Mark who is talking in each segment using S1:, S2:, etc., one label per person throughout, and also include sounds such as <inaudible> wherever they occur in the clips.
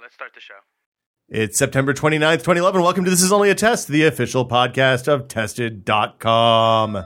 S1: let's start the show.
S2: It's September 29th, 2011. Welcome to This Is Only a Test, the official podcast of Tested.com.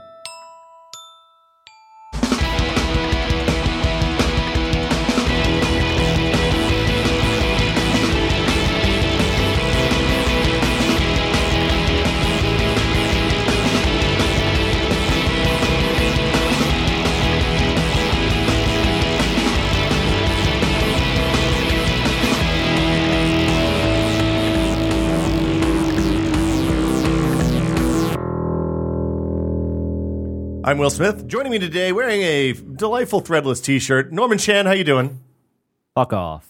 S2: I'm Will Smith. Joining me today, wearing a delightful threadless T-shirt, Norman Chan. How you doing?
S3: Fuck off.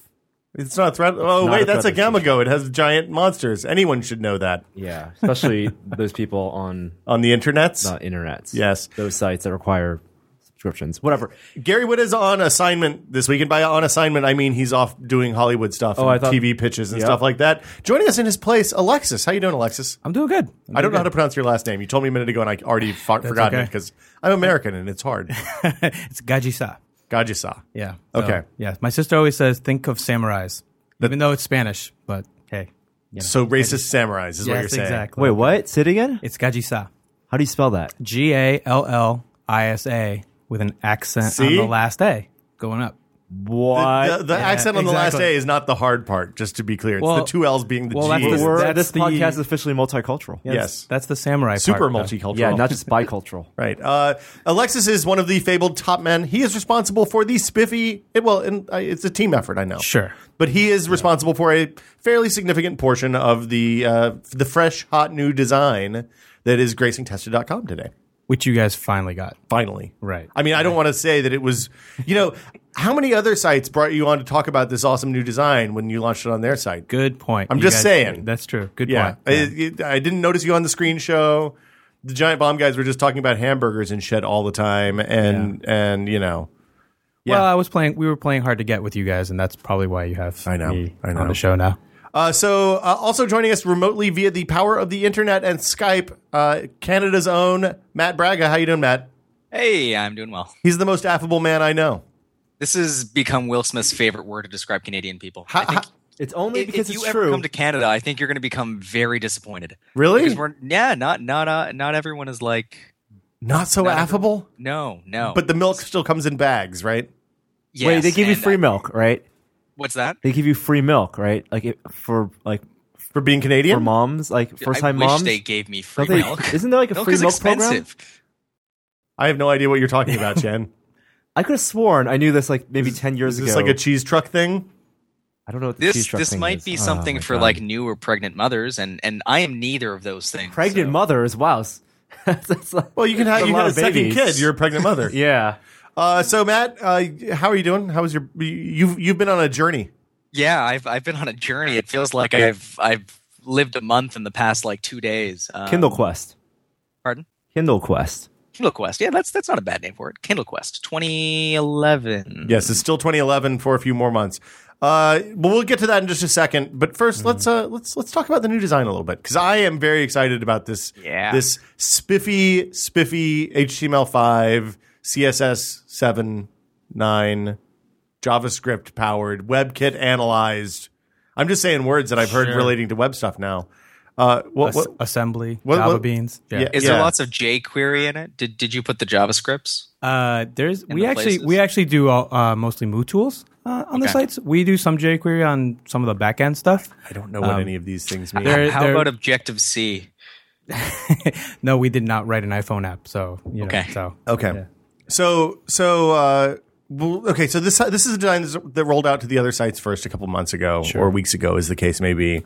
S2: It's not a thread. Oh
S3: not
S2: wait,
S3: a
S2: that's a
S3: threadless
S2: Gamago. It has giant monsters. Anyone should know that
S3: Yeah, especially <laughs> those people on
S2: on the internets.
S3: the internet.
S2: Yes.
S3: those sites that require subscriptions, whatever.
S2: Gary Wood is on assignment this week, and by on assignment, I mean he's off doing Hollywood stuff, and
S3: Oh, I thought-
S2: TV pitches and
S3: Yeah.
S2: stuff like that. Joining us in his place, Alexis. How you doing, Alexis?
S4: I'm doing good.
S2: I don't know how to pronounce your last name. You told me a minute ago, and I
S4: <laughs>
S2: already fo- forgotten it
S4: okay.
S2: because I'm American and it's hard.
S4: <laughs> It's Gajisa.
S2: Gajisa.
S4: Yeah.
S2: Okay.
S4: Yeah. My sister always says, think of samurais, even though it's Spanish, but hey.
S2: So racist samurais is what you're saying.
S4: exactly.
S3: Wait, what? Say it again?
S4: It's Gajisa.
S3: How do you spell that?
S4: G A L L I S A with an accent
S2: See?
S4: on the last A going up.
S3: What?
S2: The, Uh, the accent on the last
S4: Uh, exactly.
S2: A is not the hard part, just to be clear. It's the
S4: Well-
S2: two L's being the
S4: well, that's
S2: G.
S4: the
S2: is-
S4: word.
S3: We're-
S4: that's
S3: this
S4: the-
S3: podcast is officially multicultural. Yeah,
S2: yes.
S4: That's the samurai
S2: Super
S4: part, though.
S2: multicultural. <laughs>
S3: not just bicultural.
S2: Right. Uh, Alexis is one of the fabled top men. He is responsible for the spiffy. It, well, and, uh, it's a team effort, I know.
S4: Sure.
S2: But he is responsible for a fairly significant portion of the uh, the fresh, hot, new design that is gracingtester.com today.
S4: Which you guys finally got.
S2: Finally.
S4: Right.
S2: I mean, I don't want to say that it was, you know, <laughs> how many other sites brought you on to talk about this awesome new design when you launched it on their site?
S4: Good point.
S2: I'm
S4: You
S2: just
S4: guys-
S2: saying.
S4: That's true. Good
S2: Yeah.
S4: point. Yeah.
S2: I, I didn't notice you on the screen show. The giant bomb guys were just talking about hamburgers and shit all the time, and and you know,
S4: Well, I was playing, we were playing hard to get with you guys, and that's probably why you have
S2: I know.
S4: me
S2: I know.
S4: on the show now.
S2: Uh, so, uh, also joining us remotely via the power of the internet and Skype, uh, Canada's own Matt Braga. How you doing, Matt?
S5: Hey, I'm doing well.
S2: He's the most affable man I know.
S5: This has become Will Smith's favorite word to describe Canadian people. I think
S3: <laughs> It's only
S5: if-
S3: because
S5: if you
S3: it's
S5: ever
S3: true.
S5: come to Canada, I think you're going to become very disappointed.
S2: Really?
S5: Because we're yeah, not not uh, not everyone is like
S2: Not so
S5: Not ever-
S2: affable.
S5: no no.
S2: But the milk still comes in bags, right?
S5: yes,
S3: Wait, they give you
S5: and,
S3: free
S5: uh,
S3: milk, right?
S5: What's that?
S3: They give you free milk, right? Like it, for like
S2: For being
S3: for
S2: Canadian,
S3: moms, like first time
S5: I wish
S3: moms.
S5: they gave me free
S3: Don't they- <laughs>
S5: milk.
S3: Isn't there like a
S5: milk
S3: free
S5: is
S3: milk program?
S5: expensive.
S2: I have no idea what you're talking <laughs> about, Jen.
S3: I could have sworn I knew this like maybe ten years
S2: Is this
S3: ago.
S2: like a cheese truck thing?
S3: I don't know what the cheese
S5: This
S3: truck
S5: this
S3: thing
S5: might
S3: is.
S5: be
S3: Oh,
S5: something
S3: my
S5: for
S3: God.
S5: like new or pregnant mothers, and and I am neither of those things.
S3: pregnant
S5: so-
S3: mothers. <laughs> Wow, that's like,
S2: Well, you can have
S3: a
S2: you
S3: lot
S2: had a
S3: of
S2: second
S3: babies.
S2: kid. You're a pregnant <laughs> mother.
S3: yeah.
S2: Uh, so Matt, uh, how are you doing? How was your you- you've you've been on a journey?
S5: Yeah, I've I've been on a journey. It feels like I've I've lived a month in the past like two days. Um,
S3: Kindle Quest.
S5: Pardon?
S3: Kindle Quest.
S5: Kindle Quest. Yeah, that's that's not a bad name for it. Kindle Quest 2011.
S2: Yes, it's still 2011 for a few more months. Uh, but we'll get to that in just a second. But 1st let let's uh, let's let's talk about the new design a little bit because I am very excited about this.
S5: Yeah.
S2: This spiffy, spiffy HTML5, CSS7, nine, JavaScript powered, WebKit analyzed. I'm just saying words that I've heard relating to web stuff now. Uh, what,
S4: As-
S2: what,
S4: assembly,
S2: what-
S4: Java
S2: what-
S4: beans.
S2: yeah.
S5: Is there lots of jQuery in it? Did did you put the JavaScripts?
S4: Uh, there's we
S5: the
S4: actually
S5: places?
S4: we actually do all, uh, mostly Moo tools uh, on the
S5: Okay.
S4: sites. We do some jQuery on some of the backend stuff.
S2: I don't know what any of these things mean.
S4: there-
S5: How about Objective C?
S4: No, we did not write an iPhone app, so you know,
S5: Okay.
S4: so
S2: Okay. So so uh, well, okay. So this this is a design that's- that rolled out to the other sites first a couple months ago or weeks ago, as the case may be.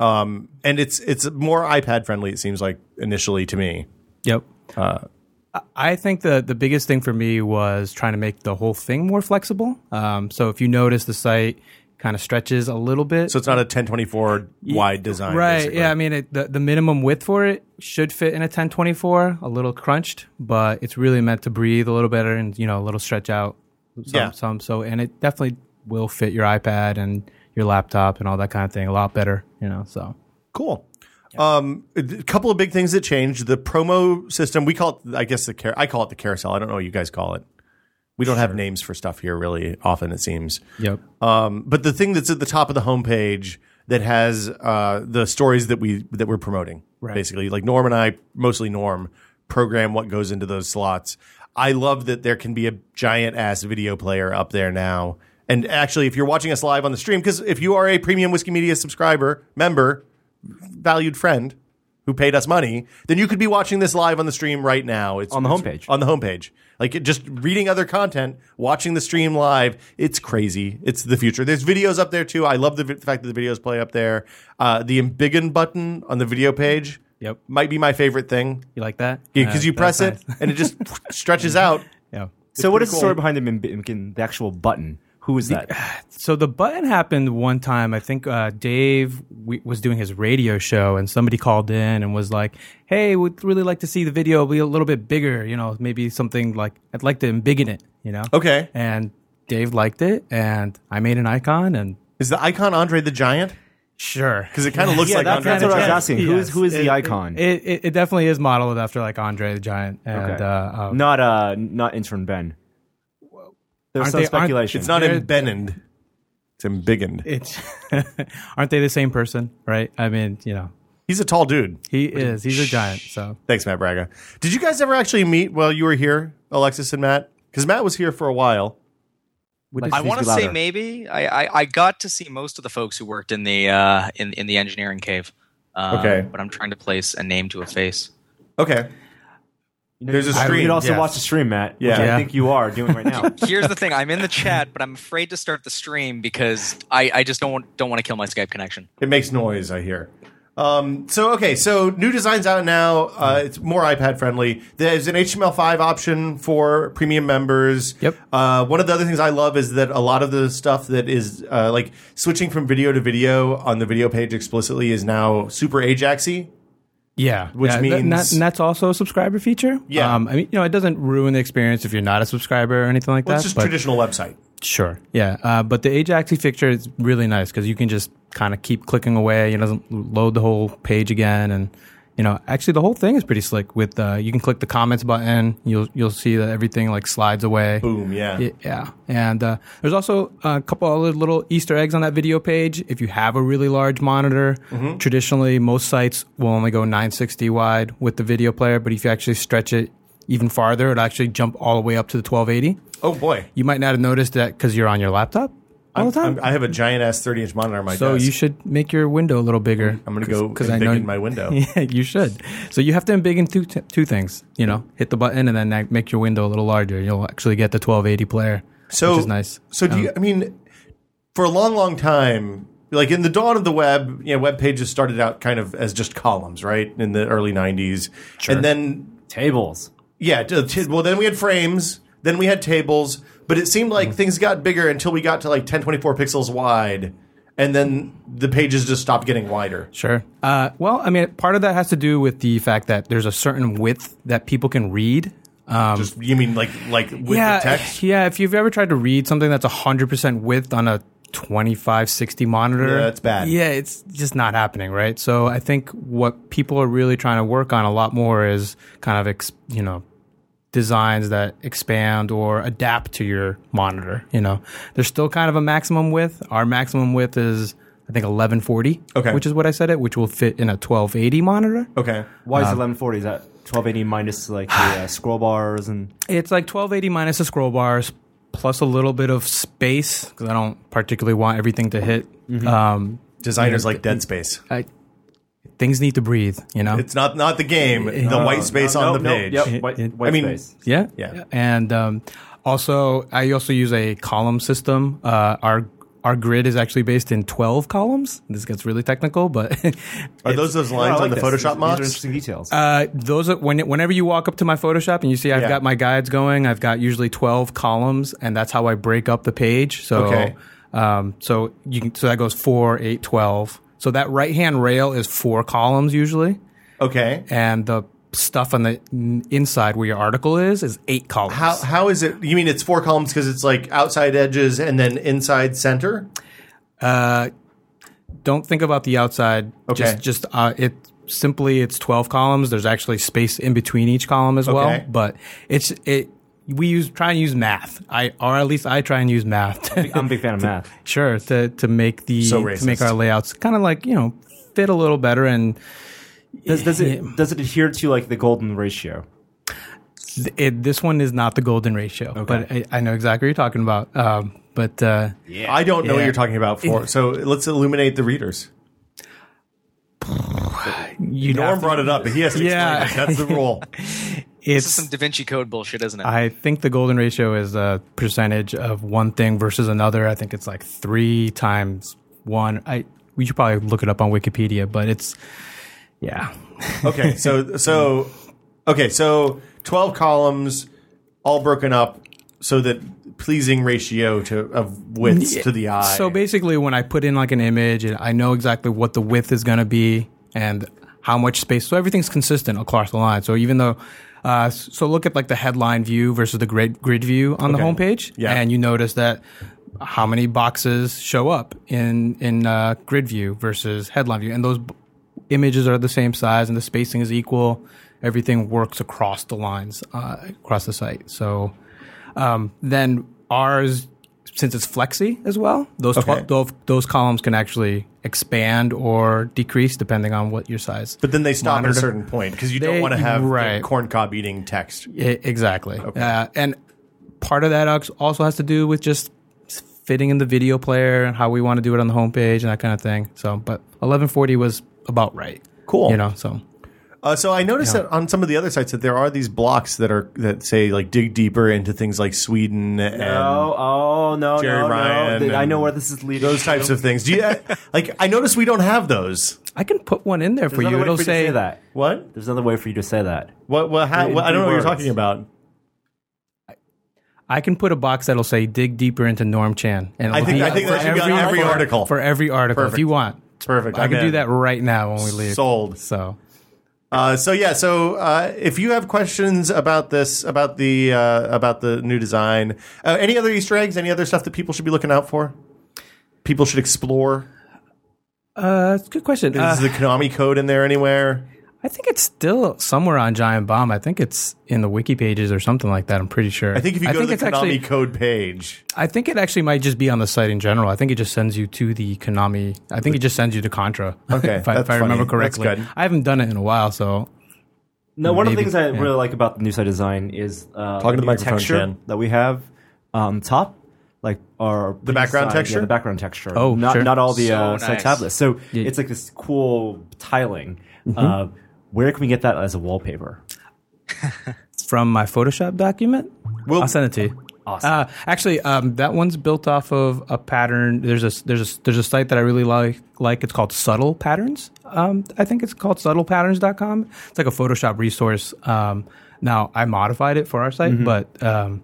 S2: Um, and it's it's more iPad friendly. It seems like initially to me.
S4: yep.
S5: Uh,
S4: I- I think the the biggest thing for me was trying to make the whole thing more flexible. Um, so if you notice, the site kind of stretches a little bit.
S2: So it's not a 1024 wide design,
S4: right?
S2: basically.
S4: Yeah, I mean it, the the minimum width for it should fit in a 1024, a little crunched, but it's really meant to breathe a little better and you know a little stretch out. Some,
S2: Yeah.
S4: some so and it definitely will fit your iPad and your laptop and all that kind of thing a lot better. You know, so
S2: Cool. Um, a d- couple of big things that changed the promo system. We call it, I guess, the car- I call it the carousel. I don't know what you guys call it. We don't have names for stuff here really often, it seems.
S4: Yep.
S2: Um, but the thing that's at the top of the homepage that has uh, the stories that we that we're promoting,
S4: Right.
S2: basically, like Norm and I, mostly Norm, program what goes into those slots. I love that there can be a giant ass video player up there now. And actually, if you're watching us live on the stream, because if you are a premium whiskey media subscriber member, valued friend who paid us money, then you could be watching this live on the stream right now. It's
S3: On the
S2: it's-
S3: homepage.
S2: On the homepage. Like it- just reading other content, watching the stream live. It's crazy. It's the future. There's videos up there too. I love the vi- fact that the videos play up there. Uh, the embiggen button on the video page.
S4: Yep.
S2: Might be my favorite thing
S4: You like that?
S2: because
S4: Uh,
S2: you press
S4: that's
S2: it and it
S4: <laughs>
S2: just stretches out.
S4: nice. Yeah.
S3: So what
S2: pretty
S3: is the story
S2: cool.
S3: behind the mim- mimicking the actual button? Who
S2: <laughs>
S3: is that?
S4: So the button happened one time. I think uh, Dave we, was doing his radio show, and somebody called in and was like, "Hey, we'd really like to see the video be a little bit bigger. You know, maybe something like I'd like to embiggen it. You know."
S2: Okay.
S4: And Dave liked it, and I made an icon, and
S2: Is the icon Andre the Giant?
S4: <laughs> sure,
S2: Because it kind of looks like
S3: that's,
S2: Andre
S3: that's
S2: the
S3: what I was
S2: Giant.
S3: asking. Who is
S4: Yes.
S3: who is
S4: It-
S3: the icon?
S4: It, it, it definitely is modeled after like Andre the Giant, and
S3: Okay.
S4: uh, um,
S3: not uh, not intern Ben. There's
S4: Aren't
S3: some
S4: they- aren't-
S3: speculation.
S2: It's not
S4: They're-
S2: embiggened. It's embiggened.
S4: it's <laughs> aren't they the same person, right? I mean, you know,
S2: He's a tall dude.
S4: he is he's a giant, so
S2: Thanks, Matt Braga. Did you guys ever actually meet while you were here, Alexis and Matt? Because Matt was here for a while.
S3: Would this
S5: I
S3: please
S5: want
S3: be
S5: to say
S3: louder?
S5: maybe I, I I got to see most of the folks who worked in the uh, in in the engineering cave. Um,
S2: Okay.
S5: but I'm trying to place a name to a face.
S2: Okay.
S3: You know,
S2: there's a
S3: you- You
S2: stream,
S3: can also
S2: yes.
S3: watch the stream, Matt.
S2: Yeah.
S3: Which
S2: Yeah.
S3: I think you are doing right
S4: <laughs>
S3: now.
S5: Here's the thing: I'm in the chat, but I'm afraid to start the stream because I, I just don't want, don't want to kill my Skype connection.
S2: It makes noise, I hear. Um, so, okay. So, new design's out now. Uh, it's more iPad friendly. There's an HTML5 option for premium members.
S4: Yep.
S2: Uh, one of the other things I love is that a lot of the stuff that is uh, like switching from video to video on the video page explicitly is now super Ajaxy.
S4: Yeah,
S2: Which
S4: yeah, and that-
S2: means-
S4: and that's also a subscriber feature.
S2: Yeah.
S4: um, I mean, you know, it doesn't ruin the experience if you're not a subscriber or anything like
S2: Well,
S4: that.
S2: it's just
S4: but
S2: traditional website.
S4: sure, yeah. Uh, but the Ajaxy feature is really nice because you can just kind of keep clicking away. It doesn't load the whole page again, and you know, actually, the whole thing is pretty slick. With uh, you can click the comments button, you'll you'll see that everything like slides away.
S2: Boom. Yeah.
S4: Y- Yeah, and uh, there's also a couple other little Easter eggs on that video page. If you have a really large monitor,
S2: Mm-hmm.
S4: traditionally most sites will only go 960 wide with the video player, but if you actually stretch it even farther, it'll actually jump all the way up to the 1280.
S2: Oh boy.
S4: You might not have noticed that because you're on your laptop all the time.
S2: I'm- I have a giant ass 30 inch monitor on my
S4: so
S2: desk.
S4: you should make your window a little bigger.
S2: I'm gonna go
S4: I
S2: and big
S4: know
S2: in my window.
S4: <laughs> Yeah, you should. So you have to embiggen two two things. You know, hit the button and then that- make your window a little larger. You'll actually get the 1280 player,
S2: so
S4: which is nice.
S2: So do you? I mean, for a long, long time, like in the dawn of the web, you know, web pages started out kind of as just columns, right? In the early '90s, and then
S3: Tables.
S2: yeah, t- t- well, then we had frames, then we had tables, but it seemed like things got bigger until we got to like 1024 pixels wide, and then the pages just stopped getting wider.
S4: Sure. Uh, well, I mean, part of that has to do with the fact that there's a certain width that people can read. Um,
S2: Just you mean like like with
S4: yeah,
S2: the text?
S4: yeah. If you've ever tried to read something that's hundred percent width on a 2560 monitor,
S2: Yeah, that's bad.
S4: Yeah, it's just not happening, right? So I think what people are really trying to work on a lot more is kind of ex- you know designs that expand or adapt to your monitor. You know, there's still kind of a maximum width. Our maximum width is I think 1140,
S2: Okay.
S4: which is what I said it, which will fit in a 1280 monitor.
S2: Okay.
S3: Why
S4: Uh,
S3: is it 1140? Is that 1280 minus like the uh, scroll bars and
S4: It's like 1280 minus the scroll bars plus a little bit of space because I don't particularly want everything to hit. Um,
S2: Designers like Dead Space.
S4: I, things need to breathe, you know.
S2: It's not not the game. The
S3: No,
S2: white space
S3: no,
S2: on
S3: no,
S2: the
S3: no,
S2: page.
S3: Yep, white,
S4: It-
S3: white
S2: I mean-
S3: space.
S4: yeah,
S2: Yeah.
S4: And um, also, I also use a column system. Uh, our our grid is actually based in 12 columns. This gets really technical, but <laughs>
S2: Are those those
S3: Oh, I
S2: lines on
S3: like
S2: the Photoshop
S3: this. These- These are
S2: mocks?
S3: interesting details.
S4: Uh, those are, when whenever you walk up to my Photoshop and you see I've
S2: Yeah.
S4: got my guides going, I've got usually twelve columns, and that's how I break up the page. So,
S2: Okay.
S4: um, so you can, so that goes four, eight, twelve. So that right hand rail is four columns usually,
S2: Okay.
S4: and the stuff on the n- inside where your article is is eight columns.
S2: How how is it? You mean it's four columns because it's like outside edges and then inside center?
S4: Don't think about the outside.
S2: Okay.
S4: Just just uh, it simply it's twelve columns. There's actually space in between each column as
S2: Okay.
S4: well, but it's it. we use try and use math. I or at least I try and use math. to-
S3: I'm a big fan of math.
S4: sure to to make the
S2: So
S4: to make
S2: racist.
S4: our layouts kind of like you know fit a little better and
S3: Does, does it does it adhere to like the golden ratio?
S4: th- it, this one is not the golden ratio but I, I know exactly what you're talking about um, but uh,
S2: I don't know what
S4: Yeah.
S2: you're talking about for. So let's illuminate the readers.
S4: you
S2: Norm
S4: have to-
S2: brought it up, but he has to explain
S4: Yeah.
S2: it. That's the
S4: <laughs>
S2: rule.
S5: This is
S4: it's
S5: some Da Vinci Code bullshit, isn't it?
S4: I think the golden ratio is a percentage of one thing versus another. I think it's like three times one. I we should probably look it up on Wikipedia, but it's yeah.
S2: Okay, so so okay, so twelve columns, all broken up, so that pleasing ratio to of widths to the eye.
S4: So basically, when I put in like an image, and I know exactly what the width is going to be and how much space. So everything's consistent across the line. So even though, uh, s- so look at like the headline view versus the grid grid view on the homepage,
S2: Yeah.
S4: and you notice that how many boxes show up in in uh, grid view versus headline view, and those b- images are the same size and the spacing is equal. Everything works across the lines uh, across the site. So um, then ours, since it's flexi as well, those,
S2: Okay.
S4: tw- those those columns can actually expand or decrease depending on what your size.
S2: but then they stop at a
S4: Monitor.
S2: certain point because you don't
S4: They-
S2: want to have
S4: right.
S2: corn cob eating text.
S4: I- E, exactly. Uh, and part of that ox- also has to do with just fitting in the video player and how we want to do it on the homepage and that kind of thing. So, but 1140 was about right.
S2: Cool.
S4: You know, so
S2: Uh, so I noticed that on some of the other sites that there are these blocks that are that say like dig deeper into things like Sweden and
S3: Oh, oh no,
S2: Jerry
S3: no,
S2: Ryan
S3: no! Th- I
S2: and
S3: know where this is leading.
S2: those types of things. Do <laughs> you like? I noticed we don't have those.
S4: I can put one in there for
S3: There's
S4: you.
S3: another way
S4: It'll
S3: for you to
S4: say,
S3: say that.
S2: What?
S3: There's another way for you to say that.
S2: What? What? How,
S3: In
S2: what I don't know what
S3: three
S2: you're
S3: words.
S2: talking about.
S4: I can put a box that'll say dig deeper into Norm Chan. And it'll
S2: I think
S4: be
S2: I think
S4: for
S2: that should be on every article.
S4: for every article
S2: Perfect.
S4: if you want.
S2: Perfect.
S4: I
S2: I'm
S4: can
S2: in.
S4: do that right now when we leave.
S2: Sold.
S4: So
S2: Uh, so yeah, so uh, if you have questions about this, about the uh, about the new design, uh, any other Easter eggs, any other stuff that people should be looking out for, people should explore.
S4: uh, it's a good question.
S2: Is
S4: Uh,
S2: the Konami code in there anywhere?
S4: I think it's still somewhere on Giant Bomb. I think it's in the wiki pages or something like that. I'm pretty sure.
S2: I think if you go to the
S4: it's
S2: Konami
S4: actually,
S2: code page,
S4: I think it actually might just be on the site in general. I think it just sends you to the Konami. I think it just sends you to Contra. <laughs>
S2: Okay,
S4: if I,
S2: that's
S4: if I remember
S2: funny. That's
S4: correctly.
S2: good.
S4: I haven't done it in a while, so
S3: No, one of the
S4: Maybe,
S3: things I
S4: yeah.
S3: really like about the new site design is uh,
S2: Talking to the
S3: new
S2: microphone,
S3: texture
S2: Jan.
S3: that we have on top, like our the
S2: background texture?
S3: yeah, the background texture.
S4: Oh,
S3: not
S4: sure.
S3: not all the
S5: So
S3: uh, site
S5: nice.
S3: tablets. So it's like this cool tiling. Uh, where can we get that as a wallpaper?
S4: from my Photoshop document.
S2: Well-
S4: I'll send it to you.
S3: Oh. Awesome.
S4: Uh, actually, um, that one's built off of a pattern. There's a there's a there's a site that I really like. Like it's called Subtle Patterns. Um, I think it's called SubblePatterns.com. It's like a Photoshop resource. Um, now I modified it for our site,
S3: Mm-hmm.
S4: but um,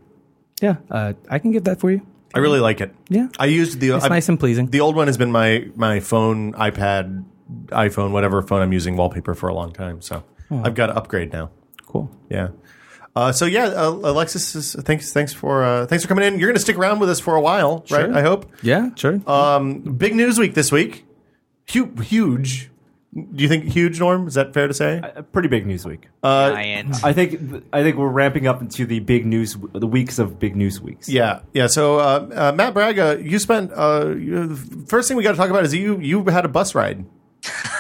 S4: yeah, uh, I can get that for you.
S2: I really like it.
S4: Yeah.
S2: I used the
S4: It's
S2: I-
S4: nice and pleasing.
S2: The old one has been my my phone, iPad, iPhone, whatever phone I'm using wallpaper for a long time. So
S4: Hmm.
S2: I've got to upgrade now.
S4: cool.
S2: Yeah. Uh, so yeah, uh, Alexis, is, thanks thanks for uh, thanks for coming in. You're going to stick around with us for a while, right? I hope.
S4: Yeah, sure.
S3: Uh,
S2: Big news week this week. Hu- huge. Do you think huge, Norm? Is that fair to say?
S3: A pretty big news week. Uh,
S5: Giant.
S3: I think I think we're ramping up into the big news, the weeks of big news weeks.
S2: yeah, yeah. So uh, uh, Matt Braga, you spent uh, you, the first thing we got to talk about is you you had a bus ride.
S5: <laughs>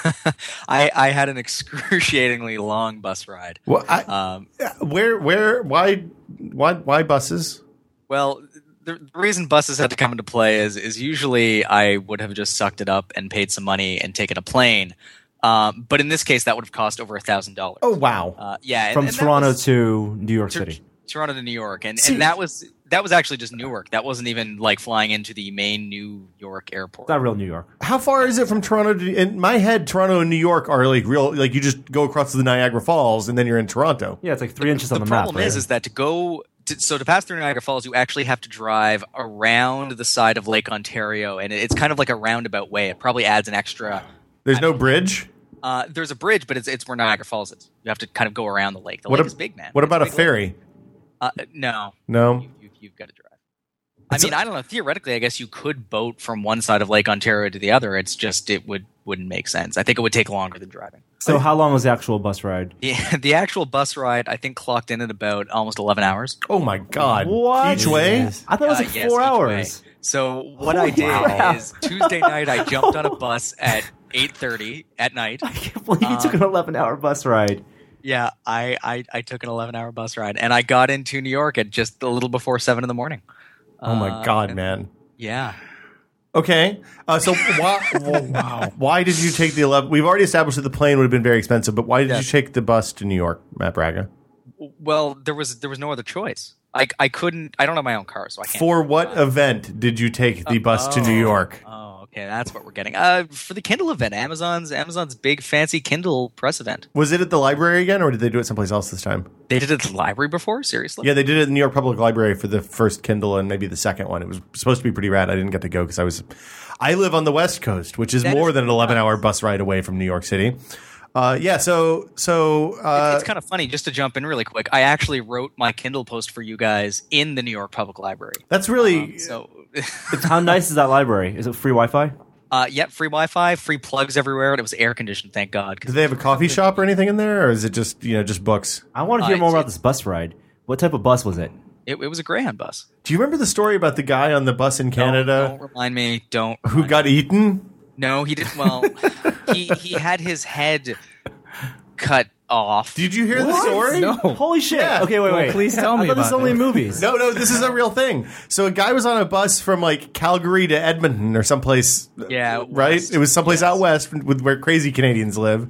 S5: I, I had an excruciatingly long bus ride.
S2: Well, I,
S5: Um,
S2: where where why why why buses?
S5: Well, the, the reason buses had to come into play is is usually I would have just sucked it up and paid some money and taken a plane, um, but in this case that would have cost over a thousand dollars.
S2: Oh wow!
S5: uh, yeah, and-
S3: From
S5: and that
S3: Toronto
S5: was-
S3: to New York
S5: Tur-
S3: City.
S5: Toronto to New York, and, and that was that was actually just Newark. That wasn't even like flying into the main New York airport.
S3: Not real New York.
S2: How far is it from Toronto? To, in my head, Toronto and New York are like real. Like you just go across the Niagara Falls and then you're in Toronto.
S3: Yeah, it's like three inches
S5: the
S3: on the map.
S5: problem is
S3: right?
S5: is that to go to, so to pass through Niagara Falls, you actually have to drive around the side of Lake Ontario, and it's kind of like a roundabout way. It probably adds an extra
S2: There's no bridge.
S5: Uh, there's a bridge, but it's it's where Niagara Falls is. You have to kind of go around the lake. The
S2: What
S5: lake
S2: ab-
S5: is big, man.
S2: What
S5: It's
S2: about a
S5: big lake.
S2: ferry?
S5: Uh, no,
S2: No.
S5: you, you, you've got to drive. I mean, I I don't know. Theoretically, I guess you could boat from one side of Lake Ontario to the other. It's just it would wouldn't make sense. I think it would take longer than driving. <laughs>
S3: So how long was the actual bus ride?
S5: The, the actual bus ride, I think, clocked in at about almost 11 hours.
S2: Oh my god!
S3: What?
S2: each way?
S3: I thought it was
S5: Uh,
S3: like
S5: yes,
S3: four
S5: each
S3: hours. <laughs>
S5: way. So what I did
S3: Wow.
S5: is Tuesday night I jumped on a bus at 8:30 at night.
S3: I can't believe you took an eleven-hour bus ride.
S5: Yeah, I, I I took an 11-hour bus ride and I got into New York at just a little before 7 in the morning.
S2: Oh my
S5: Uh,
S2: god,
S5: and-
S2: man.
S5: Yeah.
S2: Okay, uh, so why, wow, why did you take the eleven? We've already established that the plane would have been very expensive, but why did you take the bus to New York, Matt Braga?
S5: Well, there was there was no other choice. I I couldn't I don't have my own car, so I can't
S2: For what event did you take the bus to New
S5: oh.
S2: York?
S5: Oh, okay, that's what we're getting. Uh, for the Kindle event, Amazon's Amazon's big fancy Kindle press event.
S2: Was it at the library again, or did they do it someplace else this time?
S5: They did it at the library before. Seriously?
S2: Yeah, they did it at the New York Public Library for the first Kindle and maybe the second one. It was supposed to be pretty rad. I didn't get to go because I was, I live on the West Coast, which is
S5: That
S2: more
S5: is
S2: than an eleven-hour bus ride away from New York City. Uh, yeah, so so uh,
S5: it's kind of funny just to jump in really quick. I actually wrote my Kindle post for you guys in the New York Public Library.
S2: that's really
S5: So,
S3: How nice is that library? Is it free Wi-Fi?
S5: uh, yeah, free Wi-Fi, free plugs everywhere, and it was air conditioned. Thank God.
S2: Do
S5: 'cause-
S2: they have a coffee shop or anything in there, or is it just you know just books?
S3: I want to hear
S5: Uh,
S3: more
S5: it's-
S3: about this bus ride. What type of bus was it?
S5: It, it was a Greyhound bus.
S2: Do you remember the story about the guy on the bus in
S5: Don't-
S2: Canada
S5: Don't, remind me. Don't.
S2: uh, who got eaten?
S5: No, he didn't. Well, he he had his head cut off.
S2: Did you hear the story?
S4: No.
S3: Holy shit!
S2: Yeah.
S3: Okay, wait,
S4: Well,
S3: wait.
S4: please tell
S3: I
S4: me
S3: thought this
S4: about
S3: only
S4: it.
S3: in
S2: <laughs>
S3: movies.
S2: No, no, this is a real thing. So a guy was on a bus from like Calgary to Edmonton or someplace.
S5: Yeah, out
S2: right.
S5: west.
S2: It was someplace out west with where crazy Canadians live,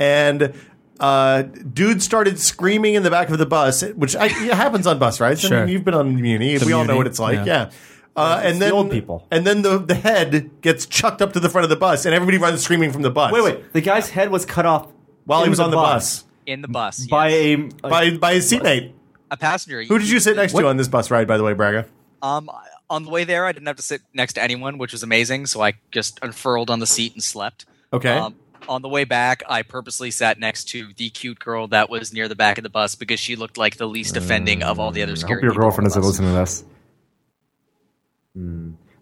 S2: and uh, dude started screaming in the back of the bus, which I, it happens on bus rides. I
S4: Sure.
S2: mean, you've been on Muni, we all know
S4: Muni,
S2: what it's like. Yeah.
S4: yeah.
S2: Uh, and
S3: the
S2: then
S3: old people.
S2: and then the the head gets chucked up to the front of the bus, and everybody runs screaming from the bus.
S3: Wait, wait. The guy's head was cut off
S2: While he
S3: in
S2: was on the bus,
S5: in the bus
S3: by
S5: yes.
S3: a,
S2: by by his seatmate.
S5: a passenger.
S2: Who did you sit next
S3: What?
S2: to on this bus ride? By the way, Braga.
S5: Um, on the way there, I didn't have to sit next to anyone, which was amazing. So I just unfurled on the seat and slept.
S2: Okay.
S5: Um, on the way back, I purposely sat next to the cute girl that was near the back of the bus because she looked like the least offending of all the
S2: Mm,
S5: other scary people on the bus.
S3: to this.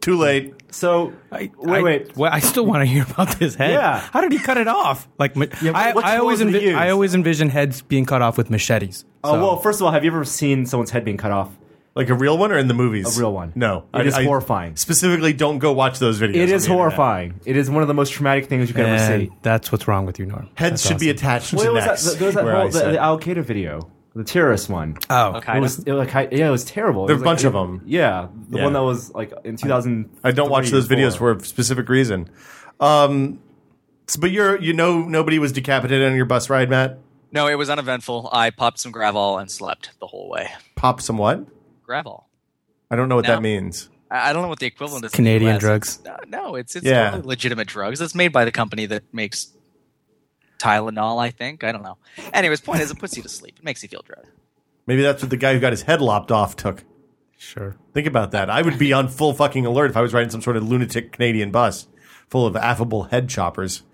S2: Too late.
S3: So uh,
S4: I,
S3: wait,
S4: I-
S3: wait.
S4: Well, I still want to hear about this head.
S3: Yeah.
S4: How did he cut it off? Like, ma- I,
S3: what
S4: I always,
S3: tools did he
S4: envi- I
S3: use?
S4: always envision heads being cut off with machetes.
S3: Oh
S4: So-
S3: well, first of all, have you ever seen someone's head being cut off?
S2: Like a real one or in the movies?
S3: A real one.
S2: No.
S3: It is horrifying.
S2: Specifically, don't go watch those videos.
S3: It
S2: on
S3: is
S2: the internet.
S3: horrifying. It is one of the most traumatic things you could ever
S4: and
S3: see.
S4: that's what's wrong with you, Norm.
S2: Heads should be attached
S3: Well,
S2: to
S3: it was
S2: necks.
S3: that, there was that
S2: where I
S3: whole the,
S2: sit.
S3: the Al Qaeda video, the terrorist one.
S4: Oh,
S5: Okay.
S3: It was, it was like, yeah, it was terrible.
S2: There
S3: It
S2: are a
S3: was
S2: bunch
S3: like,
S2: of them.
S3: Yeah, the
S2: Yeah.
S3: one that was like in 2000.
S2: I don't watch those videos for a specific reason. Um, s- but you're, you know, nobody was decapitated on your bus ride, Matt.
S5: No, it was uneventful. I popped some gravel and slept the whole way.
S2: Pop some what?
S5: Gravel.
S2: I don't know what
S5: No.
S2: that means.
S5: I I don't know what the equivalent is. in the
S4: Canadian
S5: US.
S4: drugs.
S5: It's- uh, no, no, it's it's
S2: Yeah.
S5: totally legitimate drugs. It's made by the company that makes Tylenol. I think I don't know. Anyways, point is, it puts you to sleep. It makes you feel drugged.
S2: Maybe that's what the guy who got his head lopped off took.
S4: sure.
S2: Think about that. I would be on full fucking alert if I was riding some sort of lunatic Canadian bus full of affable head choppers.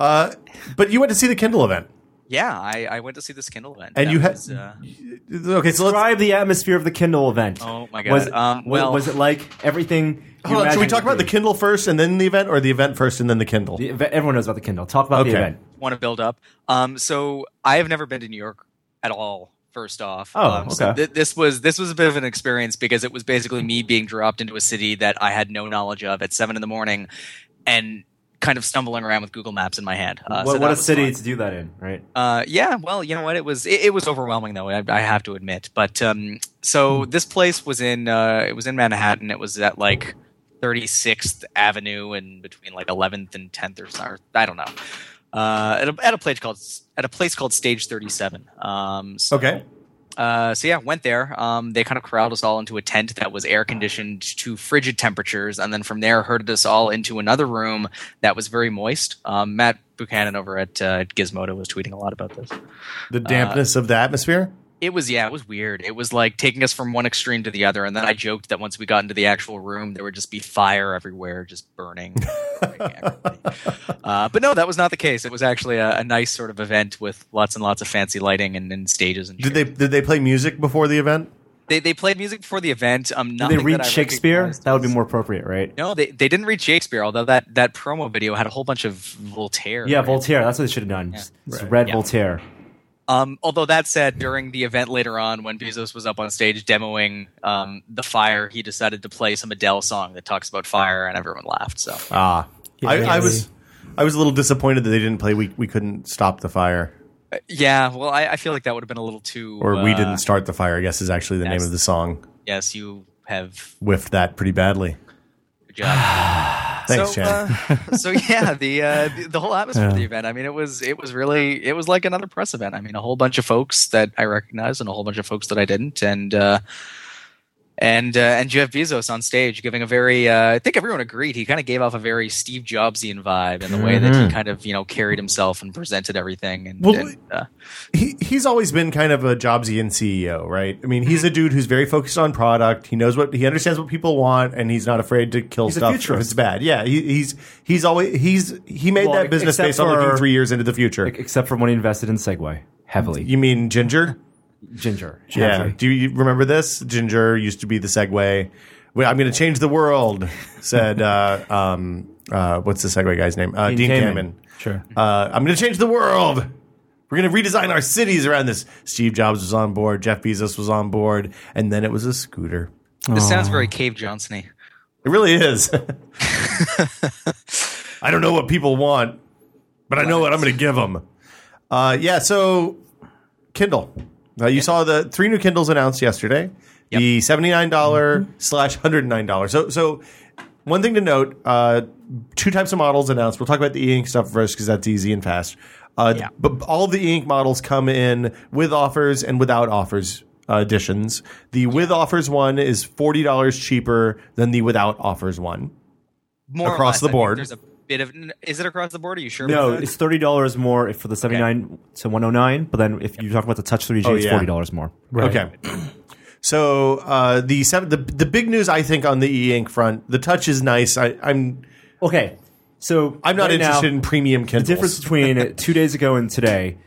S2: Uh, but you went to see the Kindle event.
S5: Yeah, I, I went to see this Kindle event,
S2: And
S5: That
S2: you had-
S5: was, uh,
S2: Okay, so let's
S3: Describe the atmosphere of the Kindle event.
S5: Oh my God.
S3: Was,
S5: Um,
S3: was-
S5: well-
S3: was it like everything? you
S2: Hold on, should we
S3: imagined
S2: talk
S3: it
S2: about
S3: would
S2: the
S3: be?
S2: Kindle first and then the event, or the event first and then the Kindle?
S3: The event- Everyone knows about the Kindle. Talk about
S2: Okay.
S3: the event.
S5: want to build up. Um, so I have never been to New York at all. First off,
S3: Oh,
S5: um, so
S3: okay.
S5: th- this was this was a bit of an experience because it was basically me being dropped into a city that I had no knowledge of at seven in the morning, and kind of stumbling around with Google Maps in my hand. Uh, so
S3: what
S5: that
S3: what a
S5: was
S3: city
S5: fun.
S3: to do that in, right?
S5: Uh, yeah, well, you know what? It was it, it was overwhelming though. I, I have to admit. But um, so this place was in uh, it was in Manhattan. It was at like 36th Avenue and between like 11th and 10th or something. I don't know. Uh, at, a, at a place called at a place called Stage 37. Um, so,
S2: Okay.
S5: uh, so yeah, went there. Um, they kind of corralled us all into a tent that was air conditioned to frigid temperatures, and then from there herded us all into another room that was very moist. Um, Matt Buchanan over at uh, Gizmodo was tweeting a lot about this.
S2: The dampness of the atmosphere.
S5: It was yeah, it was weird. It was like taking us from one extreme to the other, and then I joked that once we got into the actual room, there would just be fire everywhere, just burning. everybody. uh, but no, that was not the case. It was actually a, a nice sort of event with lots and lots of fancy lighting and, and stages. And
S2: Did they did they play music before the event?
S5: They, they played music before the event. Um,
S3: Did
S5: nothing
S3: they read
S5: that I
S3: Shakespeare?
S5: recognized
S3: That would be
S5: was-
S3: more appropriate, right?
S5: No, they, they didn't read Shakespeare. Although that, that promo video had a whole bunch of Voltaire.
S3: Yeah,
S5: right?
S3: Voltaire. That's what they should have done. Just, just read Voltaire.
S5: Um, although that said, during the event later on, when Bezos was up on stage demoing um, the fire, he decided to play some Adele song that talks about fire, and everyone laughed. So
S3: Ah,
S2: I, I was I was a little disappointed that they didn't play. We we couldn't stop the fire,
S5: Uh, yeah, well, I, I feel like that would have been a little too.
S2: or we
S5: uh,
S2: didn't start the fire. I guess is actually the name
S5: that's-
S2: of the song.
S5: Yes, you have.
S2: Whiffed that pretty badly.
S5: Good job.
S2: <sighs> Thanks,
S5: so,
S2: Chad.
S5: uh, so yeah, the, uh, the the whole atmosphere of the event. I mean, it was it was really it was like another press event. I mean, a whole bunch of folks that I recognized and a whole bunch of folks that I didn't, and uh, and uh, and Jeff Bezos on stage giving a very uh, I think everyone agreed he kind of gave off a very Steve Jobsian vibe in the way that he kind of you know carried himself and presented everything. And,
S2: Mm-hmm. Well,
S5: and, uh,
S2: he, he's always been kind of a Jobsian CEO, right? I mean, he's
S3: Mm-hmm.
S2: a dude who's very focused on product. He knows what he understands what people want, and he's not afraid to kill
S3: He's a
S2: stuff if
S3: futurist.
S2: it's bad. Yeah, he, he's he's always he's he made
S3: Well,
S2: that business
S3: except
S2: based on
S3: for-
S2: looking three years into the future.
S3: except for when he invested in Segway heavily.
S2: you mean Ginger?
S3: Ginger.
S2: Yeah.
S3: heavily.
S2: Do you remember this? Ginger used to be the Segway. Well, I'm going to change the world," said uh, um, uh, what's the Segway guy's name? Uh, Dean
S3: Kamen.
S2: Kamen.
S4: Sure.
S2: Uh, I'm going to change the world. We're going to redesign our cities around this. Steve Jobs was on board. Jeff Bezos was on board, and then it was a scooter.
S5: this sounds very Cave Johnsony.
S2: It really is. <laughs> I don't know what people want, but I know what I'm going to give them. Uh, yeah. So Kindle. Uh, you saw the three new Kindles announced yesterday. The seventy nine slash hundred nine dollars. So so one thing to note: uh, two types of models announced. We'll talk about the e-ink stuff first because that's easy and fast. Uh,
S5: Yeah.
S2: But all of the e-ink models come in with offers and without offers uh, editions. The with offers one is forty dollars cheaper than the without offers one.
S5: More or
S2: Across
S5: less,
S2: the
S5: I think
S2: board.
S5: There's a bit of is it across the board? Are you sure?
S3: No,
S5: about that?
S3: it's thirty dollars more if for the seventy nine to one hundred nine. But then if you talk about the Touch 3G, it's
S2: Oh, yeah.
S3: forty dollars more.
S2: Okay. So uh, the seven, the the big news I think on the e ink front, the touch is nice. I, I'm
S3: Okay, so
S2: I'm not
S3: right now,
S2: interested in premium Kindles.
S3: the difference
S2: <laughs>
S3: between two days ago and today.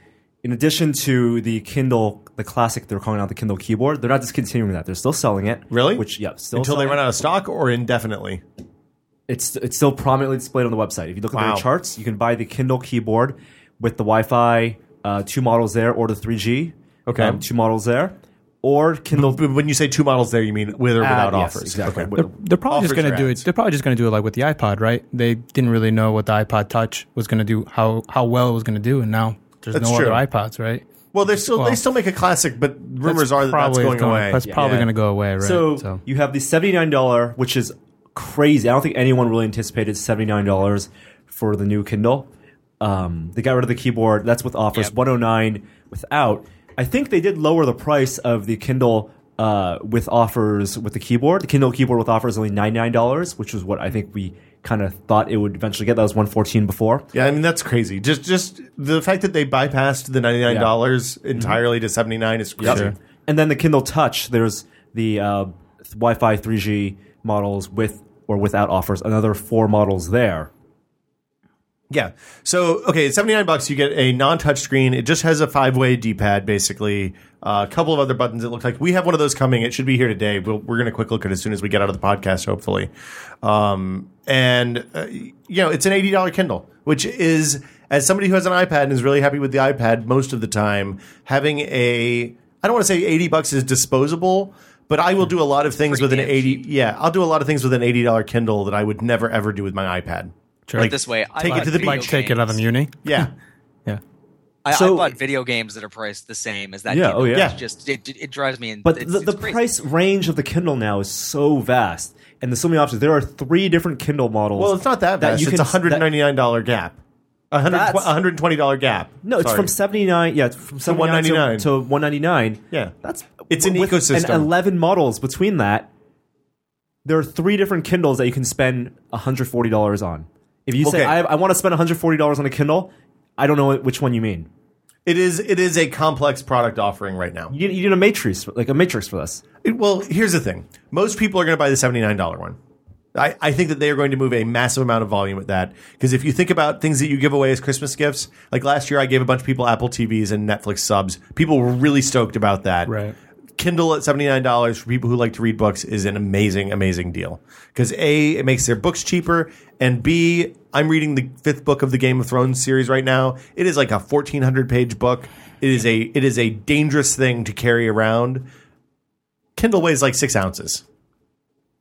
S3: In addition to the Kindle, the classic they're calling out the Kindle keyboard, they're not discontinuing that. They're still selling it.
S2: Really?
S3: Which yeah, still
S2: until they
S3: selling
S2: run
S3: it.
S2: out of stock or indefinitely.
S3: It's it's still prominently displayed on the website. If you look at
S2: Wow.
S3: their charts, you can buy the Kindle keyboard with the Wi-Fi uh, two models there, or the 3G.
S2: Okay.
S3: um, two models there, or Kindle
S2: But when you say two models there, you mean with or without
S3: ad- Ah, yes,
S2: offers.
S3: Exactly.
S2: Okay.
S3: With-
S4: They're probably just
S2: Offers
S4: going
S2: or
S4: to do
S2: ads?
S4: it. They're probably just going to do it like with the iPod, right? They didn't really know what the iPod Touch was going to do, how how well it was going to do, and now there's
S2: That's
S4: no
S2: true.
S4: other iPods, right?
S2: Well, they still they
S4: Well,
S2: still make a classic, but rumors
S4: That's
S2: are that that's
S4: probably
S2: going
S4: gonna-
S2: away.
S4: That's probably
S2: Yeah.
S4: going to go away, right?
S3: So, you have the seventy nine dollar, which is crazy. I don't think anyone really anticipated seventy nine dollars for the new Kindle. Um, they got rid of the keyboard. That's with offers
S5: Yep.
S3: one hundred nine without. I think they did lower the price of the Kindle uh, with offers with the keyboard. The Kindle keyboard with offers is only ninety nine dollars, which is what I think we kind of thought it would eventually get. That was one fourteen before.
S2: Yeah, I mean that's crazy. Just just the fact that they bypassed the ninety nine dollars entirely to seventy nine is crazy.
S3: Sure. And then the Kindle Touch, there's the uh, Wi-Fi 3G models with or without offers. Another four models there.
S2: Yeah. So okay, at seventy nine bucks you get a non touch screen. It just has a five way D pad basically. Uh, a couple of other buttons. It looks like we have one of those coming. It should be here today. We'll, we're going to quick look at it as soon as we get out of the podcast, hopefully. Um, and uh, you know, it's an eighty dollar Kindle, which is as somebody who has an iPad and is really happy with the iPad most of the time, having a I don't want to say eighty bucks is disposable. But I will do a lot of things with an
S5: damn
S2: eighty. Yeah, I'll do a lot of things with an eighty dollar Kindle that I would never ever do with my iPad.
S4: Sure.
S2: Like
S5: this way. I
S2: take it
S5: bought
S2: to the
S5: video
S4: like take it out of
S5: games.
S4: uni.
S2: Yeah.
S4: Yeah.
S5: I,
S3: So-
S5: I bought video games that are priced the same as that.
S3: Yeah,
S5: Kindle.
S3: oh, yeah.
S5: It's just it, it, it drives me in.
S3: But
S5: it's,
S3: the,
S5: it's
S3: the
S5: crazy.
S3: price range of the Kindle now is so vast, and there's so many options. There are three different Kindle models.
S2: <laughs> Well, it's not that
S3: That
S2: bad.
S3: you
S2: It's a
S3: can-
S2: hundred ninety nine dollar gap. A hundred
S3: That's-
S2: a hundred twenty dollar gap.
S3: No, it's
S2: Sorry.
S3: from seventy nine. Yeah, it's from seventy nine to,
S2: 199.
S3: to one ninety nine.
S2: Yeah.
S3: that's
S2: It's an
S3: with-
S2: ecosystem.
S3: And eleven models between that. There are three different Kindles that you can spend one hundred forty dollars on. If you say
S2: Okay.
S3: I, I want to spend one hundred forty dollars on a Kindle, I don't know which one you mean.
S2: It is it is a complex product offering right now.
S3: You, you need a matrix, like a matrix for this.
S2: It- well, here's the thing. Most people are going to buy the seventy nine dollar one. I, I think that they are going to move a massive amount of volume with that because if you think about things that you give away as Christmas gifts, like last year I gave a bunch of people Apple TVs and Netflix subs. People were really stoked about that.
S4: Right.
S2: Kindle at $79 for people who like to read books is an amazing, amazing deal. Because A, it makes their books cheaper. And B, I'm reading the fifth book of the Game of Thrones series right now. It is like a 1400 page book. It is a, it is a dangerous thing to carry around. Kindle weighs like six ounces.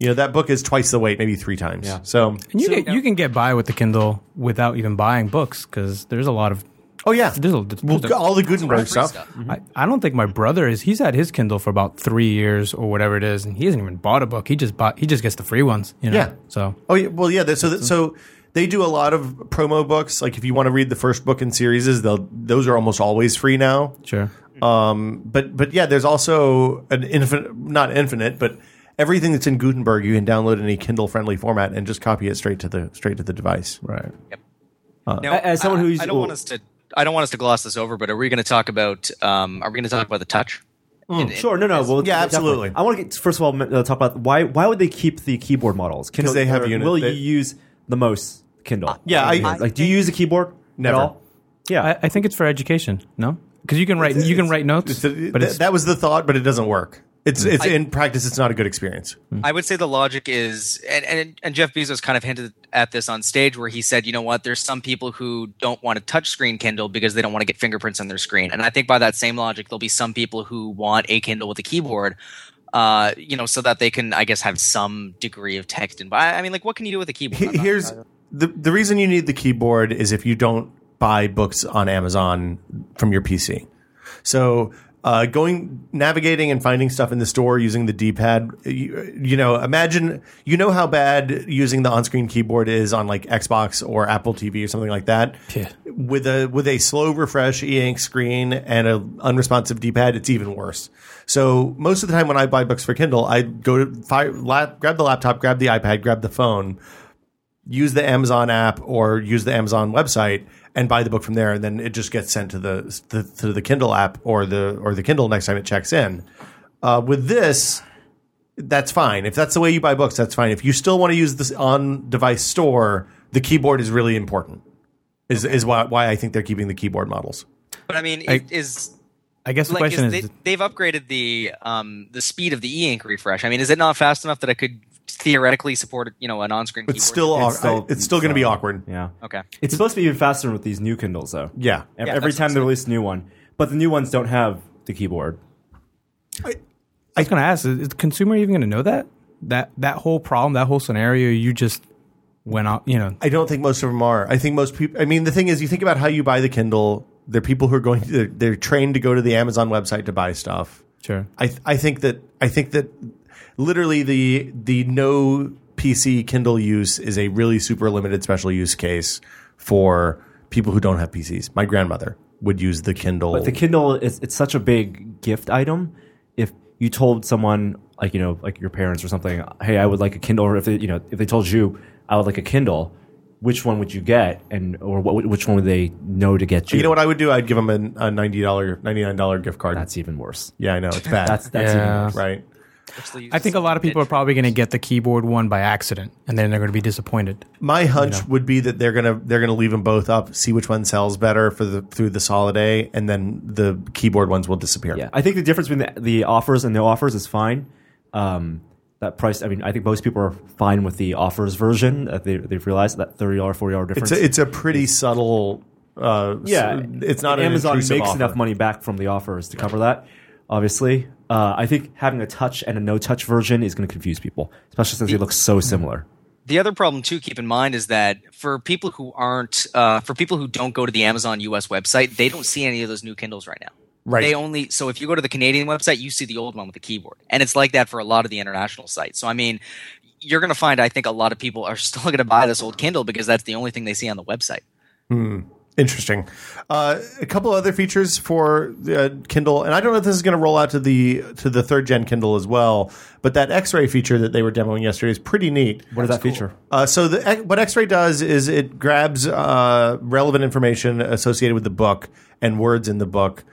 S2: You know, that book is twice the weight, maybe three times. So,
S4: And you, get, you can get by with the Kindle without even buying books because there's a lot of.
S2: oh yeah.
S4: There's a,
S2: Well, all the Gutenberg
S5: Free
S2: stuff.
S5: stuff.
S4: I, I don't think my brother is. He's had his Kindle for about three years or whatever it is, and he hasn't even bought a book. He just bought. He just gets the free ones. You know?
S2: Yeah.
S4: So
S2: Oh yeah, well yeah. that- So that, so they do a lot of promo books. Like if you want to read the first book in series, they'll those are almost always free now.
S4: sure.
S2: Um, but but yeah, there's also an infinite, not infinite, but everything that's in Gutenberg you can download in a Kindle friendly format and just copy it straight to the straight to the device.
S4: Right.
S5: Now,
S3: A- as someone
S5: I-
S3: who's-
S5: I, don't want us to. I don't want us to gloss this over, but are we going to talk about? Um, are we going to talk about the touch? And-
S3: Hmm, Sure, no, no. Well,
S2: Yeah,
S3: definitely.
S2: absolutely.
S3: I want to get first of all uh, talk about why why would they keep the keyboard models? Because
S2: they have unit-
S3: Will
S2: they- Uh,
S3: you use the most Kindle?
S2: yeah, I- I
S3: like do you use a keyboard
S2: Never.
S3: at all? Yeah,
S4: I, I think it's for education. No, because you can write. you can write notes,
S2: Th-
S4: but
S2: th-
S4: it's Mm-hmm.
S2: that was the thought, but it doesn't work. It's it's in practice, it's not a good experience.
S5: I would say the logic is, and, and and Jeff Bezos kind of hinted at this on stage, where he said, you know what, there's some people who don't want a touchscreen Kindle because they don't want to get fingerprints on their screen, and I think by that same logic, there'll be some people who want a Kindle with a keyboard, uh, you know, so that they can, I guess, have some degree of text. And I I mean, like, what can you do with a keyboard?
S2: He-
S3: <laughs>
S5: I'm not-
S2: Here's the the reason you need the keyboard is if you don't buy books on Amazon from your PC. So uh, going navigating and finding stuff in the store using the D-pad, you, you know, imagine you know how bad using the on-screen keyboard is on like Xbox or Apple TV or something like that.
S4: Yeah.
S2: With a with a slow refresh e-ink screen and an unresponsive D-pad, it's even worse. So most of the time when I buy books for Kindle, I go to fi- lap, grab the laptop, grab the iPad, grab the phone, use the Amazon app or use the Amazon website and buy the book from there, and then it just gets sent to the to, to the Kindle app or the or the Kindle next time it checks in. Uh, with this, that's fine. If that's the way you buy books, that's fine. If you still want to use this on device store, the keyboard is really important. Is is why why I think they're keeping the keyboard models.
S5: but I mean, it is
S4: I guess the
S5: like
S4: question
S5: is
S4: is,
S5: they, they've upgraded the um the speed of the e-ink refresh. I mean, is it not fast enough that I could theoretically support you know an on-screen?
S2: It's
S5: keyboard?
S2: still it's
S3: It's
S2: still,
S3: still-
S2: it's still going to be awkward.
S3: yeah.
S5: okay.
S3: It's supposed to be even faster with these new Kindles though.
S2: Yeah.
S3: Ev-
S5: Yeah,
S3: Every
S5: that's
S3: time they release a new one, but the new ones don't have the keyboard.
S4: I was going to ask: is, is the consumer even going to know that that that whole problem, that whole scenario you just went out? You know,
S2: I don't think most of them are. I think most people. I mean, the thing is, you think about how you buy the Kindle. They're people who are going. They're, they're trained to go to the Amazon website to buy stuff.
S4: sure.
S2: I th- I think that I think that literally the the no PC Kindle use is a really super limited special use case for people who don't have PCs. My grandmother would use the Kindle.
S3: But the Kindle is it's such a big gift item. If you told someone like you know like your parents or something, hey, I would like a Kindle, or if they, you know if they told you I would like a Kindle, which one would you get, and or what, which one would they know to get you?
S2: you know what I would do? I'd give them a, a ninety dollar, ninety nine dollar gift card.
S3: That's even worse.
S2: yeah, I know
S3: <laughs>
S2: it's bad.
S3: That's that's even
S4: Yeah.
S3: worse.
S2: right.
S4: I think a lot of people are probably going to get the keyboard one by accident, and then they're going to be disappointed.
S2: My hunch would be that they're gonna they're gonna leave them both up, see which one sells better for the through this holiday, and then the keyboard ones will disappear.
S3: Yeah, I think the difference between the, the offers and no offers is fine. Um, that price, I mean, I think most people are fine with the offers version. That they they've realized that thirty dollar, forty dollar difference.
S2: It's a, it's a pretty subtle. Uh,
S3: yeah,
S2: s- it's not an
S3: Amazon
S2: intrusive
S3: makes
S2: offer.
S3: enough money back from the offers to cover that. Obviously, uh, I think having a touch and a no touch version is going to confuse people, especially since they look so
S2: Mm-hmm.
S3: similar.
S5: the other problem too keep in mind is that for people who aren't uh, for people who don't go to the amazon us website they don't see any of those new kindles right now
S2: Right.
S5: they only so if you go to the canadian website you see the old one with the keyboard and it's like that for a lot of the international sites so i mean you're going to find i think a lot of people are <laughs> still going to buy this old kindle because that's the only thing they see on the website
S2: Interesting. Uh, a couple other features for uh, Kindle, and I don't know if this is going to roll out to the to the third gen Kindle as well. But that X-ray feature that they were demoing yesterday is pretty neat.
S3: What is that feature?
S2: Uh, so the, what X-ray does is it grabs uh, relevant information associated with the book and words in the book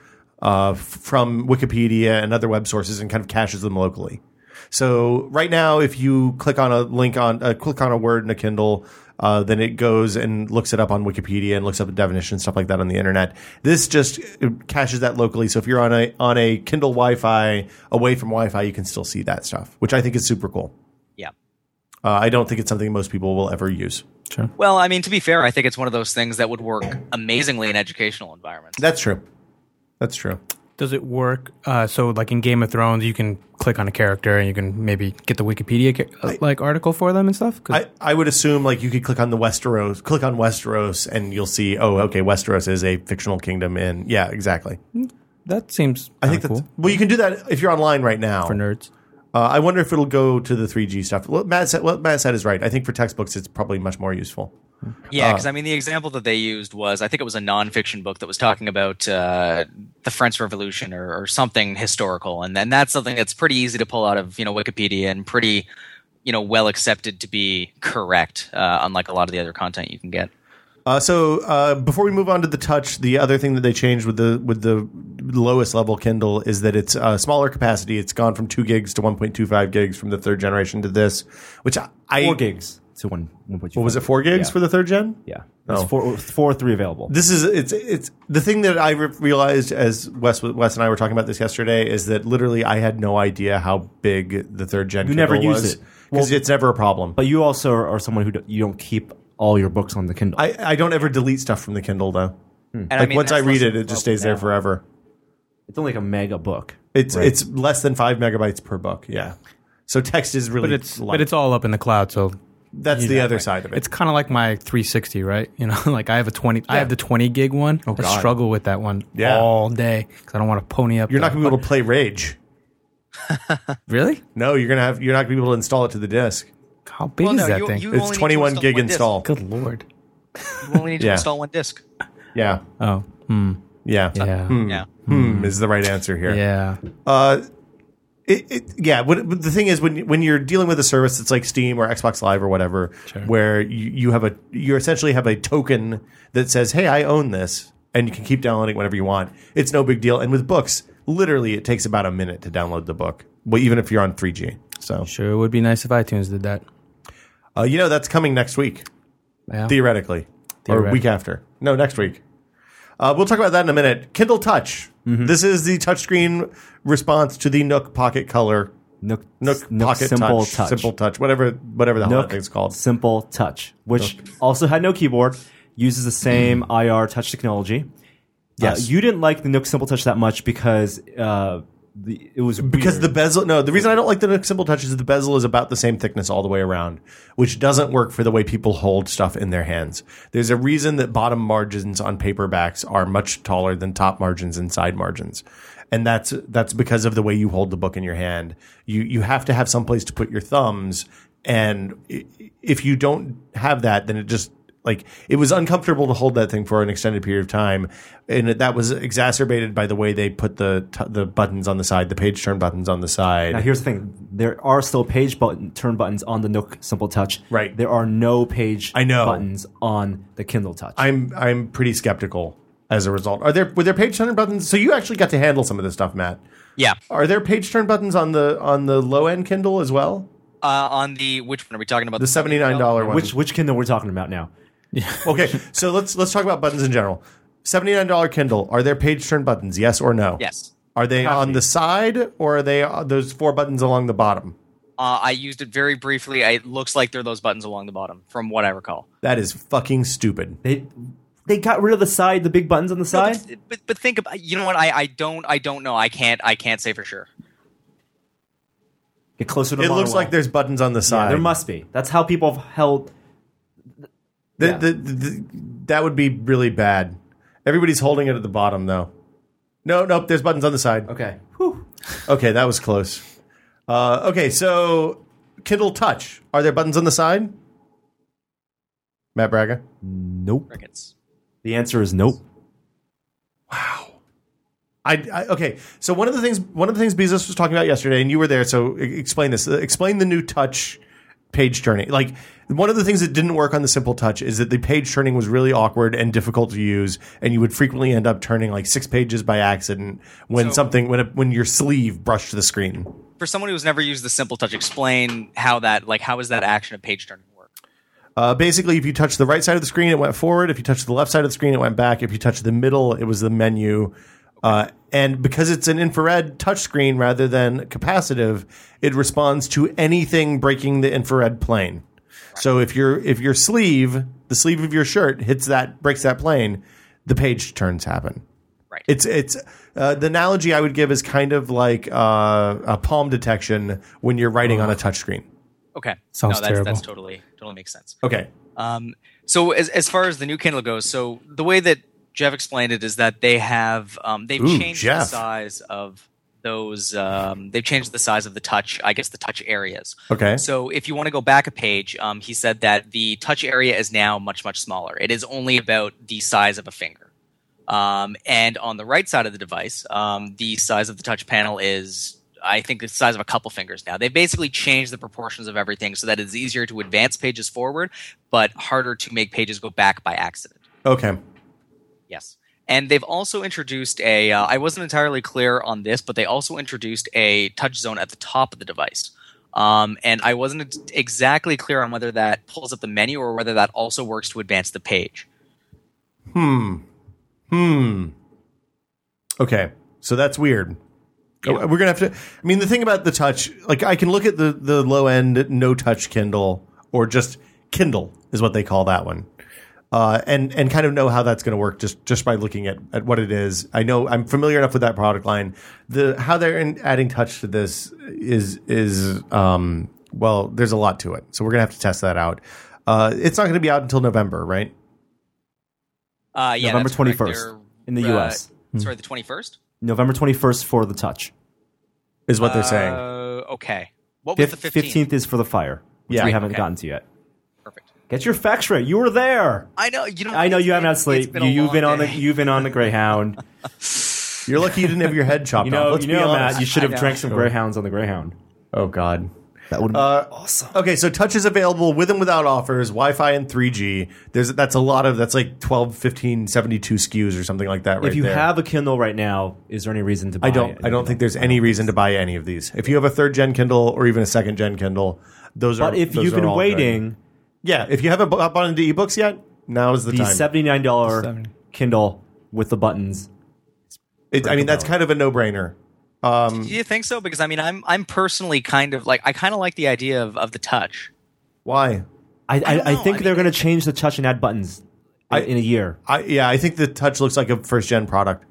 S2: uh, f- from Wikipedia and other web sources and kind of caches them locally. So right now, if you click on a link on uh, click on a word in a Kindle, uh, then it goes and looks it up on Wikipedia and looks up a definition and stuff like that on the internet. This just it caches that locally. So if you're on a on a Kindle Wi-Fi away from Wi-Fi, you can still see that stuff, which I think is super cool.
S5: Yeah.
S2: Uh, I don't think it's something most people will ever use.
S4: Sure.
S5: Well, I mean, to be fair, I think it's one of those things that would work amazingly in educational environments.
S2: That's true. That's true.
S4: Does it work? Uh, so, like in Game of Thrones, you can click on a character and you can maybe get the Wikipedia ca- uh, like article for them and stuff. 'Cause-
S2: I, I would assume like you could click on the Westeros, click on Westeros, and you'll see. Oh, okay, Westeros is a fictional kingdom in. Yeah, exactly.
S4: that seems
S2: I think that's
S4: cool
S2: well. You can do that if you're online right now.
S4: for nerds.
S2: Uh, I wonder if it'll go to the 3G stuff. Well, Matt said, what Matt said is right. I think for textbooks, it's probably much more useful. Uh.
S5: Yeah, because I mean, the example that they used was I think it was a nonfiction book that was talking about uh, the French Revolution or, or something historical, and then that's something that's pretty easy to pull out of you know Wikipedia and pretty you know well accepted to be correct, uh, unlike a lot of the other content you can get.
S2: Uh, so uh, before we move on to the touch, the other thing that they changed with the with the lowest level Kindle is that it's uh, smaller capacity. It's gone from two gigs to 1.25 gigs from the third generation to this, which I, I
S3: Four gigs to one one point two.
S2: what was it four gigs
S3: Yeah.
S2: for the third gen?
S3: Yeah,
S2: Oh.
S3: it's four, four or three available.
S2: This is it's it's the thing that I re- realized as Wes Wes and I were talking about this yesterday is that literally I had no idea how big the third gen
S3: You never used it.
S2: because
S3: Well-
S2: it's never a problem.
S3: But you also are someone who do, you don't keep all your books on the Kindle.
S2: I I don't ever delete stuff from the Kindle though.
S5: And
S2: Like once I
S5: that's
S2: read
S5: less-
S2: it, it just stays there forever.
S3: it's only like a mega book.
S2: It's
S3: Right.
S2: it's less than five megabytes per book. Yeah. So text is really
S4: But it's
S2: light.
S4: but it's all up in the cloud, so
S2: that's the other side of it.
S4: it's kind of like my 360, right? <laughs> You know, like I have a 20, I have the 20 gig one. I struggle with that one
S2: Oh, Yeah.
S4: all day because I don't want to pony up.
S2: you're not
S4: the-
S2: gonna be able to play Rage.
S4: really.
S2: No, you're gonna have you're not gonna be able to install it to the disk.
S4: How big
S5: Well,
S4: is
S5: no,
S4: that
S5: you-
S4: thing?
S5: you only need
S2: It's
S5: to
S2: 21 gig
S5: one disc.
S2: install.
S4: Good lord.
S5: You only need
S2: <laughs>
S5: to
S2: Yeah.
S5: install one disc.
S2: Yeah,
S4: Oh, hmm.
S2: yeah,
S4: Yeah.
S2: Hmm.
S5: Yeah.
S2: Hmm is the right answer here.
S4: Yeah.
S2: Uh, it, it, yeah, what, but the thing is when when you're dealing with a service that's like Steam or Xbox Live or whatever, where you, you have a you essentially have a token that says, "Hey, I own this," and you can keep downloading it whenever you want. It's no big deal. And with books, literally, it takes about a minute to download the book, well, even if you're on 3G. So,
S4: Sure, it would be nice if iTunes did that.
S2: uh, you know, that's coming next week.
S4: Yeah.
S2: theoretically, or
S4: Theoretic-
S2: week after. No, next week. Uh, we'll talk about that in a minute. Kindle Touch. This is the touchscreen response to the Nook Pocket Color,
S3: Nook,
S2: Nook,
S3: Nook
S2: Pocket
S3: Simple
S2: Touch,
S3: Touch,
S2: Simple Touch, whatever, whatever the hell that
S3: Nook
S2: thing's called.
S3: Simple Touch, which also had no keyboard, uses the same IR touch technology.
S2: Mm. Yes.
S3: Uh, you didn't like the Nook Simple Touch that much because uh, the it was
S2: Because
S3: weird.
S2: the bezel, no, the reason I don't like the Nook Simple Touch is the bezel is about the same thickness all the way around, which doesn't work for the way people hold stuff in their hands. There's a reason that bottom margins on paperbacks are much taller than top margins and side margins. And that's that's because of the way you hold the book in your hand. You you have to have someplace to put your thumbs, and i- if you don't have that, then it just like it was uncomfortable to hold that thing for an extended period of time and that was exacerbated by the way they put the t- the buttons on the side the page turn buttons on the
S3: Now
S2: side
S3: here's the thing: there are still page button turn buttons on the Nook Simple Touch.
S2: Right.
S3: There are no page
S2: I know.
S3: buttons on the Kindle Touch.
S2: i'm i'm pretty skeptical as a result are there were there page turn buttons so you actually got to handle some of this stuff matt
S5: Yeah.
S2: are there page turn buttons on the on the low end kindle as well
S5: Uh, on the which one are we talking about?
S2: the $79 one
S3: which which Kindle we're talking about now?
S2: okay so let's let's talk about buttons in general $79 kindle are there page turn buttons yes or no
S5: Yes.
S2: are they
S3: to
S2: on
S3: be.
S2: the side or are they uh, those four buttons along the bottom
S5: Uh, I used it very briefly. I, it looks like they're those buttons along the bottom, from what I recall.
S2: that is fucking stupid
S3: They they got rid of the side, the big buttons on the
S5: No,
S3: side.
S5: but, but but think about you know what I, I don't I don't know I can't I can't say for sure.
S3: Get closer to.
S2: It
S3: the
S2: looks
S3: monowire.
S2: like there's buttons on the side.
S3: Yeah, there must be. That's how people have held.
S2: The-
S3: yeah.
S2: the- the- the- that would be really bad. Everybody's holding it at the bottom though. No, nope. There's buttons on the side.
S3: Okay. Whew.
S2: Okay, that was close. Uh, okay, so Kindle Touch. Are there buttons on the side? Matt Braga.
S3: Nope.
S5: Crickets.
S3: The answer is nope.
S2: I, I okay. So one of the things one of the things Bezos was talking about yesterday, and you were there, so e- explain this. Uh, Explain the new touch page turning. Like one of the things that didn't work on the simple touch is that the page turning was really awkward and difficult to use, and you would frequently end up turning like six pages by accident when
S5: So-
S2: something when a, when your sleeve brushed the screen.
S5: For someone who's never used the simple touch, explain how that like how is that action of page turning work?
S2: Uh, basically, if you touch the right side of the screen, it went forward. If you touch the left side of the screen, it went back. If you touch the middle, it was the menu. Uh, and because it's an infrared touchscreen rather than capacitive, it responds to anything breaking the infrared plane. So if your if your sleeve, the sleeve of your shirt hits that breaks that plane, the page turns happen.
S5: Right.
S2: It's it's uh, the analogy I would give is kind of like uh, a palm detection when you're writing
S5: Uh-huh.
S2: on a touchscreen.
S5: Okay.
S4: Sounds
S5: no, that's,
S4: terrible.
S5: that's totally totally makes sense.
S2: Okay.
S5: Um, so as, as far as the new Kindle goes, so the way that Jeff explained it is that they have um, they've
S2: Ooh,
S5: changed the
S2: Jeff.
S5: size of those um, they've changed the size of the touch I guess the touch areas.
S2: Okay.
S5: So if you want to go back a page, um, he said that the touch area is now much much smaller. It is only about the size of a finger. Um, and on the right side of the device, um, the size of the touch panel is, I think, the size of a couple fingers now. They basically changed the proportions of everything so that it's easier to advance pages forward, but harder to make pages go back by accident.
S2: Okay.
S5: Yes. And they've also introduced a, uh, I wasn't entirely clear on this, but they also introduced a touch zone at the top of the device. Um, and I wasn't exactly clear on whether that pulls up the menu or whether that also works to advance the page.
S2: Hmm. Okay. So that's weird. Oh, We're gonna have to. I mean, the thing about the touch, like I can look at the the low end no touch Kindle or just Kindle is what they call that one, uh, and and kind of know how that's gonna work just just by looking at at what it is. I know I'm familiar enough with that product line. The how they're in, adding touch to this is is um well, there's a lot to it. So we're gonna have to test that out. Uh, it's not gonna be out until November, right?
S5: Uh, yeah,
S3: November
S5: that's correct.
S3: 21st
S5: They're,
S3: in the Hmm.
S5: uh,
S3: US.
S5: Sorry, the 21st?
S3: November 21st for the touch.
S2: Is what they're saying.
S5: Uh, okay. What was
S3: Fif-
S5: the 15th?
S3: 15th is for the fire, which
S2: Yeah.
S3: we haven't
S5: Okay.
S3: gotten to yet.
S5: Perfect.
S3: Get your facts right. You were there.
S5: I know you know.
S3: I know you haven't had
S5: it's- it's
S3: sleep.
S5: been
S3: you,
S5: a
S3: you've
S5: long
S3: been on the
S5: day.
S3: you've been on the
S5: <laughs>
S3: Greyhound.
S2: You're lucky you didn't have your head chopped
S3: You know,
S2: off. Let's
S3: you
S2: be
S3: know
S2: honest.
S3: Matt. You should
S5: I
S3: have
S5: know.
S3: drank some Greyhounds on the Greyhound.
S2: oh God.
S3: That would
S2: Uh,
S3: awesome.
S2: Okay, so touch is available with and without offers, Wi-Fi and 3G. There's that's a lot of that's like 12, 15, 72 SKUs or something like that. Right
S3: If you
S2: there.
S3: have a Kindle right now, is there any reason to buy
S2: I
S3: it?
S2: don't. I don't think there's any reason to buy any of these. If you have a third gen Kindle or even a second gen Kindle, those are.
S3: But if
S2: those
S3: you've
S2: are
S3: been
S2: all good.
S3: waiting,
S2: yeah. If you haven't bu- bought into ebooks yet, now is the,
S3: the
S2: time.
S3: seventy-nine dollar
S4: Seven.
S3: Kindle with the buttons.
S2: It- I mean, that's kind of a no brainer. Um,
S5: Do you think so? Because I mean, I'm I'm personally kind of like I kind of like the idea of, of the touch.
S2: why?
S3: I, I, I,
S5: know.
S3: think
S5: I
S3: they're
S5: mean,
S3: going to change the touch and add buttons
S2: I-
S3: in a year.
S2: I yeah, I think the touch looks like a first gen product.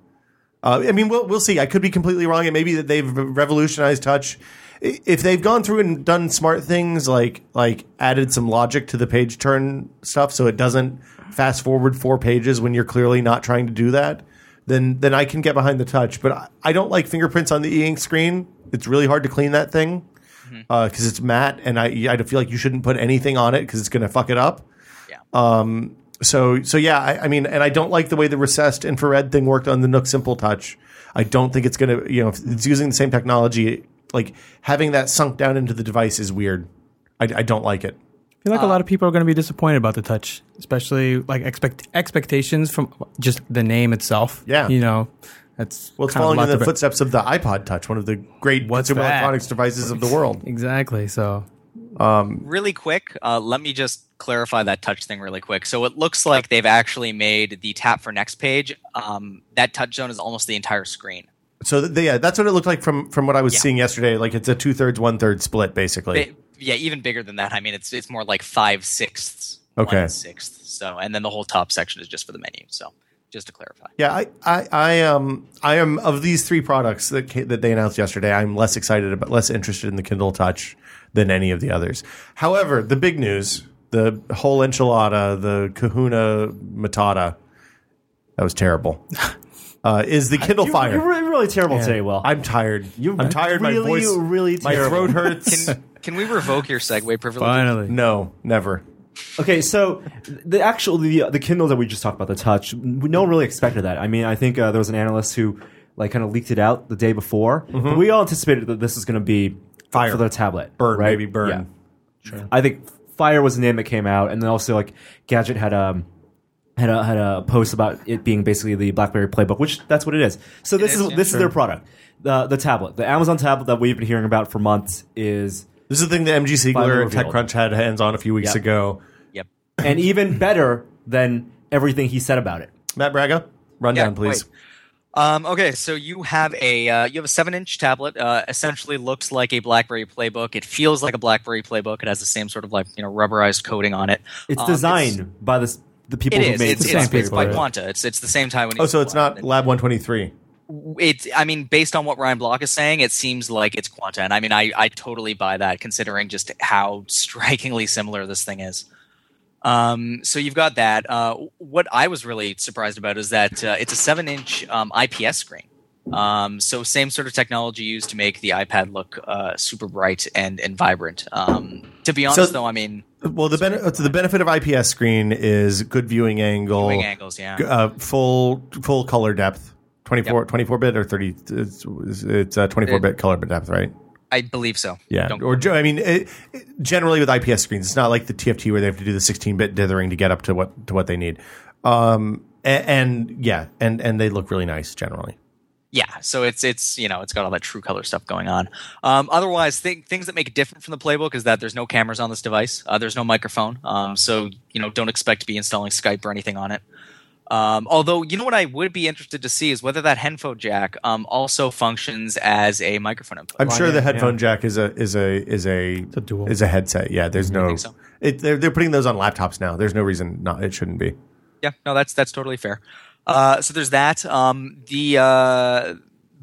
S2: Uh, I mean, we'll we'll see. I could be completely wrong. It may be that they've revolutionized touch. I- If they've gone through and done smart things like like added some logic to the page turn stuff, so it doesn't fast forward four pages when you're clearly not trying to do that, then then I can get behind the touch. But I, I don't like fingerprints on the e-ink screen. It's really hard to clean that thing because it's matte, and I I feel like you shouldn't put anything on it because it's going to fuck it up. So so yeah, I, I mean, and I don't like the way the recessed infrared thing worked on the Nook Simple Touch. I don't think it's gonna, you know, if it's using the same technology. Like having that sunk down into the device is weird. I, I don't like it.
S4: I feel like
S2: Uh,
S4: a lot of people are going to be disappointed about the touch, especially like expect expectations from just the name itself.
S2: Yeah.
S4: you know, that's
S2: Well, it's
S4: kind of
S2: following in
S4: lots
S2: the
S4: of-
S2: footsteps of the iPod Touch, one of the great
S4: What's
S2: consumer
S4: that?
S2: electronics devices of the world.
S4: Exactly. So
S5: Really quick, uh, let me just clarify that touch thing really quick. So it looks like they've actually made the tap for next page. Um, that touch zone is almost the entire screen.
S2: So th- yeah, that's what it looked like from from what I was
S5: Yeah.
S2: seeing yesterday. Like it's a two thirds, one third split, basically.
S5: Ba- yeah, even bigger than that. I mean, it's it's more like five sixths.
S2: Okay.
S5: one sixth. So, and then the whole top section is just for the menu. So, just to clarify.
S2: Yeah, I, I, I, um, I am of these three products that ca- that they announced yesterday. I'm less excited about, less interested in the Kindle Touch than any of the others. However, the big news, the whole enchilada, the Kahuna Matata, that was
S5: <laughs>
S2: terrible. Uh, is the Kindle
S3: You,
S2: Fire?
S3: You're really, really terrible today, Will.
S2: I'm tired.
S3: You're
S2: I'm tired. my
S3: really,
S2: voice,
S3: really
S2: my
S3: terrible.
S2: throat hurts.
S5: Can can we revoke your segue privilege?
S2: no, never.
S3: <laughs> Okay, so the actual the the Kindle that we just talked about, the Touch, we- no one really expected that. I mean, I think uh, there was an analyst who like kind of leaked it out the day before. But we all anticipated that this was going to be
S2: Mm-hmm. Fire.
S3: for the tablet,
S2: Burn,
S3: right?
S2: baby, burn.
S3: I think Fire was the name that came out, and then also like Gadget had um had a had a post about it being basically the BlackBerry playbook, which that's what it is. So this
S5: is,
S3: is,
S5: yeah,
S3: this is their product, the the tablet, the Amazon tablet that we've been hearing about for months is
S2: This is the thing that MG Siegler
S3: Finally
S2: and
S3: revealed.
S2: TechCrunch had hands on a few weeks
S3: Yep.
S2: ago.
S5: Yep.
S3: and even better than everything he said about it.
S2: Matt Braga, run
S5: Yeah,
S2: down, please.
S5: wait. Um, okay, so you have a uh, you have a seven inch tablet. Uh, essentially, looks like a BlackBerry Playbook. It feels like a BlackBerry Playbook. It has the same sort of like you know rubberized coating on it.
S3: It's
S5: Um,
S3: designed by the s- the people
S5: It
S3: who
S5: is.
S3: made
S5: It's,
S3: it.
S4: the
S5: it's,
S4: same
S5: it's by
S4: people, right?
S5: Quanta. It's it's the same Taiwanese.
S2: Oh, so it's
S5: supplier.
S2: not Lab 123.
S5: It's I mean, based on what Ryan Block is saying, it seems like it's Quanta, and I mean, I I totally buy that considering just how <laughs> strikingly similar this thing is. Um, so you've got that. Uh, what I was really surprised about is that uh, it's a seven-inch um, IPS screen. Um, so same sort of technology used to make the iPad look uh, super bright and and vibrant. Um, to be honest, though, I mean,
S2: Well, the, ben- so the benefit of IPS screen is good viewing angle,
S5: wing angles, yeah.
S2: Uh, full full color depth, 24, 24 bit or 30. It's, it's uh, 24 bit color depth, right?
S5: I believe so.
S2: Yeah.
S5: Don't-
S2: Or, ge- I mean, it, it- generally with IPS screens, it's not like the TFT where they have to do the 16 bit dithering to get up to what, to what they need. Um, a- and, and yeah, and, and they look really nice generally.
S5: yeah so it's it's you know it's got all that true color stuff going on um, otherwise th- things that make it different from the playbook is that there's no cameras on this device uh, there's no microphone um, so you know don't expect to be installing skype or anything on it um, although you know what i would be interested to see is whether that henfo jack um, also functions as a microphone input
S2: I'm sure the
S3: in,
S2: headphone jack is a is a is a,
S4: a dual.
S2: is a headset. Yeah, there's no.
S5: think so?
S2: It, they're they're putting those on laptops now. There's no reason not. It shouldn't be.
S5: yeah no that's that's totally fair uh, so there's that um, the uh,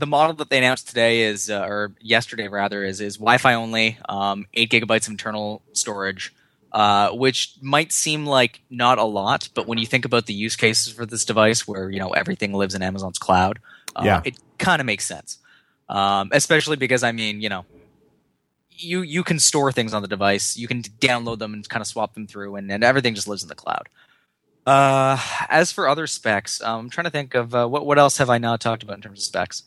S5: the model that they announced today is uh, or yesterday rather is is wi-fi only um, 8 gigabytes of internal storage uh, which might seem like not a lot but when you think about the use cases for this device where you know everything lives in amazon's cloud uh,
S2: Yeah.
S5: it kind of makes sense um, especially because i mean you know you you can store things on the device you can download them and kind of swap them through and, and everything just lives in the cloud uh, as for other specs, um, I'm trying to think of uh, what what else have I not talked about in terms of specs.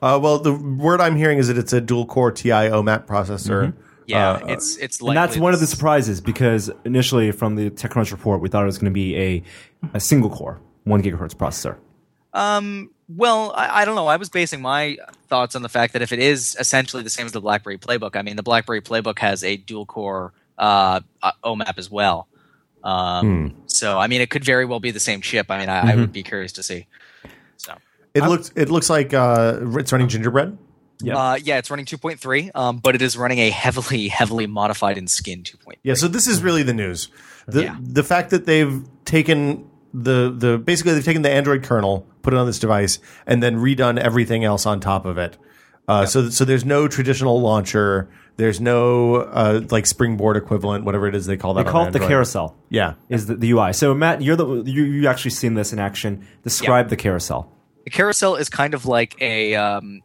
S2: Uh, well, the word I'm hearing is that it's a dual core TIO map
S3: Mm-hmm.
S2: processor.
S5: Yeah,
S2: Uh,
S5: it's it's
S3: And
S5: likely
S3: that's one of the
S5: this-
S3: surprises because initially from the TechCrunch report, we thought it was going to be a, a single core, one gigahertz processor.
S5: Um, well, I, I don't know. I was basing my thoughts on the fact that if it is essentially the same as the BlackBerry Playbook, I mean, the BlackBerry Playbook has a dual core uh, uh, OMAP as well. Um,
S3: Hmm.
S5: So, I mean, it could very well be the same chip. I mean, I,
S3: Mm-hmm.
S5: I would be curious to see. So,
S2: It looks it looks like uh, it's running Gingerbread.
S3: Yep.
S5: uh, yeah, it's running 2.3, um, but it is running a heavily, <laughs> heavily modified in skin 2.3.
S2: Yeah, so this is
S3: Mm-hmm.
S2: really the news. The
S5: Yeah.
S2: the fact that they've taken the the basically they've taken the Android kernel, put it on this device, and then redone everything else on top of it. Uh, So so there's no traditional launcher. There's no uh, like springboard equivalent, whatever it is they call that.
S3: They call
S2: on
S3: it the
S2: Android.
S3: carousel.
S2: Yeah,
S3: Is the, the UI. So Matt, you're the you you actually seen this in action. Describe the carousel.
S5: the carousel is kind of like a um,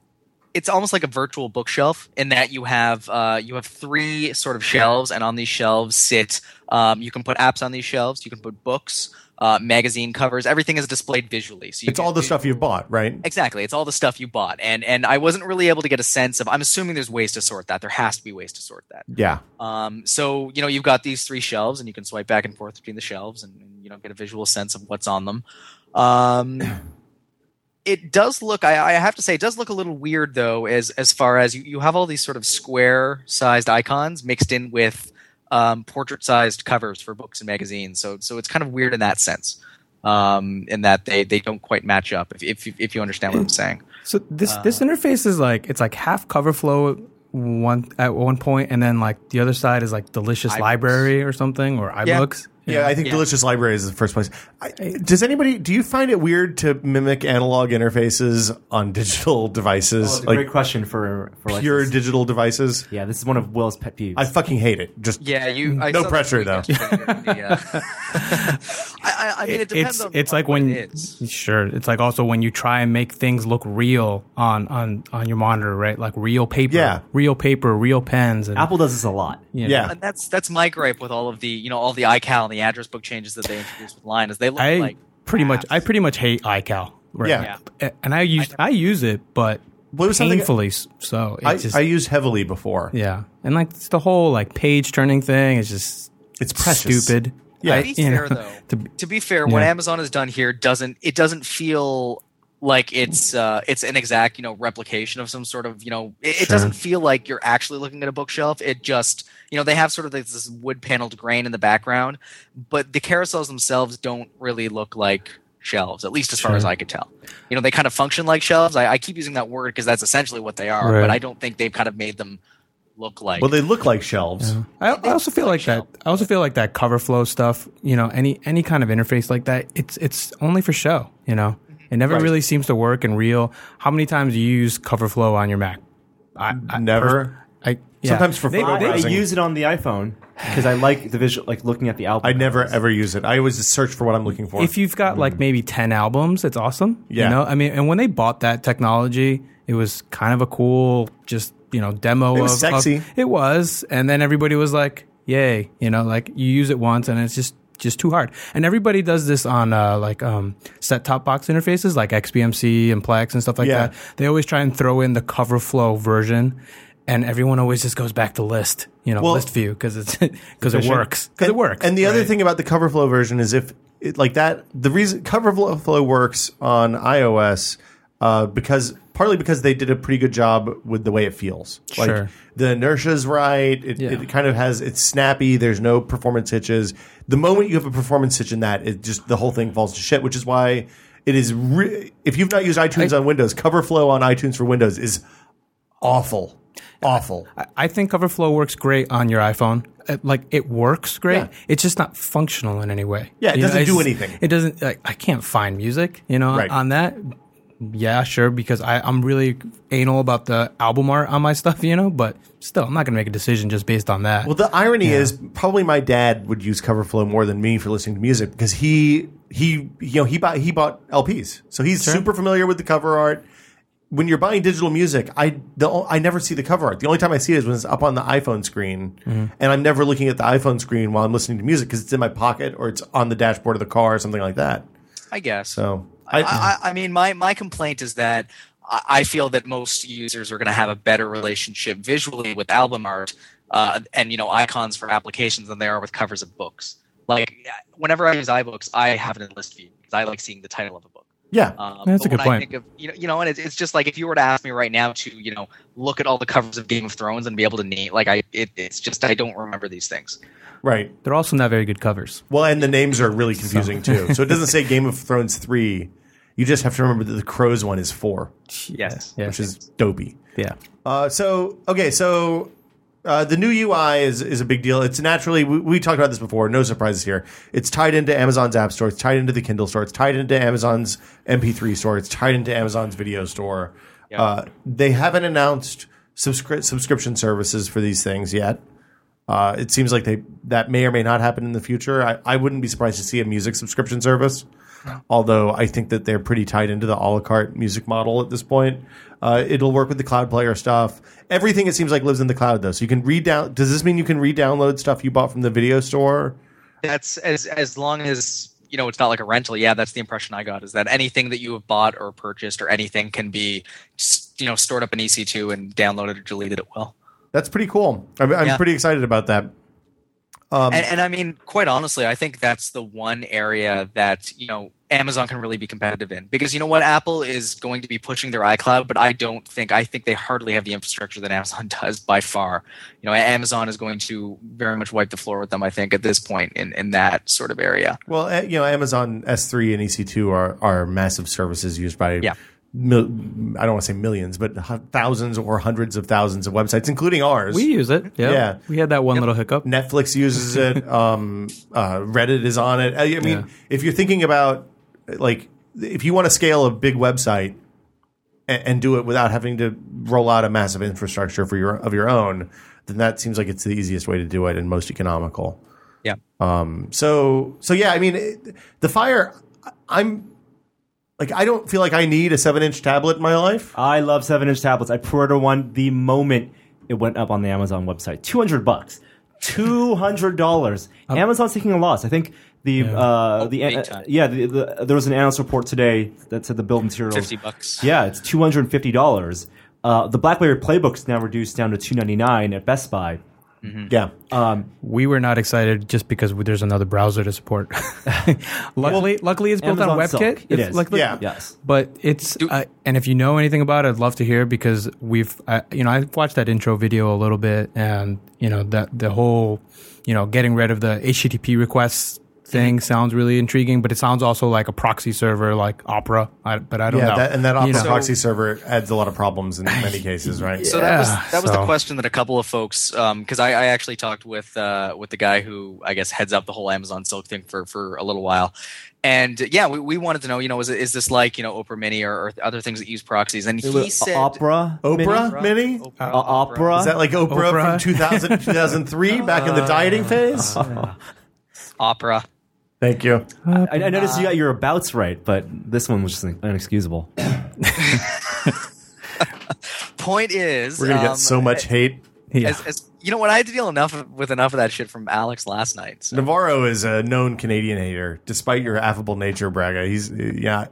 S5: it's almost like a virtual bookshelf in that you have uh, you have three sort of shelves and on these shelves sit um, you can put apps on these shelves you can put books uh, magazine covers everything is displayed visually so you
S2: it's all the
S5: stuff.
S2: stuff you've bought, right?
S5: Exactly. It's all the stuff you bought. And and I wasn't really able to get a sense of I'm assuming there's ways to sort that. There has to be ways to sort that.
S2: Yeah.
S5: Um, so you know you've got these three shelves, and you can swipe back and forth between the shelves, and, and, you know get a visual sense of what's on them. Um, <clears throat> it does look, I, I have to say, it does look a little weird though, as as far as you, you have all these sort of square sized icons mixed in with um, portrait sized covers for books and magazines. So so it's kind of weird in that sense, um, in that they they don't quite match up. If if you, if you understand what I'm saying.
S4: So this
S5: Uh.
S4: this interface is like it's like half cover flow at one at one point, and then like the other side is like delicious library or something or iBooks.
S2: Yeah, I think
S5: Yeah.
S2: Delicious Library is the first place. I, does anybody do you find it weird to mimic analog interfaces on digital devices,
S3: Oh, great
S2: like
S3: question for for like
S2: pure
S3: this.
S2: digital devices?
S3: yeah, this is one of Will's pet peeves.
S2: I fucking hate it. Just
S5: Yeah, you. I
S2: No
S5: saw that
S2: pressure,
S5: tweet
S2: though.
S5: yesterday during the, uh, <laughs> I, I, I mean, it depends
S4: it's
S5: on
S4: it's
S5: what-
S4: like
S5: what
S4: when
S5: it is.
S4: sure it's like also when you try and make things look real on on on your monitor, right? Like real paper,
S2: Yeah.
S4: real paper, real pens, and
S3: Apple does this a lot.
S4: you know.
S2: yeah.
S5: and that's that's my gripe with all of the you know all the iCal and the address book changes that they introduced with Line is they look
S4: I
S5: like
S4: pretty much I
S5: crap.
S4: pretty much hate iCal. Right
S2: Yeah.
S4: now. and I use I, use it, but
S2: Well, it was something-
S4: painfully. s- So it's
S2: I,
S4: just
S2: I used heavily before.
S4: Yeah, and like it's the whole like page turning thing is just
S2: It's precious.
S4: stupid.
S2: Yeah.
S4: I-
S5: to be
S4: you
S5: fair
S4: know,
S5: though,
S4: to be-
S5: to be fair, what
S4: Yeah.
S5: Amazon has done here doesn't it doesn't feel like it's uh, it's an exact you know replication of some sort of you know it, it doesn't feel like you're actually looking at a bookshelf. It just You know, they have sort of this, this wood paneled grain in the background, but the carousels themselves don't really look like shelves, at least as far
S4: Sure.
S5: as I could tell. You know, they kind of function like shelves. I, I keep using that word because that's essentially what they are,
S4: Right.
S5: but I don't think they've kind of made them look like.
S2: Well, they look like shelves.
S4: Yeah. I, I also feel like that. I also feel like that cover flow stuff. You know, any any kind of interface like that, it's it's only for show. You know, it never
S5: Right.
S4: really seems to work in real. How many times do you use cover flow on your Mac? I, I
S2: Never.
S4: I, yeah.
S2: Sometimes for
S4: They-
S2: photo
S4: they-
S3: I, I
S2: browsing.
S3: use it on the iPhone because I like the visual, like looking at the album.
S2: I never ever use it. I always search for what I'm looking for.
S4: if you've got like maybe 10 albums it's awesome
S2: Mm-hmm. Yeah.
S4: you know i mean and when they bought that technology it was kind of a cool just you know demo
S2: It was
S4: of,
S2: sexy.
S4: of- it was and then everybody was like yay you know like you use it once and it's just just too hard and everybody does this on uh, like um, set top box interfaces like xbmc and plex and stuff like
S2: Yeah.
S4: that they always try and throw in the cover flow version and everyone always just goes back to list you know
S2: Well-
S4: list view because it's <laughs> because it works because it
S2: And-
S4: works
S2: And the other
S4: right?
S2: thing about the cover flow version is if it, like that, the reason cover Flow- flow works on iOS uh, because partly because they did a pretty good job with the way it feels. Like
S4: Sure.
S2: the inertia's right. It,
S4: Yeah.
S2: it kind of has it's snappy. There's no performance hitches. The moment you have a performance hitch in that, it just the whole thing falls to shit. Which is why it is. Re- if you've not used iTunes on Windows, cover flow on iTunes for Windows is awful. Awful.
S4: I think CoverFlow works great on your iPhone. It, like it works great.
S2: Yeah.
S4: It's just not functional in any way.
S2: Yeah, it doesn't
S4: it's
S2: do
S4: just-
S2: anything.
S4: It doesn't. Like, I can't find music. You know,
S2: Right.
S4: on that. Yeah, sure. Because I, I'm really anal about the album art on my <laughs> stuff. You know, but still, I'm not gonna make a decision just based on that.
S2: Well, the irony is probably my dad would use CoverFlow more than me for listening to music because he he you know he bought he bought LPs, so he's super familiar with the cover art. When you're buying digital music, I the, o- I never see the cover art. The only time I see it is when it's up on the iPhone screen,
S5: Mm-hmm.
S2: and I'm never looking at the iPhone screen while I'm listening to music because it's in my pocket or it's on the dashboard of the car or something like that.
S5: I guess.
S2: So
S5: I, I, I mean, my, my complaint is that I I feel that most users are going to have a better relationship visually with album art uh, and you know icons for applications than they are with covers of books. Like whenever I use iBooks, I have it in list view because I like seeing the title of a book.
S2: yeah,
S5: Um,
S4: That's
S5: but
S4: a good
S5: when I
S4: point.
S5: think of you know, you know, and it's, it's just like if you were to ask me right now to you know look at all the covers of Game of Thrones and be able to name like I it, it's just I don't remember these things.
S2: right.
S4: They're also not very good covers.
S2: Well, and the names are really confusing too. So it doesn't say Game of Thrones three. You just have to remember that the Crows one is four,
S5: Yes.
S4: Yeah.
S2: which is dopey.
S4: Yeah.
S2: Uh, so okay, so uh, the new UI is is a big deal. It's naturally we, we talked about this before. No surprises here. It's tied into Amazon's App Store. It's tied into the Kindle store. It's tied into Amazon's MP3 store. It's tied into Amazon's Video store. Uh, they haven't announced subscri- subscription services for these things yet. Uh, it seems like they that may or may not happen in the future. I, I wouldn't be surprised to see a music subscription service, although I think that they're pretty tied into the a la carte music model at this point. Uh, it'll work with the cloud player stuff. Everything it seems like lives in the cloud though, so you can redown. Does this mean you can re-download stuff you bought from the video store?
S5: that's as as long as you know it's not like a rental yeah that's the impression i got is that anything that you have bought or purchased or anything can be s- you know stored up in ec2 and downloaded or deleted at will
S2: That's pretty cool. I'm, I'm
S5: Yeah.
S2: pretty excited about that. Um,
S5: and, and i mean quite honestly i think that's the one area that you know amazon can really be competitive in because you know what apple is going to be pushing their icloud but i don't think i think they hardly have the infrastructure that amazon <laughs> does by far you know amazon is going to very much wipe the floor with them i think at this point in in that sort of area
S2: Well, a- you know, Amazon S3 and EC2 are are massive services used by
S5: Yeah.
S2: mil- I don't want to say millions, but hu- thousands or hundreds of thousands of websites, including ours.
S4: We use it. Yeah.
S2: Yeah.
S4: We had that one little hiccup.
S2: Netflix uses
S4: <laughs>
S2: it. um, uh, Reddit is on it. I, I mean,
S4: Yeah.
S2: if you're thinking about like if you want to scale a big website and, and do it without having to roll out a massive infrastructure for your of your own, then that seems like it's the easiest way to do it and most economical. Um,
S5: yeah
S2: So so yeah, I mean it, the fire. I'm like I don't feel like I need a seven inch tablet in my life.
S4: Uh,
S3: I love seven inch tablets. I pre-ordered one the moment it went up on the Amazon website. Two hundred bucks. Two hundred dollars. Amazon's taking a loss. I think the uh, the
S5: Oh, big time.
S3: yeah the, the, there was an analyst report today that said the build materials
S5: 50 bucks
S3: yeah, it's two hundred and fifty dollars. Uh, the BlackBerry Playbook's now reduced down to two ninety nine at Best Buy.
S2: Yeah.
S3: Um,
S4: We were not excited just because there's another browser to support. <laughs> luckily, luckily it's built on
S3: Amazon
S4: WebKit.
S3: suck. It
S4: It's
S3: is.
S4: luckily-
S2: Yeah.
S3: yes.
S4: But it's uh, and if you know anything about it, I'd love to hear because we've uh, you know I watched that intro video a little bit and you know that the whole you know getting rid of the HTTP requests thing sounds really intriguing, but it sounds also like a proxy server like Opera. I, but I don't
S2: Yeah,
S4: know.
S2: that, and that Opera
S4: oh, You know.
S2: proxy server adds a lot of problems in
S4: <laughs>
S2: many cases, right?
S5: So that was
S4: Yeah,
S5: that was
S4: so-
S5: the question that a couple of folks because I, I actually talked with uh, with the guy who I guess heads up the whole Amazon Silk thing for for a little while, and uh, yeah, we, we wanted to know you know is, it- is this like you know Oprah Mini or, or other things that use proxies? And he
S3: It was
S5: said
S3: opera.
S2: Oprah Mini?
S5: Oprah-
S3: Uh, opera.
S2: Is that like Oprah,
S4: Oprah?
S2: from <laughs> 2000, 2003 back in the dieting phase?
S5: opera.
S2: <laughs> Thank you.
S3: <laughs> I, I noticed you
S2: Uh,
S3: got your abouts right, but this one was just inexcusable.
S5: Point is,
S2: We're going to
S5: um,
S2: get so much hate.
S4: Yeah.
S5: As, as, you know what? I had to deal enough of- with enough of that shit from Alex last night. So.
S2: Navarro is a known Canadian hater, despite your affable nature, Braga. He's, yeah,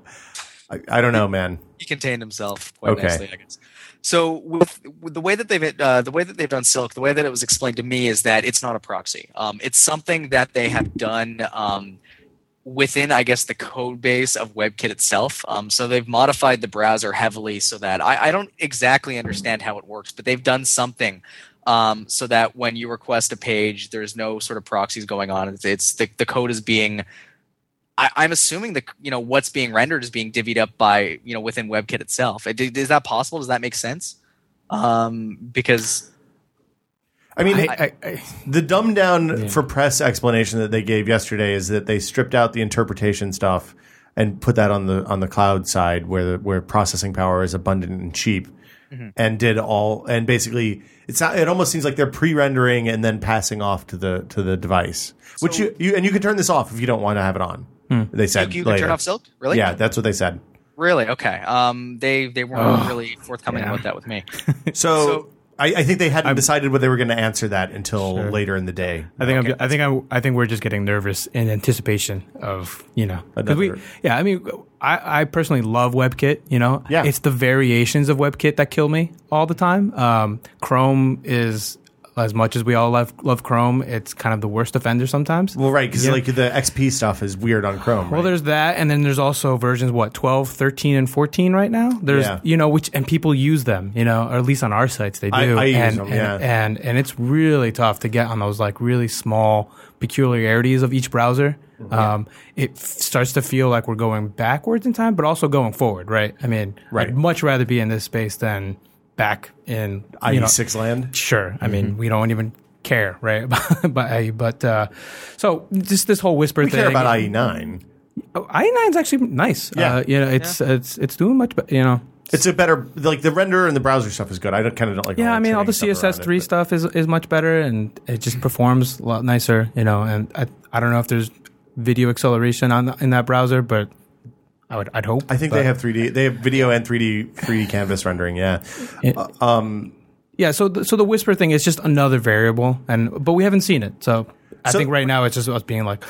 S2: I, I don't know, man.
S5: he contained himself quite
S2: Okay.
S5: nicely, I guess. So with, with the way that they've uh, the way that they've done Silk, the way that it was explained to me is that it's not a proxy. Um, it's something that they have done um, within, I guess, the code base of WebKit itself. Um, so they've modified the browser heavily so that I, I don't exactly understand how it works, but they've done something. Um, so that when you request a page, there's no sort of proxies going on. It's, it's the, the code is being I, I'm assuming the you know what's being rendered is being divvied up by you know within WebKit itself. Uh, d- Is that possible? Does that make sense? Um, because
S2: I mean,
S4: I-
S2: it-
S4: I- I-
S2: the dumbed down for press explanation that they gave yesterday is that they stripped out the interpretation stuff and put that on the on the cloud side where the, where processing power is abundant and cheap
S4: Mm-hmm.
S2: and did all and basically it's not, it almost seems like they're pre-rendering and then passing off to the to the device which you, you and you can turn this off if you don't want to have it on
S4: Hmm.
S2: they
S5: you,
S2: said
S5: you can
S2: later.
S5: turn off Silk, really?
S2: yeah that's what they
S4: <laughs>
S2: said
S5: really. Okay. Um, they they weren't
S4: Ugh.
S5: really forthcoming
S4: Yeah.
S5: with that with me.
S2: so,
S5: So-
S2: I, I think they hadn't decided whether they were going to answer that until later in the day
S4: I think I'm, I think I'm, I think we're just getting nervous in anticipation of you know 'cause we
S2: Another-
S4: yeah I mean I, I personally love WebKit you know
S2: Yeah.
S4: it's the variations of WebKit that kill me all the time um, Chrome is as much as we all love love Chrome it's kind of the worst offender sometimes
S2: well right because
S4: Yeah.
S2: like the xp stuff is weird on chrome
S4: well
S2: right?
S4: there's that and then there's also versions what 12 13 and 14 right now there's
S2: Yeah.
S4: you know which and people use them you know or at least on our sites they do
S2: I- I use
S4: and,
S2: them,
S4: and,
S2: yeah.
S4: and and it's really tough to get on those like really small peculiarities of each browser
S2: Mm-hmm.
S4: um, it f- starts to feel like we're going backwards in time but also going forward right i mean
S2: Right.
S4: i'd much rather be in this space than back in you know,
S2: IE6 E land.
S4: Sure. I
S2: Mm-hmm.
S4: mean, we don't even care, right? <laughs> but but uh, so just this whole whisper
S2: We
S4: thing.
S2: care about E IE9.
S4: Oh, I nine's actually nice.
S2: Yeah. Oh,
S4: Uh, you know, it's it's it's doing much, but you know.
S2: It's a better like the renderer and the browser stuff is good. I don't, kind of don't like.
S4: Yeah, I mean, all the
S2: trimming stuff around
S4: CSS three
S2: it,
S4: stuff is is much better, and it just performs a lot nicer. You know, and I I don't know if there's video acceleration on in that browser, but I would I'd hope.
S2: but I think
S4: but-
S2: they have 3D. They have video and 3D 3D canvas rendering. Yeah, uh, um,
S4: yeah. So the, so the whisper thing is just another variable, and but we haven't seen it. So I
S2: So-
S4: think right now it's just us being like,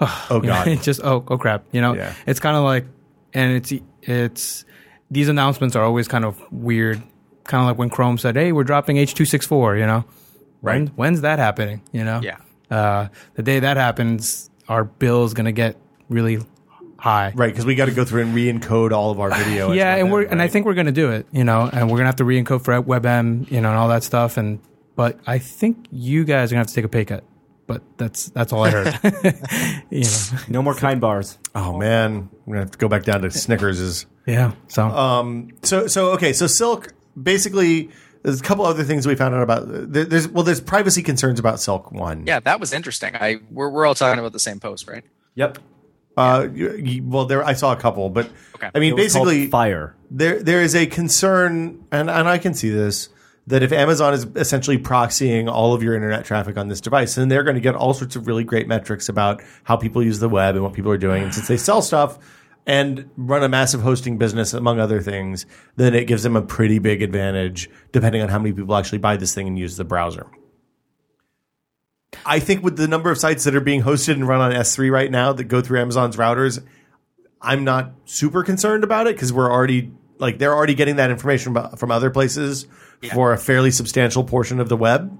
S2: Oh,
S4: You know, <laughs>
S2: God.
S4: it's just oh, oh crap. You know,
S2: Yeah.
S4: it's kind of like, and it's it's these announcements are always kind of weird. Kind of like when Chrome said, "Hey, we're dropping H two six four. You know,
S2: Right.
S4: When, when's that happening? You know,
S5: Yeah.
S4: Uh, the day that happens, our bill's gonna get really high.
S2: right. Because we got to go through and re-encode all
S4: <laughs>
S2: of our video. as
S4: Yeah, and
S2: WebM,
S4: we're and I
S2: right?
S4: think we're gonna do it. You know, and we're gonna have to re-encode for WebM. You know, and all that stuff. And but I think you guys are gonna have to take a pay cut. But that's that's all I heard. <laughs> you know,
S2: <laughs>
S3: No more kind bars.
S2: Oh man, we're gonna have to go back down to Snickers's.
S4: yeah. So.
S2: So so okay. So Silk basically. There's a couple other things we found out about. There, there's well, there's privacy concerns about Silk one.
S5: Yeah, that was interesting. I we're we're all talking about the same post, right?
S3: Yep.
S2: Uh, you- you- well, there I saw a couple, but
S5: Okay.
S2: I mean,
S3: It was called
S2: basically,
S3: fire.
S2: there there is a concern, and and I can see this that if Amazon is essentially proxying all of your internet traffic on this device, then they're going to get all sorts of really great metrics about how people use the web and what people are doing. And since they sell stuff and run a massive hosting business among other things, then it gives them a pretty big advantage depending on how many people actually buy this thing and use the browser. I think with the number of sites that are being hosted and run on S3 right now that go through Amazon's routers, I'm not super concerned about it because we're already like they're already getting that information about- from other places for a fairly substantial portion of the web.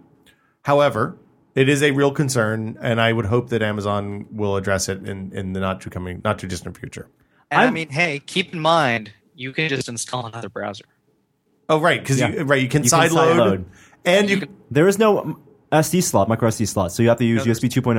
S2: However, it is a real concern, and I would hope that Amazon will address it in, in the not too coming, not too distant future.
S5: And I
S3: I'm-
S5: mean, hey, keep in mind you can just install another browser.
S2: Oh, right, because
S3: Yeah.
S2: you right you can
S3: You can
S2: side load,
S3: sideload.
S2: and you, can,
S3: There is no um, SD slot, micro SD slot, so you have to use
S5: No,
S3: USB 2.0,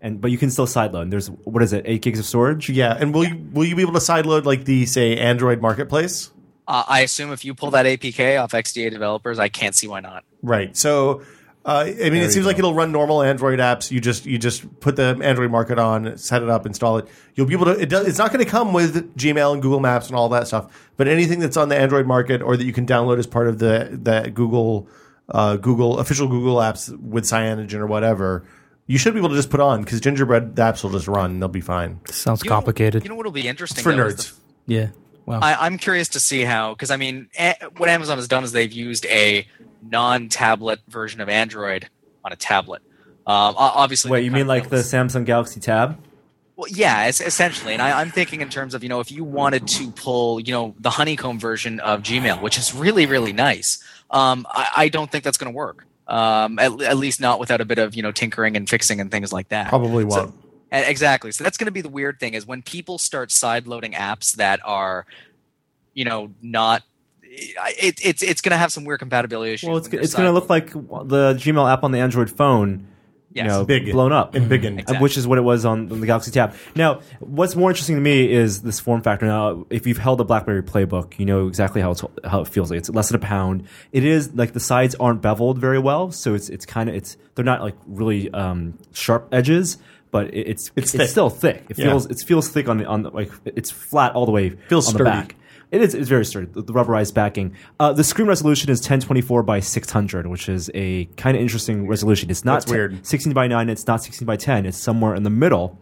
S3: and but you can still sideload. There's what is it, eight gigs of storage?
S2: yeah, and will you will you be able to sideload like the say Android marketplace?
S5: Uh, I assume if you pull that APK off XDA developers, I can't see why not.
S2: Right. So, uh, I mean, it seems like it'll run normal Android apps. You just you just put the Android market on, set it up, install it. You'll be able to. It does, it's not going to come with Gmail and Google Maps and all that stuff. But anything that's on the Android market or that you can download as part of the the Google uh, Google official Google apps with Cyanogen or whatever, you should be able to just put on because Gingerbread the apps will just run. They'll be fine.
S4: Sounds
S5: You know-
S4: complicated.
S5: you know what'll be interesting
S2: It's for
S5: though, is
S2: nerds.
S5: the-
S4: yeah. Wow.
S5: I, I'm curious to see how, because I mean, a, what Amazon has done is they've used a non-tablet version of Android on a tablet. Um, o- obviously,
S3: Wait,
S5: they
S3: you
S5: kind
S3: mean
S5: of
S3: like the
S5: built-
S3: Samsung Galaxy Tab?
S5: Well, yeah, es- essentially. And I, I'm thinking in terms of, you know, if you wanted to pull, you know, the honeycomb version of Gmail, which is really, really nice, um, I, I don't think that's going to work. Um, at, at least not without a bit of, you know, tinkering and fixing and things like that.
S2: Probably
S5: So-
S2: won't.
S5: E- Exactly. So that's going to be the weird thing is when people start sideloading apps that are, you know, not. I- It, it's it's going to have some weird compatibility issues.
S3: Well, it's
S5: when you're
S3: it's going to look
S5: sideloading.
S3: like the Gmail app on the Android phone.
S5: Yes.
S3: You know,
S2: Big.
S3: blown up
S2: And biggened.
S3: Uh, which is what it was on, on the Galaxy Tab. Now, what's more interesting to me is this form factor. Now, if you've held a BlackBerry playbook, you know exactly how it's, how it feels like. It's less than a pound. It is like the sides aren't beveled very well, so it's it's kind of it's they're not like really um, sharp edges, but it, it's
S2: It's
S3: it's,
S2: thick.
S3: still thick. It
S2: Yeah.
S3: feels it feels thick on the on the, like it's flat all the way
S2: Feels
S3: on
S2: sturdy.
S3: the back. It is it's very sturdy. The, the rubberized backing. Uh, the screen resolution is 1024 by 600, which is a kind of interesting resolution. It's not
S2: That's weird.
S3: 16 by 9 it's not 16 by 10 it's somewhere in the middle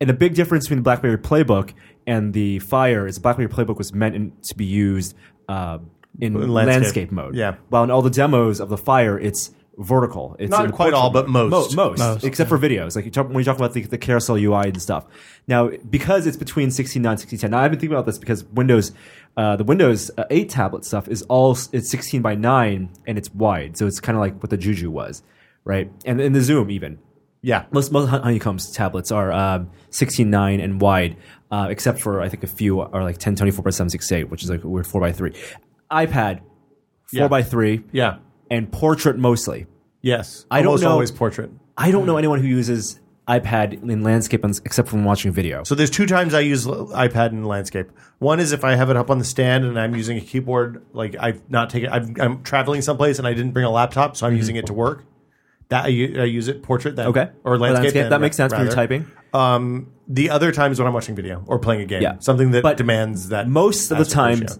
S3: and the big difference between the blackberry playbook and the fire is the blackberry playbook was meant in, to be used uh, in
S2: In
S3: landscape.
S2: landscape.
S3: mode
S2: Yeah.
S3: while in all the demos of the fire it's vertical it's
S2: Not
S3: in
S2: quite
S3: portrait
S2: all, but
S3: mode.
S2: most.
S3: Mo- most,
S4: Most,
S3: except for videos like you talk, when you talk about the, the carousel ui and stuff now because it's between 16.9 and 16.10 now i've been thinking about this because windows uh, the windows uh, 8 tablet stuff is all s- it's 16 by 9 and it's wide so it's kind of like what the juju was right and in the zoom even
S2: Yeah.
S3: most most Hon- honeycombs tablets are um, 16.9 and wide, uh, except for I think a few are like 1024 by 768, which is like a weird four by three. iPad
S2: Yeah.
S3: four by three
S2: Yeah.
S3: and portrait mostly.
S2: Yes.
S3: I don't
S2: Almost
S3: know-
S2: always portrait.
S3: I don't
S2: Hmm.
S3: know anyone who uses iPad in landscape uns- except from watching video.
S2: So there's two times I use l- iPad in landscape. One is if I have it up on the stand and I'm using a keyboard, like I've not taken, I've, I'm traveling someplace and I didn't bring a laptop, so I'm using it to work. That I, u- I use it portrait, then
S3: Mm-hmm. okay,
S2: or landscape. then,
S3: that makes sense when you're
S2: rather. Um,
S3: typing.
S2: The other times when I'm watching video or playing a game,
S3: Yeah.
S2: something that
S3: But
S2: demands that
S3: most of the
S2: aspect
S3: times
S2: ratio.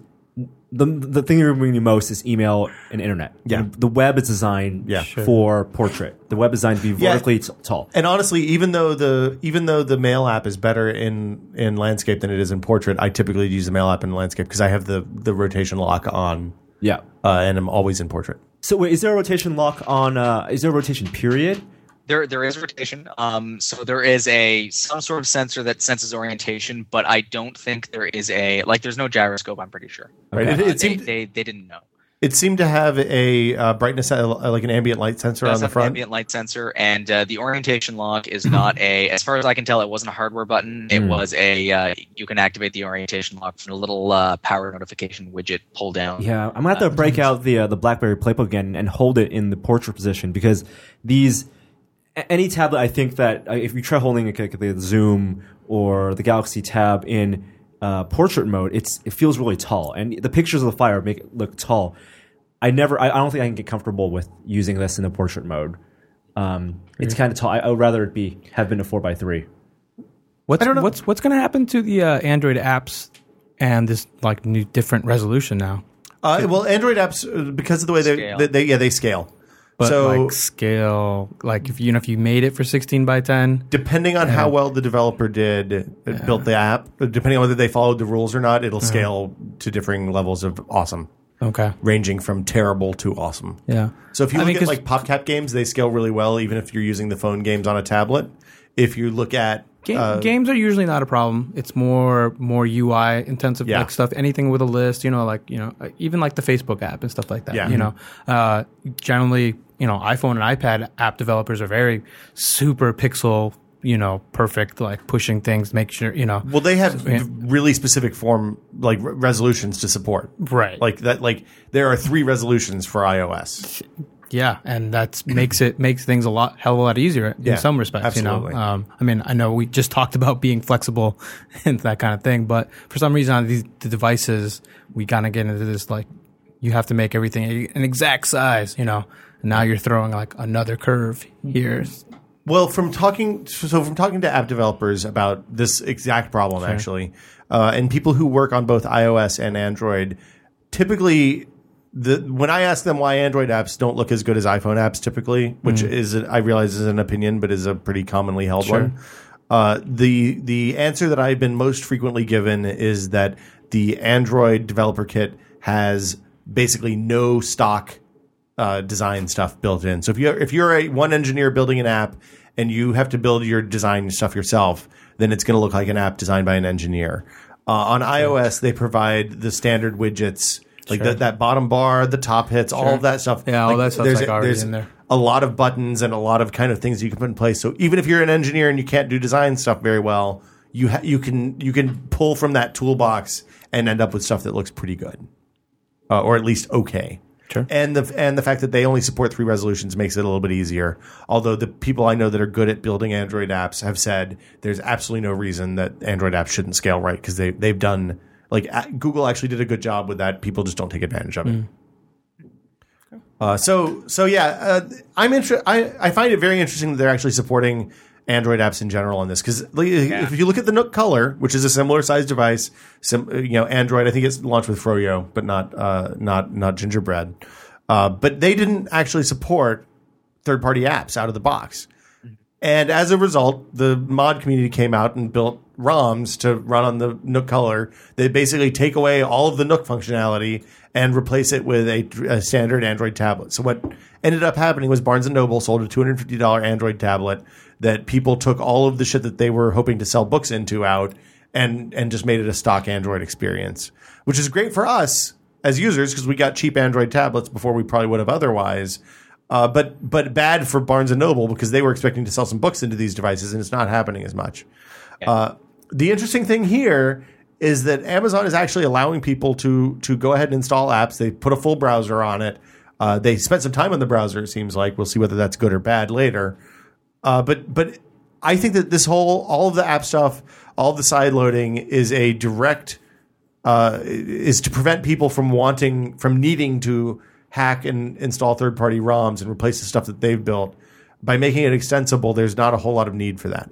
S3: the the thing you're bringing you most is email and internet.
S2: Yeah.
S3: the web is designed
S2: Yeah. Sure.
S3: for portrait. The web is designed to be
S2: Yeah.
S3: vertically t- tall.
S2: And honestly, even though the even though the mail app is better in in landscape than it is in portrait, I typically use the mail app in landscape because I have the the rotation lock on
S3: Yeah.
S2: uh, and I'm always in portrait.
S3: So wait, is there a rotation lock on? Uh, is there a rotation period?
S5: There, there is rotation. Um, so there is a some sort of sensor that senses orientation, but I don't think there is a like. There's no gyroscope. I'm pretty sure. Uh,
S2: Right?
S3: Okay.
S2: It, it
S5: they,
S2: seemed
S5: they they didn't know.
S2: It seemed to have a uh, brightness, uh, like an ambient light sensor
S5: Does
S2: on the
S5: have an
S2: front.
S5: ambient light sensor, and uh, the orientation lock is not a. As far as I can tell, it wasn't a hardware button. It
S3: Hmm.
S5: was a. Uh, you can activate the orientation lock from a little uh, power notification widget pull down.
S3: Yeah, I'm gonna have to break out the uh, the BlackBerry Playbook again and hold it in the portrait position because these a- any tablet I think that uh, if you try holding like, like the Zoom or the Galaxy Tab in uh, portrait mode, it's it feels really tall, and the pictures of the fire make it look tall. I never, I, I don't think I can get comfortable with using this in the portrait mode. Um, it's kind of tall. I, I would rather it be have been a four by three.
S4: What's what's what's going to happen to the uh, Android apps and this like new different resolution now?
S2: Uh, well, Android apps uh, because of the way they,
S5: Scale.
S2: they, they yeah they scale.
S4: But
S2: so
S4: like scale, like if you know if you made it for sixteen by ten,
S2: depending on how well the developer did uh, built the app, uh, depending on whether they followed the rules or not,
S4: Uh-huh.
S2: it'll scale to differing levels of awesome,
S4: okay,
S2: ranging from terrible to awesome.
S4: yeah.
S2: So if you
S4: I
S2: look
S4: mean,
S2: at
S4: 'cause-
S2: like PopCap games, they scale really well, even if you're using the phone games on a tablet. If you look at
S4: Ga- games are usually not a problem. It's more more UI intensive
S2: Yeah.
S4: like stuff. Anything with a list, you know, like you know, uh, even like the Facebook app and stuff like that.
S2: Yeah. Mm-hmm.
S4: You know, uh, generally, you know, iPhone and iPad app developers are very super pixel, you know, perfect, like pushing things, make sure you know,
S2: Well, they have really specific form like re- resolutions to support.
S4: right,
S2: Like that like there are three resolutions for iOS.
S4: Yeah, and that makes it makes things a lot hell of a lot easier in
S2: Yeah,
S4: some respects.
S2: absolutely.
S4: You know, um, I mean, I know we just <laughs> talked about being flexible <laughs> and that kind of thing, but for some reason on these the devices, we kind of get into this like you have to make everything an exact size. You know, and now you're throwing like another curve here.
S2: Well, from talking so from talking to app developers about this exact problem actually, uh, and people who work on both iOS and Android, typically the when I ask them why Android apps don't look as good as iPhone apps, typically, which is I realize is an opinion, but is a pretty commonly held one. Uh, the the answer that I've been most frequently given is that the Android developer kit has basically no stock uh, design stuff built in. So if you if you're a one engineer building an app and you have to build your design stuff yourself, then it's going to look like an app designed by an engineer. Uh, on iOS, they provide the standard widgets, like that that bottom bar, the top hits, all of that stuff.
S4: Yeah, all
S2: Like,
S4: that stuff's,
S2: there's-
S4: like, already
S2: there's
S4: in there.
S2: a lot of buttons and a lot of kind of things you can put in place. So even if you're an engineer and you can't do design stuff very well, you ha- you can you can pull from that toolbox and end up with stuff that looks pretty good, uh, or at least okay.
S4: Sure.
S2: And the and the fact that they only support three resolutions makes it a little bit easier. Although the people I know that are good at building Android apps have said there's absolutely no reason that Android apps shouldn't scale right because they they've done like a- Google actually did a good job with that. People just don't take advantage of it. Uh, so so yeah, uh, I'm inter- I I find it very interesting that they're actually supporting Android apps in general on this because if you look at the Nook Color, which is a similar sized device, sim- you know Android, I think it's launched with Froyo, but not uh, not not Gingerbread. Uh, but they didn't actually support third party apps out of the box. And as a result, the mod community came out and built ROMs to run on the Nook Color. They basically take away all of the Nook functionality and replace it with a, a standard Android tablet. So what ended up happening was Barnes and Noble sold a two hundred fifty dollar Android tablet that people took all of the shit that they were hoping to sell books into out and and just made it a stock Android experience, which is great for us as users because we got cheap Android tablets before we probably would have otherwise. Uh, but but bad for Barnes and Noble because they were expecting to sell some books into these devices, and it's not happening as much. Uh, the interesting thing here is that Amazon is actually allowing people to to go ahead and install apps. They put a full browser on it. Uh, they spent some time on the browser. It seems like we'll see whether that's good or bad later. Uh, but but I think that this whole all of the app stuff, all of the side loading is a direct uh, is to prevent people from wanting from needing to hack and install third party ROMs and replace the stuff that they've built. By making it extensible, there's not a whole lot of need for that.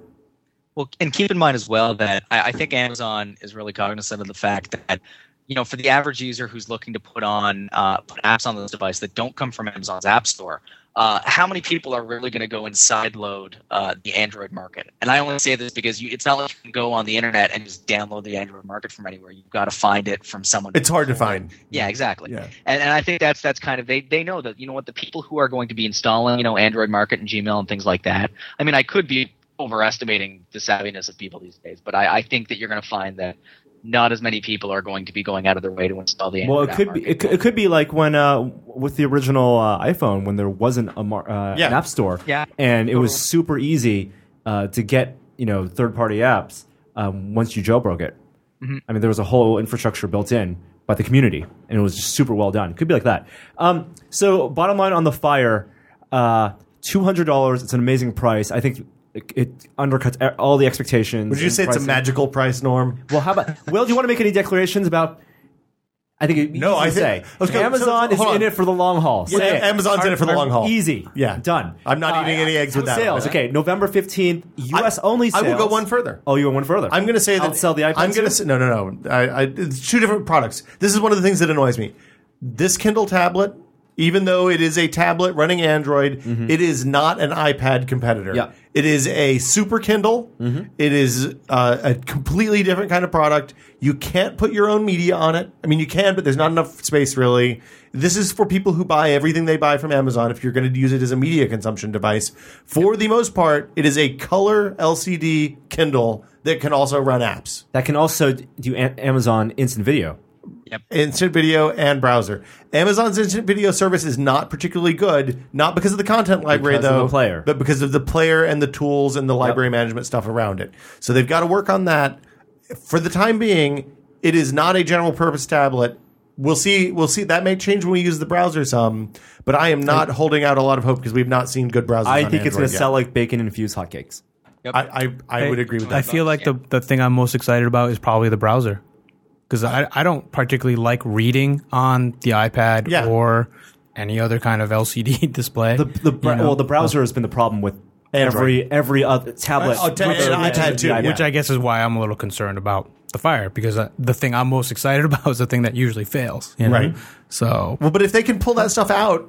S5: Well, and keep in mind as well that I, I think Amazon is really cognizant of the fact that you know for the average user who's looking to put on uh, put apps on this device that don't come from Amazon's App Store, uh, how many people are really going to go and sideload uh, the Android market? And I only say this because you, it's not like you can go on the internet and just download the Android market from anywhere. You've got to find it from someone.
S2: It's hard to find.
S5: Yeah, exactly.
S2: Yeah.
S5: And, and I think that's that's kind of they they know that you know what the people who are going to be installing you know Android Market and Gmail and things like that. I mean, I could be overestimating the savviness of people these days, but I, I think that you're going to find that not as many people are going to be going out of their way to install the.
S3: Well,
S5: Android
S3: it
S5: app
S3: could be
S5: market.
S3: it could, it could be like when uh, with the original uh, iPhone when there wasn't a mar- uh,
S2: Yeah.
S3: an app store,
S5: Yeah.
S3: and it was super easy uh, to get you know third party apps um, once you jailbroke it.
S5: Mm-hmm.
S3: I mean, there was a whole infrastructure built in by the community, and it was just super well done. Could be like that. Um, so, bottom line on the fire, uh, two hundred dollars. It's an amazing price. I think it, it undercuts e- all the expectations.
S2: Would you
S3: and
S2: say it's a
S3: pricing.
S2: magical price norm?
S3: Well, how about Will? Do you want to make any declarations about? I think it,
S2: No,
S3: easy
S2: I
S3: to
S2: think-
S3: say
S2: let's go-
S3: Amazon
S2: so-
S3: is
S2: hold on.
S3: in it for the long haul. Say it.
S2: Amazon's in it for the long haul.
S3: Easy,
S2: Yeah.
S3: done. Uh,
S2: I'm not eating any eggs with that one.
S3: Sales, okay. November fifteenth, U.S. only.
S2: I
S3: Sales.
S2: will go one further.
S3: Oh, you went one further.
S2: I'm going to say that
S3: sell the iPad.
S2: I'm going to say no, no, no. I, I, it's two different products. This is one of the things that annoys me. This Kindle tablet, even though it is a tablet running Android, it is not an iPad competitor.
S3: Yeah.
S2: It is a super Kindle. It is uh, a completely different kind of product. You can't put your own media on it. I mean, you can, but there's not enough space really. This is for people who buy everything they buy from Amazon if you're going to use it as a media consumption device. For the most part, it is a color LCD Kindle that can also run apps.
S3: That can also do a- Amazon Instant Video.
S2: instant video and browser. Amazon's instant video service is not particularly good, not because of the content library
S3: Because of
S2: though,
S3: the player.
S2: but because of the player and the tools and the library management stuff around it. So they've got to work on that. For the time being, it is not a general purpose tablet. We'll see. We'll see. That may change when we use the browser some, but I am not holding out a lot of hope because we've not seen good browsers.
S3: I
S2: on
S3: think
S2: Android
S3: it's going
S2: yet.
S3: to sell like bacon infused hotcakes.
S2: I I, I would agree with that.
S4: I feel like the, the thing I'm most excited about is probably the browser because I, I don't particularly like reading on the iPad
S2: Yeah.
S4: or any other kind of LCD <laughs> display.
S3: The, the br-
S4: you know?
S3: well, the browser has been the problem with
S2: Android.
S3: every every other tablet.
S2: Oh, and
S3: Which-
S2: iPad
S3: which is the
S2: too,
S3: iPad.
S2: which
S4: which I guess is why I'm a little concerned about the fire because uh, the thing I'm most excited <laughs> about is the thing that usually fails. you know?
S2: Right.
S4: So
S2: Well, but if they can pull that stuff out,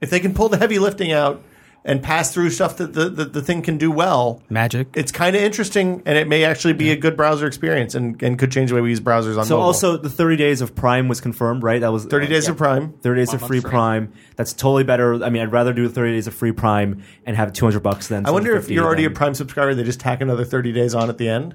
S2: if they can pull the heavy lifting out and pass through stuff that the, the, the thing can do well,
S4: magic.
S2: it's kind of interesting and it may actually be a good browser experience and, and could change the way we use browsers on
S3: so
S2: mobile.
S3: also the 30 days of Prime was confirmed, right? That was
S2: 30 days of Prime.
S3: 30 days of
S5: One
S3: free
S5: month free.
S3: Prime. That's totally better. I mean, I'd rather do 30 days of free Prime and have 200 bucks than
S2: I wonder if
S3: 750
S2: you're already a
S3: than-
S2: Prime subscriber, they just tack another 30 days on at the end.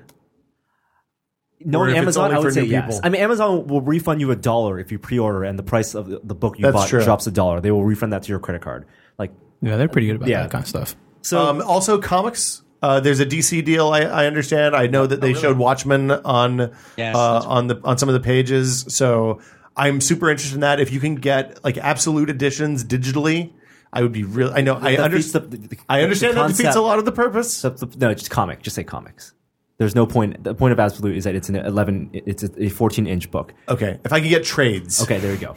S3: No,
S2: Or if it's
S3: Amazon.
S2: only
S3: I would
S2: for
S3: say
S2: new
S3: yes.
S2: people.
S3: I mean, Amazon will refund you a dollar if you pre-order, and the price of the the book you
S2: That's
S3: bought
S2: true.
S3: drops a dollar. They will refund that to your credit card. Like
S4: Yeah, they're pretty good about
S3: Yeah.
S4: that kind of stuff.
S3: so,
S2: um, also, comics. Uh, there's a DC deal. I, I understand. I know
S3: Oh,
S2: that they showed Watchmen on
S5: Yes,
S2: uh,
S5: that's
S2: on the on some of the pages. So I'm super interested in that. If you can get like absolute editions digitally, I would be real. I know. I
S3: that
S2: understand.
S3: defeats the- the- the-
S2: I understand
S3: the
S2: that defeats
S3: concept-
S2: a lot of the purpose.
S3: the- the- no, it's just comic. Just say comics. There's no point. The point of absolute is that it's an 11. It's a a 14 inch book.
S2: Okay, if I can get trades,
S3: Okay, there you go.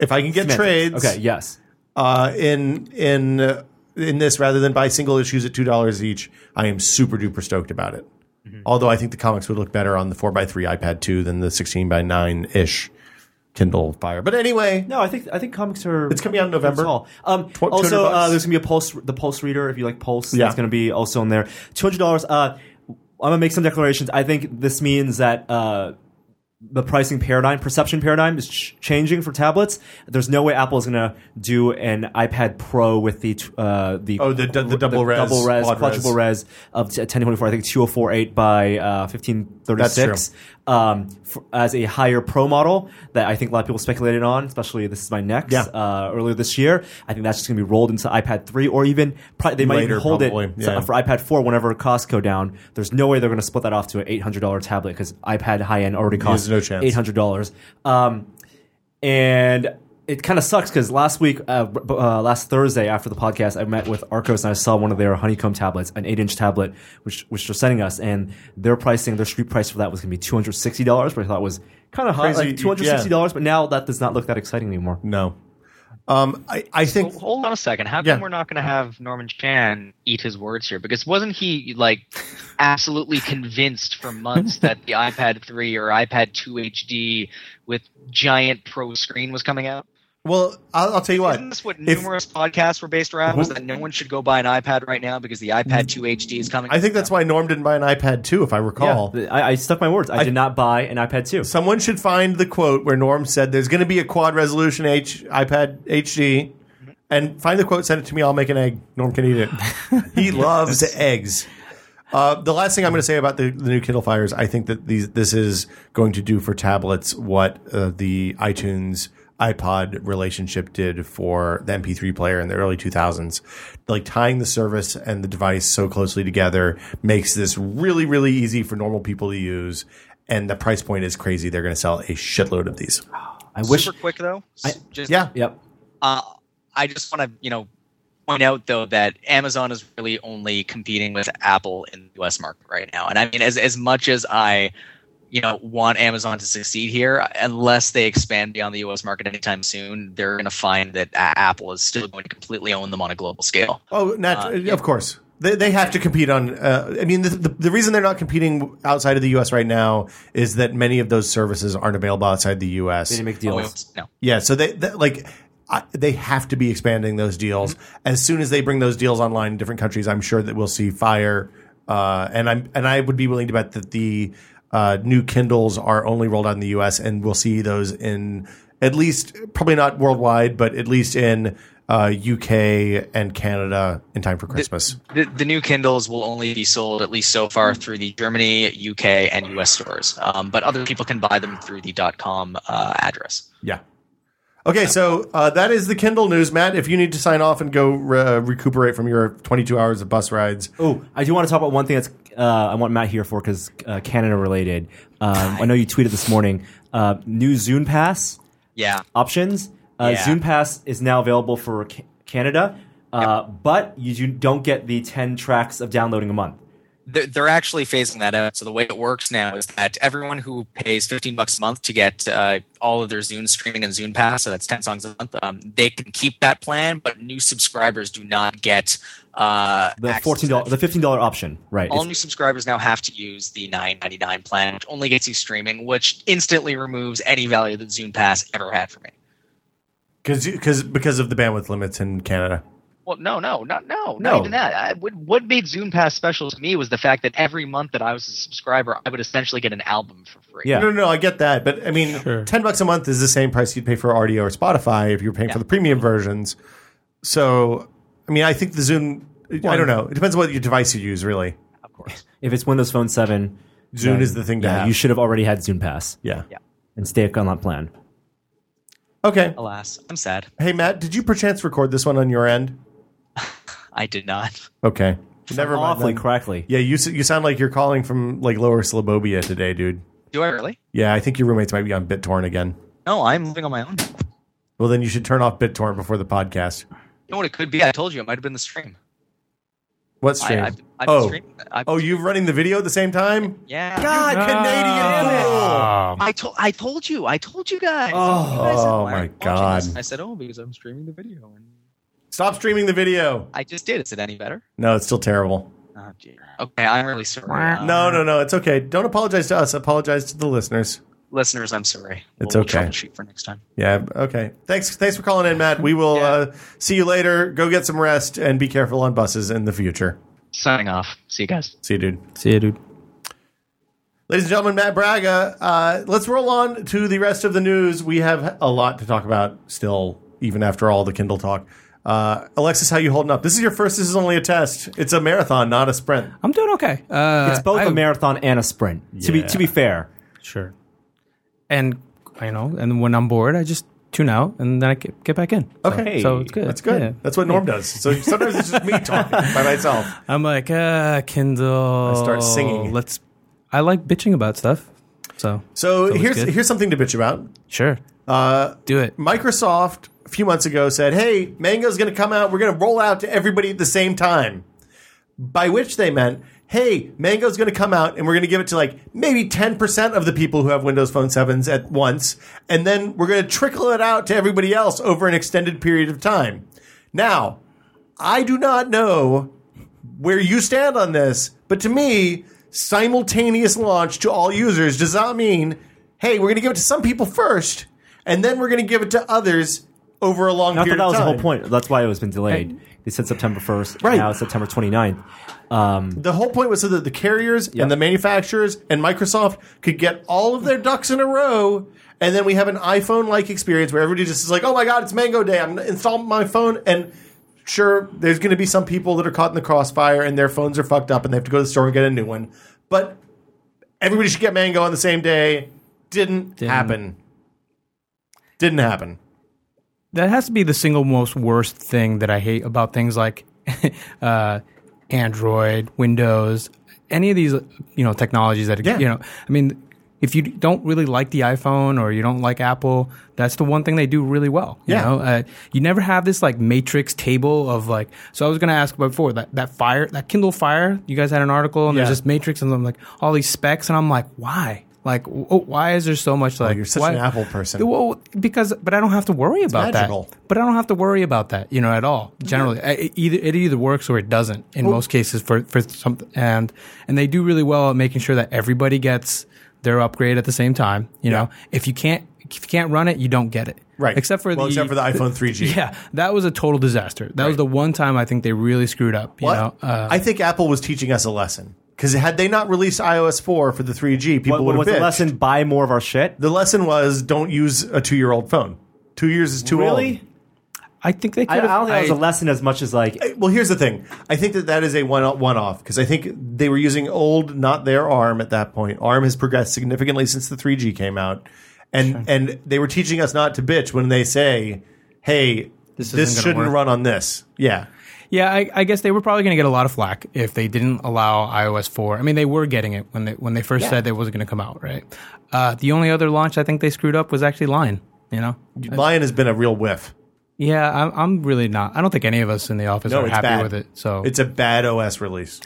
S2: if I can get trades,
S3: Okay, yes.
S2: uh, in in uh, in this rather than buy single issues at two dollars each, I am super duper stoked about it.
S5: Mm-hmm.
S2: Although I think the comics would look better on the four x three iPad two than the sixteen x nine ish Kindle Fire. But anyway,
S3: No, I think I think comics are.
S2: It's coming out in November.
S3: It's all. Um,
S2: Tw-
S3: also,
S2: 200 bucks.
S3: uh, there's gonna be a pulse, the pulse reader if you like pulse.
S2: Yeah.
S3: that's gonna be also in there. Two hundred dollars. Uh, I'm gonna make some declarations. I think this means that uh, the pricing paradigm, perception paradigm, is ch- changing for tablets. There's no way Apple is gonna do an iPad Pro with the t- uh, the
S2: Oh, the d- the double res,
S3: double res,
S2: quad res.
S3: quadruple res of t- 1024. I think 2048 by uh, 1536
S2: That's true.
S3: um, f as a higher pro model that I think a lot of people speculated on, especially this is my next
S2: Yeah.
S3: uh, earlier this year. I think that's just going to be rolled into iPad 3 or even pri- they might
S2: Later,
S3: even hold it
S2: probably.
S3: so-
S2: Yeah.
S3: for iPad 4 whenever costs go down. There's no way they're going to split that off to an $800 tablet because iPad high end already costs
S2: no chance.
S3: $800. Um, and it kind of sucks because last week, uh, b- uh, last Thursday after the podcast, I met with Arcos and I saw one of their honeycomb tablets, an eight-inch tablet, which which they're sending us, and their pricing, their street price for that was going to be two hundred sixty dollars, which I thought was kind of hot,
S2: Crazy,
S3: like two hundred sixty dollars. But now that does not look that exciting anymore.
S2: no. Um, I I think
S5: Well, hold on a second. How come
S2: Yeah.
S5: we're not going to have Norman Chan eat his words here? Because wasn't he like <laughs> absolutely convinced for months that the iPad 3 or iPad 2 HD with giant Pro screen was coming out?
S2: well I'll, I'll tell you what.
S5: Isn't this what
S2: If-
S5: numerous podcasts were based around? Was that no one should go buy an iPad right now because the iPad 2 HD is coming?
S2: I think that's why Norm didn't buy an iPad two, if I recall.
S3: Yeah, I, I stuck my words. I, did not buy an iPad two.
S2: Someone should find the quote where Norm said there's going to be a quad resolution H iPad HD,
S5: Mm-hmm.
S2: and find the quote, send it to me. I'll make an egg. Norm can
S5: <laughs>
S2: eat it. he loves eggs. Uh, the last thing I'm going to say about the, the new Kindle Fire is I think that these this is going to do for tablets what uh, the iTunes iPod relationship did for the MP3 player in the early 2000s. Like tying the service and the device so closely together makes this really really easy for normal people to use. And the price point is crazy. They're going to sell a shitload of these.
S3: I wish.
S5: Super quick though. just
S2: Yeah.
S3: Yep.
S5: Uh, I just want to, you know, point out though that Amazon is really only competing with Apple in the U.S. market right now. And I mean, as as much as I, you know, want Amazon to succeed here, unless they expand beyond the U.S. market anytime soon, they're going to find that A- Apple is still going to completely own them on a global scale.
S2: Oh, nat-
S5: Uh, yeah.
S2: of course. They, they have to compete on. Uh, I mean, the, the, the reason they're not competing outside of the U.S. right now is that many of those services aren't available outside the
S3: They
S2: U.S.
S5: Oh,
S3: didn't make deals.
S5: No.
S2: Yeah, so they, they like I, they have to be expanding those deals as soon as they bring those deals online in different countries. I'm sure that we'll see Fire, uh, and I'm and I would be willing to bet that the uh, new Kindles are only rolled out in the U.S. and we'll see those in at least probably not worldwide, but at least in uh, U.K. and Canada in time for Christmas.
S5: The, the new Kindles will only be sold, at least so far, through the Germany, UK, and US stores. Um, but other people can buy them through the .com uh, address.
S2: Yeah. Okay, so uh, that is the Kindle news, Matt. If you need to sign off and go re- uh, recuperate from your 22 hours of bus rides,
S3: Oh, I do want to talk about one thing that's uh, I want Matt here for because uh, Canada related. Um, I know you tweeted this morning. Uh, new Zune Pass
S5: Yeah.
S3: options. Uh,
S5: Yeah.
S3: Zune Pass is now available for ca- Canada, uh, but you do, don't get the ten tracks of downloading a month.
S5: They're, they're actually phasing that out. So the way it works now is that everyone who pays 15 bucks a month to get uh, all of their Zune streaming and Zune Pass, so that's 10 songs a month, um, they can keep that plan, but new subscribers do not get uh,
S3: The
S5: access to
S3: fourteen
S5: that
S3: dollars, the fifteen dollar option, right?
S5: all
S3: It's-
S5: new subscribers now have to use the 9.99 plan which only gets you streaming which instantly removes any value that zune pass ever had for me
S2: because because of the bandwidth limits in Canada.
S5: well no no not
S3: No.
S5: no, not even that I, what, what made zune pass special to me was the fact that every month that i was a subscriber i would essentially get an album for free
S3: Yeah.
S2: No, no, no, I get that, but I mean,
S4: Sure.
S2: ten bucks a month is the same price you'd pay for RDO or Spotify if you were paying for the premium versions. So, I mean, I think the Zoom. I don't know. It depends on what your device you use, really.
S5: <laughs> of course
S3: if it's Windows Phone seven,
S2: Zune
S3: then,
S2: is the thing to
S3: yeah,
S2: have.
S3: You should have already had Zune Pass
S2: yeah.
S5: Yeah.
S3: and stay on that plan.
S2: Okay.
S5: alas i'm sad
S2: Hey, Matt, did you perchance record this one on your end?
S5: i did not
S2: Okay. Never mind.
S3: Awfully
S2: then.
S3: correctly.
S2: Yeah, you s- you sound like you're calling from like Lower Slobobia today, dude.
S5: do i really
S2: Yeah, I think your roommates might be on BitTorrent again.
S5: no i'm living on my own you
S2: Well, then you should turn off BitTorrent before the podcast.
S5: know what it could be i told you it might have been the stream
S2: What stream?
S5: I, I've, I've
S2: oh,
S5: streamed, I've,
S2: oh, you running the video at the same time?
S5: yeah
S2: God,
S4: Ah,
S2: Canadian fool!
S4: Oh.
S5: I told I told you I told you guys.
S3: Oh.
S5: You guys said,
S2: Oh,
S5: "Why aren't
S2: my
S5: you watching this?"
S2: God.
S5: I said, "Oh, because I'm streaming the video." And
S2: Stop streaming the video.
S5: I just did. Is it any better?
S2: No, it's still terrible.
S5: Oh dear. Okay, I'm really sorry. Uh,
S2: No, no, no. It's okay. Don't apologize to us. Apologize to the listeners.
S5: listeners, I'm sorry.
S2: It's
S5: we'll,
S2: okay.
S5: We'll troubleshoot for next time.
S2: Yeah. Okay. Thanks. Thanks for calling in, Matt. We will uh, see you later. Go get some rest and be careful on buses in the future.
S5: Signing off. See you guys.
S2: See you, dude.
S4: See ya, dude.
S2: Ladies and gentlemen, Matt Braga. Uh, let's roll on to the rest of the news. We have a lot to talk about still, even after all the Kindle talk. Uh, Alexis, how you holding up? This is your first. This is only a test. It's a marathon, not a sprint.
S4: I'm doing okay. Uh,
S3: It's both
S4: I-
S3: a marathon and a sprint. To be to be fair,
S4: Sure. And you know, and when I'm bored, I just tune out, and then I get, get back in. So-
S2: Okay.
S4: so it's good.
S2: That's good.
S4: Yeah.
S2: That's what Norm does. So sometimes it's
S4: <laughs>
S2: just me talking by myself.
S4: I'm like, uh, Kindle. I
S2: start singing.
S4: Let's. I like bitching about stuff. So
S2: So
S4: it's
S2: here's
S4: good.
S2: here's something to bitch about.
S4: sure,
S2: Uh,
S4: do it.
S2: Microsoft a few months ago said, "Hey, Mango's going to come out. We're going to roll out to everybody at the same time." By which they meant, "Hey, Mango's going to come out, and we're going to give it to like maybe ten percent of the people who have Windows Phone sevens at once, and then we're going to trickle it out to everybody else over an extended period of time." Now, I do not know where you stand on this, but to me, simultaneous launch to all users does not mean, hey, we're going to give it to some people first, and then we're going to give it to others over a long
S3: not that
S2: period
S3: that was
S2: of
S3: the
S2: time.
S3: whole point. That's why it was been delayed. they said September first.
S2: Right.
S3: Now it's September 29th. Um,
S2: The whole point was so that the carriers and the manufacturers and Microsoft could get all of their ducks in a row. And then we have an iPhone like experience where everybody just is like, oh my God, it's Mango Day. I'm going to install my phone. And sure, there's going to be some people that are caught in the crossfire and their phones are fucked up and they have to go to the store and get a new one. But everybody should get Mango on the same day. Didn't, happen. Didn't happen.
S4: That has to be the single most worst thing that I hate about things like <laughs> uh, Android, Windows, any of these you know technologies that
S2: Yeah.
S4: you know. I mean, if you don't really like the iPhone or you don't like Apple, that's the one thing they do really well. You
S2: Yeah.
S4: know, uh, you never have this like matrix table of like. So I was going to ask about before that that fire that Kindle Fire. You guys had an article and
S2: Yeah.
S4: there's this matrix and I'm like all these specs and I'm like why. Like, w- oh, why is there so much like?
S2: you're such
S4: why-
S2: an Apple person.
S4: Well, because, but I don't have to worry about
S2: magical.
S4: that. But I don't have to worry about that, you know, at all. Generally, I- it either it either works or it doesn't in most cases for for some and and they do really well at making sure that everybody gets their upgrade at the same time. You know, if you can't if you can't run it, you don't get it.
S2: Right.
S4: Except for
S2: well,
S4: the
S2: except for the iPhone 3G.
S4: <laughs> yeah, that was a total disaster. That was the one time I think they really screwed up. You
S2: What?
S4: know, uh,
S2: I think Apple was teaching us a lesson because had they not released iOS 4 for the 3G, people
S3: What,
S2: would have
S3: what was the
S2: bitched.
S3: lesson? Buy more of our shit.
S2: The lesson was don't use a two-year-old phone. Two years is too
S3: Really?
S4: I think they could.
S3: I, I
S4: have-
S3: don't think that was
S4: I-
S3: a lesson as much as like
S2: old. Eh, Well, here's the thing. I think that that is a one one off because I think they were using old, not their ARM at that point. ARM has progressed significantly since the 3G came out, and and they were teaching us not to bitch when they say, "Hey, this,
S4: isn't gonna
S2: shouldn't
S4: work."
S2: run on this." Yeah,
S4: Yeah, I, I guess they were probably going to get a lot of flack if they didn't allow iOS 4. I mean, they were getting it when they when they first said it was going to come out, right? Uh, the only other launch I think they screwed up was actually Line. You know?
S2: Lion has been a real whiff.
S4: Yeah, I'm, I'm really not. I don't think any of us in the office
S2: No,
S4: are
S2: it's
S4: happy
S2: bad.
S4: with it. So
S2: It's a bad OS release.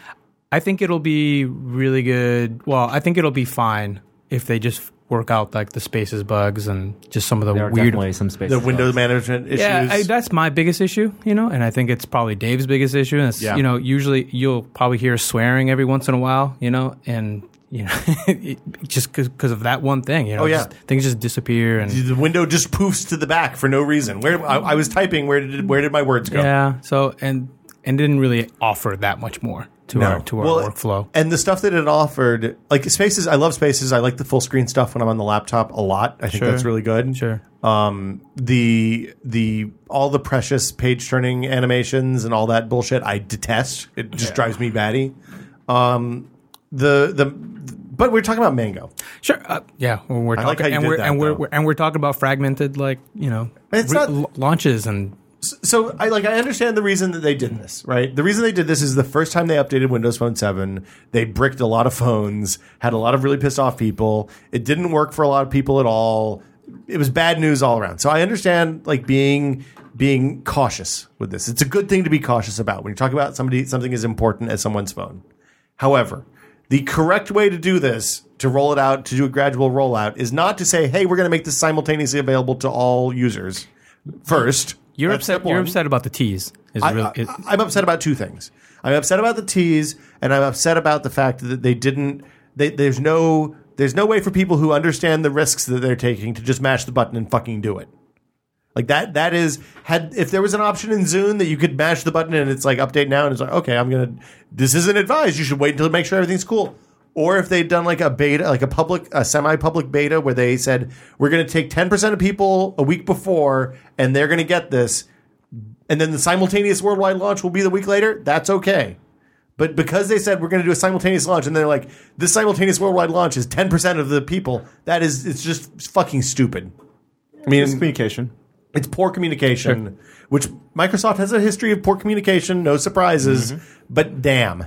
S4: I think it'll be really good. Well, I think it'll be fine if they just work out like the spaces bugs and just some of the
S3: there are
S4: weird
S3: definitely some space.
S2: The window management issues.
S4: Yeah, I, that's my biggest issue, you know, and I think it's probably Dave's biggest issue. And it's,
S2: Yeah.
S4: you know, usually you'll probably hear swearing every once in a while, you know, and you know, <laughs> it, just because of that one thing, you know,
S2: Oh, yeah.
S4: just- things just disappear and
S2: the window just poofs to the back for no reason. Where I, I was typing, where did where did my words go?
S4: yeah. So and and didn't really offer that much more to our to our
S2: Well,
S4: workflow.
S2: And the stuff that it offered, like Spaces, I love Spaces. I like the full screen stuff when I'm on the laptop a lot. I think
S4: Sure.
S2: that's really good.
S4: Sure.
S2: Um, the the all the precious page turning animations and all that bullshit, I detest. It just drives me batty. Um, the the but we're talking about Mango.
S4: Sure. Uh, yeah. When we're
S2: I
S4: talking,
S2: like how you
S4: and
S2: did
S4: we're
S2: that,
S4: and we're,
S2: though.
S4: we're- and we're talking about fragmented, like you know,
S2: It's not-
S4: la- launches and
S2: so I like I understand the reason that they did this, right? The reason they did this is the first time they updated Windows Phone 7, they bricked a lot of phones, had a lot of really pissed off people. It didn't work for a lot of people at all. It was bad news all around. So I understand like being being cautious with this. It's a good thing to be cautious about when you're talking about somebody something as important as someone's phone. However, the correct way to do this, to roll it out, to do a gradual rollout, is not to say, hey, we're going to make this simultaneously available to all users first.
S4: you're
S2: That's
S4: upset.
S2: step
S4: You're
S2: one.
S4: upset about the teas. Is
S2: I,
S4: really, it-
S2: am upset about two things. I'm upset about the teas, and I'm upset about the fact that they didn't. They, there's no there's no way for people who understand the risks that they're taking to just mash the button and fucking do it. Like that that is had if there was an option in Zune that you could mash the button and it's like update now and it's like okay I'm gonna this isn't advised you should wait until make sure everything's cool. Or if they'd done like a beta, like a public, a semi-public beta, where they said we're going to take ten percent of people a week before, and they're going to get this, and then the simultaneous worldwide launch will be the week later, that's okay. But because they said we're going to do a simultaneous launch, and they're like, this simultaneous worldwide launch is 10% of the people, that is, it's just fucking stupid. I mean,
S3: It's communication.
S2: it's poor communication, which Microsoft has a history of poor communication, no surprises, but damn.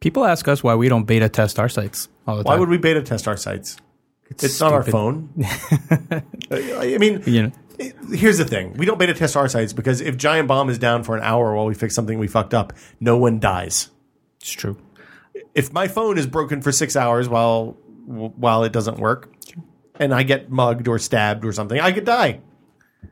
S4: people ask us why we don't beta test our sites all the time.
S2: Why would we beta test our sites? It's, not our
S4: stupid.
S2: phone. I I mean,
S4: You know.
S2: it- here's the thing: we don't beta test our sites because if Giant Bomb is down for an hour while we fix something we fucked up, no one dies.
S4: It's true.
S2: If my phone is broken for six hours while while it doesn't work, and I get mugged or stabbed or something, I could die.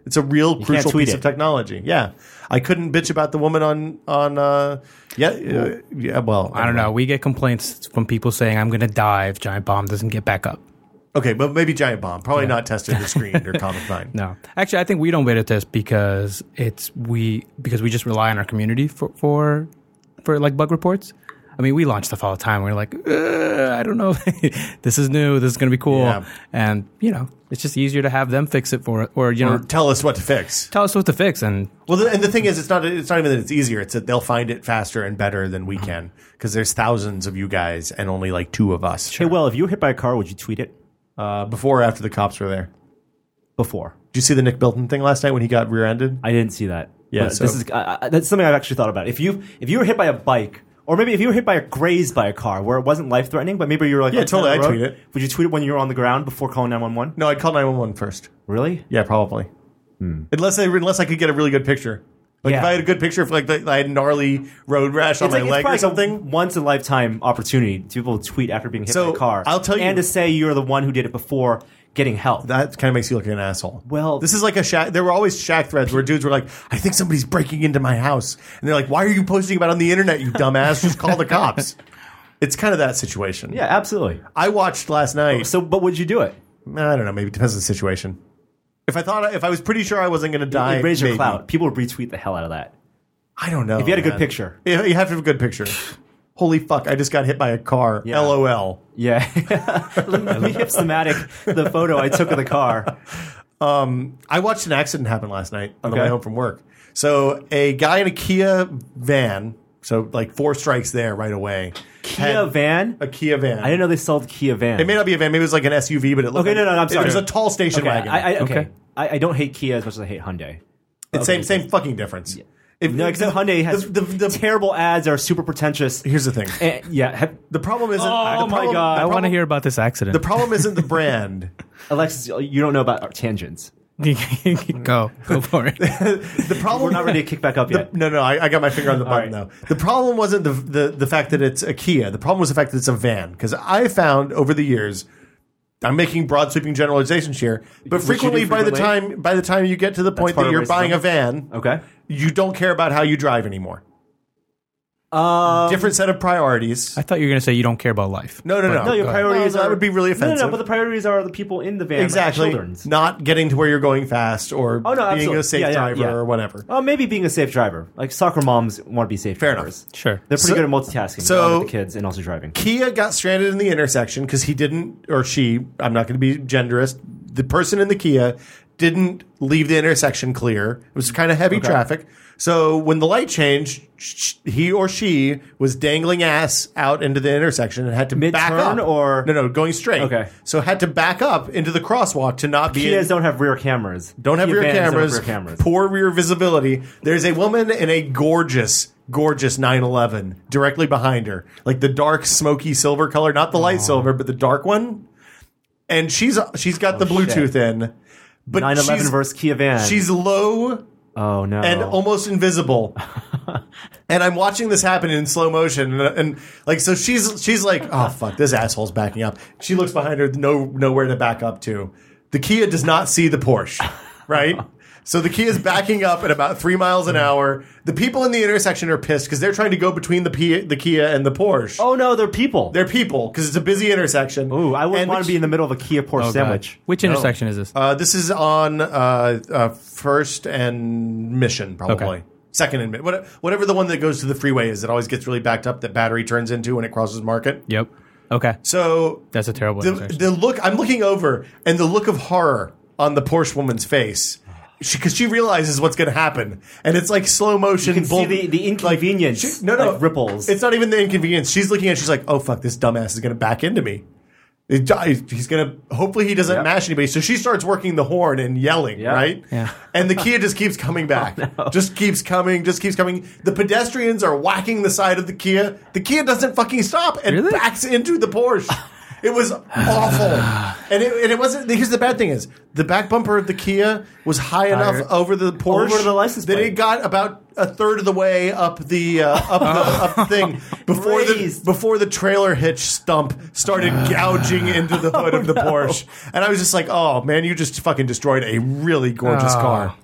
S2: It's a real crucial
S3: tweet
S2: piece
S3: it.
S2: of technology. Yeah, I couldn't bitch about the woman on on. Uh, yeah, uh, yeah. Well,
S4: I don't know. We get complaints from people saying, I'm going to die if Giant Bomb doesn't get back up.
S2: Okay, but maybe Giant Bomb. Probably not tested or screened or
S4: <laughs>
S2: comic nine.
S4: No. Actually, I think we don't beta test because it's we because we just rely on our community for for, for like bug reports. I mean, we launch stuff all the time. We're like, "Uh, I don't know. <laughs> this is new. This is going to be cool.
S2: Yeah.
S4: And, you know, it's just easier to have them fix it for or you
S2: Or
S4: know,
S2: tell us what to fix.
S4: tell us what to fix and
S2: Well, the, and the thing is, it's not it's not even that it's easier. It's that they'll find it faster and better than we can because there's thousands of you guys and only like two of us.
S3: Uh-huh. Hey, well, if you were hit by a car, would you tweet it
S2: Uh, before or after the cops were there?
S3: before?
S2: Did you see the Nick Bilton thing last night when he got rear-ended?
S3: I didn't see that.
S2: Yeah,
S3: But
S2: so-
S3: this is I I- that's something I've actually thought about. If you if you were hit by a bike, or maybe if you were hit by a grazed by a car where it wasn't life threatening, but maybe you were like
S2: Yeah,
S3: upset on
S2: totally,
S3: the
S2: I'd
S3: road,
S2: tweet it.
S3: Would you tweet it when you were on the ground before calling nine one one?
S2: No, I'd call 911 first.
S3: Really?
S2: Yeah, probably. Unless I unless I could get a really good picture. Like if
S3: Hmm. Yeah.
S2: I had a good picture of like the, I had gnarly road rash on
S3: It's
S2: my
S3: like- it's
S2: leg
S3: probably
S2: or
S3: like a
S2: something.
S3: once in a lifetime opportunity to people to tweet after being hit
S2: So,
S3: by a car.
S2: I'll tell you-
S3: and to say you're the one who did it before getting help.
S2: That kind of makes you look like an asshole.
S3: Well-
S2: this is like a shack. There were always shack threads where dudes were like, "I think somebody's breaking into my house," and they're like, "Why are you posting about it on the internet, you dumbass? Just call the
S3: <laughs>
S2: cops." It's kind of that situation.
S3: yeah, absolutely.
S2: I watched last night.
S3: So, but would you do it?
S2: I don't know. Maybe it depends on the situation. If I thought, if I was pretty sure I wasn't going to die,
S3: Raise your
S2: maybe.
S3: cloud. People would retweet the hell out of that.
S2: I don't know.
S3: If you had a good
S2: man.
S3: picture.
S2: Yeah, you have to have a good
S3: <sighs>
S2: picture. Holy fuck! I just got hit by a car.
S3: Yeah.
S2: LOL.
S3: Yeah. <laughs>
S2: <laughs>
S3: let, me, let me hipstomatic the photo I took of the car.
S2: I watched an accident happen last night on the
S3: Okay.
S2: way home from work. So a guy in a Kia van, so like four strikes there right away. <laughs>
S3: Kia
S2: had-
S3: van.
S2: a Kia van.
S3: I didn't know they sold Kia van.
S2: It may not be a van. Maybe it was like an SUV, but it looked
S3: Okay,
S2: like-
S3: no, no, I'm sorry.
S2: It was a tall station
S3: okay,
S2: wagon.
S3: I, I, okay.
S4: Okay.
S3: I, I don't hate Kia as much as I hate Hyundai.
S2: it's same same fucking difference. If,
S3: No, except Hyundai has
S2: the, the, the,
S3: terrible ads are super pretentious.
S2: Here's the thing.
S3: And, yeah, have,
S2: The problem isn't.
S3: Oh
S2: the
S3: my
S2: problem-
S3: God.
S2: the
S4: I want to
S2: problem-
S4: hear about this accident.
S2: The problem isn't the brand.
S3: Alexis, you don't know about our tangents.
S4: <laughs> go, go for
S2: <laughs>
S4: it.
S2: The problem.
S3: <laughs> We're not ready to kick back up yet.
S2: No, no, I, I got my finger on the button
S3: right.
S2: though. The problem wasn't the, the the fact that it's a Kia. The problem was the fact that it's a van. Because I found over the years, I'm making broad sweeping generalizations here, but
S3: Which you do
S2: frequently, by the
S3: frequently.
S2: time by the time you get to the point
S3: part
S2: that
S3: of
S2: you're
S3: racism.
S2: buying a van,
S3: Okay.
S2: you don't care about how you drive anymore.
S3: Um,
S2: Different set of priorities.
S4: I thought you were going to say you don't care about life. Oh,
S2: No, no, no.
S3: no, your
S2: Go ahead.
S3: priorities
S2: No,
S3: are
S2: that would be really offensive.
S3: No, no, no, but the priorities are the people in the van,
S2: exactly.
S3: like children's.
S2: Not getting to where you're going fast, or
S3: Oh, no,
S2: being
S3: absolutely.
S2: a safe
S3: Yeah, yeah,
S2: driver,
S3: yeah.
S2: or whatever.
S3: Oh, maybe being a safe driver. Like soccer moms want to be safe
S2: Fair enough.
S3: drivers.
S4: Sure.
S3: They're pretty
S2: So-
S3: good at multitasking.
S2: so-
S3: along with the kids and also driving.
S2: Kia got stranded in the intersection because he didn't, or she, I'm not going to be genderist, the person in the Kia didn't leave the intersection clear. It was kind of heavy traffic. So when the light changed, sh- he or she was dangling ass out into the intersection and had to back
S3: Mid-turn
S2: up.
S3: or-
S2: No, no, going straight.
S3: Okay.
S2: So had to back up into the crosswalk to not be. in-
S3: Kias don't have rear cameras.
S2: don't have
S3: Kia
S2: rear
S3: vans don't have
S2: cameras,
S3: rear cameras.
S2: Poor rear visibility. There's a woman in a gorgeous, gorgeous 911 directly behind her, like the dark, smoky silver color, not the light silver, but the dark one. And she's she's
S3: Oh,
S2: got the Bluetooth in, but
S3: 911
S2: she's,
S3: versus Kia van.
S2: she's low
S3: oh no.
S2: and almost
S3: <laughs>
S2: invisible. and I'm watching this happen in slow motion, and, and like so she's she's like, oh fuck, this asshole's backing up. She looks behind her, no nowhere to back up to. The Kia does not see the
S3: <laughs>
S2: Porsche, right? So the Kia is backing up at about three miles an hour. The people in the intersection are pissed because they're trying to go between the P- the Kia and the Porsche.
S3: oh no, they're people.
S2: They're people because it's a busy intersection.
S3: Ooh, I wouldn't
S2: And
S3: want to be in the middle of a Kia Porsche
S4: Oh, God.
S3: sandwich.
S4: Which intersection is this?
S2: Uh, this is on uh, uh, first and mission, probably.
S4: Okay.
S2: Second and mission. Whatever the one that goes to the freeway is, it always gets really backed up that battery turns into when it crosses market.
S4: yep. Okay.
S2: So
S4: That's a terrible
S2: the,
S4: intersection.
S2: the look, I'm looking over, and the look of horror on the Porsche woman's face. Because she, realizes what's going to happen, and it's like slow motion.
S3: You can see
S2: bull-
S3: the, the inconvenience.
S2: she- no, no
S3: like, ripples.
S2: It's not even the inconvenience. She's looking at. it, She's like, "Oh fuck, this dumbass is gonna back into me. It- He's gonna. Hopefully, he doesn't
S3: Yep.
S2: mash anybody." So she starts working the horn and yelling,
S3: Yeah.
S2: right?
S4: Yeah.
S2: And the Kia just keeps
S3: <laughs> Oh,
S2: coming back, just keeps coming, just keeps coming. The pedestrians are whacking the side of the Kia. The Kia doesn't fucking stop and
S4: Really?
S2: backs into the Porsche. It was
S4: <sighs>
S2: awful, and it, and it wasn't. Here's the bad thing: is the back bumper of the Kia was high enough
S4: Higher.
S2: over the Porsche
S3: Over the license
S2: that
S3: plate.
S2: it got about a third of the way up the uh, up
S4: Oh.
S2: the up
S4: <laughs>
S2: thing before the
S3: Raised.
S2: before the trailer hitch stump
S4: <sighs>
S2: started gouging into the hood of the
S4: Oh,
S2: Porsche, and I was just like, "Oh man, you just fucking destroyed a really gorgeous
S4: Oh.
S2: car."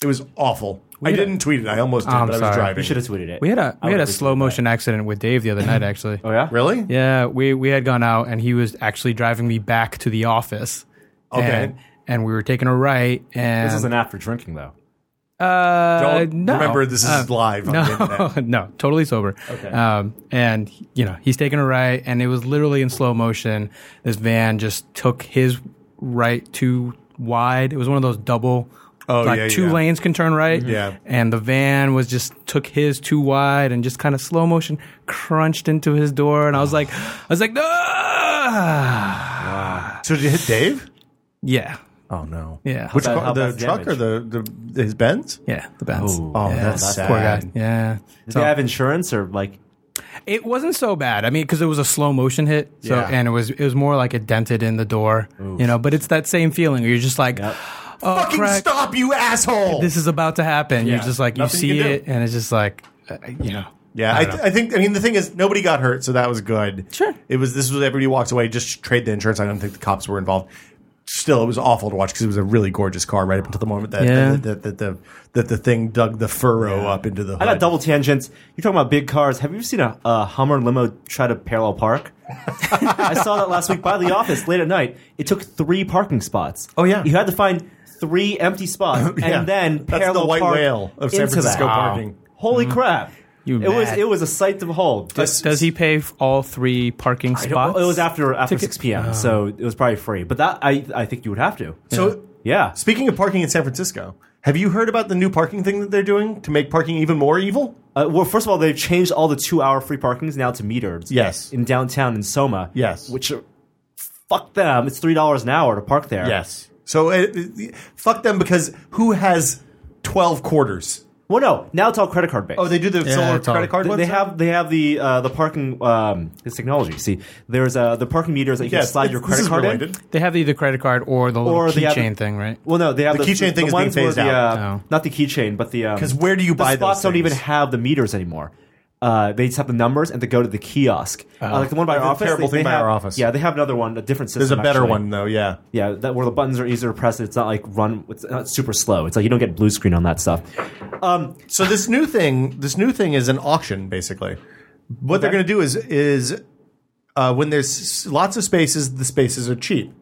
S2: It was awful. I didn't tweet it. I almost did,
S4: I'm
S2: but I was
S4: sorry.
S2: driving.
S3: you should have tweeted it.
S4: We had a
S3: I
S4: we
S3: would have
S4: had a
S3: retweeted
S4: slow
S3: that.
S4: motion accident with Dave the other night actually.
S3: Oh yeah.
S2: really?
S4: Yeah, we we had gone out and he was actually driving me back to the office.
S2: Okay.
S4: And, and we were taking a right and
S3: This is an after drinking though.
S4: uh,
S2: Don't
S4: no.
S2: remember this is
S4: Uh,
S2: live on the internet.
S4: <laughs> no, no, totally sober.
S3: Okay.
S4: Um, and you know he's taking a right, and it was literally in slow motion. This van just took his right too wide. It was one of those double,
S2: Oh,
S4: like
S2: yeah,
S4: two
S2: yeah.
S4: lanes can turn right.
S2: Yeah.
S4: And the van was just took his too wide and just kind of slow motion crunched into his door, and I was like, I was like, no.
S2: So did you hit Dave?
S4: Yeah,
S2: Oh no!
S4: Yeah.
S2: which
S4: How
S3: about-
S2: car,
S3: how
S2: the
S3: about
S2: truck or the, the his Benz?
S4: yeah, the bounce.
S3: Ooh.
S2: Oh,
S3: Yeah,
S2: that's,
S3: that's-
S2: sad.
S4: Poor guy. Yeah.
S3: Did
S4: So-
S3: they have insurance or like?
S4: It wasn't so bad. I mean, because it was a slow motion hit, so
S3: Yeah.
S4: and it was it was more like it dented in the door, you know. But it's that same feeling. Where you're just like, oh
S2: Fucking
S4: crap,
S2: stop, you asshole!
S4: this is about to happen. You're just like, you
S2: Nothing
S4: see
S2: you can
S4: it, and it's just like, uh, you know,
S2: Yeah, I,
S4: I don't
S2: th-
S4: know.
S2: I think. I mean, the thing is, nobody got hurt, so that was good.
S4: Sure.
S2: It was. This was everybody walks away. Just trade the insurance. I don't think the cops were involved. Still, it was awful to watch because it was a really gorgeous car right up until the moment that
S4: Yeah.
S2: that, that, that the that the thing dug the furrow up into the. Hood.
S3: I got double tangents. You're talking about big cars. Have you ever seen a, a Hummer limo try to parallel
S2: <laughs>
S3: park? I saw that last week by the office late at night. It took three parking spots.
S2: Oh, yeah.
S3: you had to find three empty
S2: <laughs> <laughs>
S3: spots,
S2: Yeah.
S3: and then
S2: That's
S3: parallel
S2: the white
S3: park
S2: whale of San
S3: into
S2: Francisco Mm-hmm.
S3: that.
S2: parking.
S3: Holy crap!
S4: You
S3: it was
S4: mad.
S3: it was a sight to behold.
S4: Does, does he pay for all three parking
S3: I don't-
S4: spots?
S3: it was after after
S4: Ticket-
S3: six p.m.,
S2: Oh.
S3: so it was probably free. But that I I think you would have to.
S2: So
S3: Yeah.
S2: speaking of parking in San Francisco, have you heard about the new parking thing that they're doing to make parking even more evil?
S3: Uh, well, first of all, they've changed all the two-hour free parkings now to metered.
S2: Yes.
S3: In downtown in Soma.
S2: Yes.
S3: Which, are- fuck them. It's three dollars an hour to park there.
S2: Yes. So uh, uh, fuck them because who has twelve quarters?
S3: Well, no. Now it's all credit card based.
S2: Oh, they do the
S4: Yeah,
S2: solar
S4: it's all-
S2: credit card.
S3: They- they
S2: website?
S3: have they have the uh, the parking um, this technology. See, there's uh, the parking meters that you
S2: Yes,
S3: can slide
S2: it's-
S3: your
S2: this
S3: credit
S2: is
S3: card in.
S2: related.
S4: they have either credit card or the little
S3: Or they have-
S4: keychain thing, right?
S3: Well, no, they have
S2: The
S3: the,
S2: keychain thing
S3: the
S2: is being
S3: ones where
S2: phased
S3: the,
S2: out.
S3: Uh,
S4: Oh.
S3: Not the keychain, but the um,
S2: 'Cause where do you
S3: the
S2: buy those
S3: spots? Don't even
S2: things?
S3: have the meters anymore. Uh, they just have the numbers and they go to the kiosk. Uh, like the one by
S2: That's
S3: our
S2: a
S3: office.
S2: Oh. terrible
S3: they- they
S2: thing by
S3: have-
S2: our office.
S3: Yeah, they have another one, a different system.
S2: There's a better
S3: actually.
S2: one though. Yeah.
S3: Yeah, that where the buttons are easier to press. It's not like run. It's not super slow. It's like you don't get blue screen on that stuff. Um,
S2: So this new thing, this new thing is an auction basically. What they're going to do is is uh, when there's s- lots of spaces, the spaces are cheap.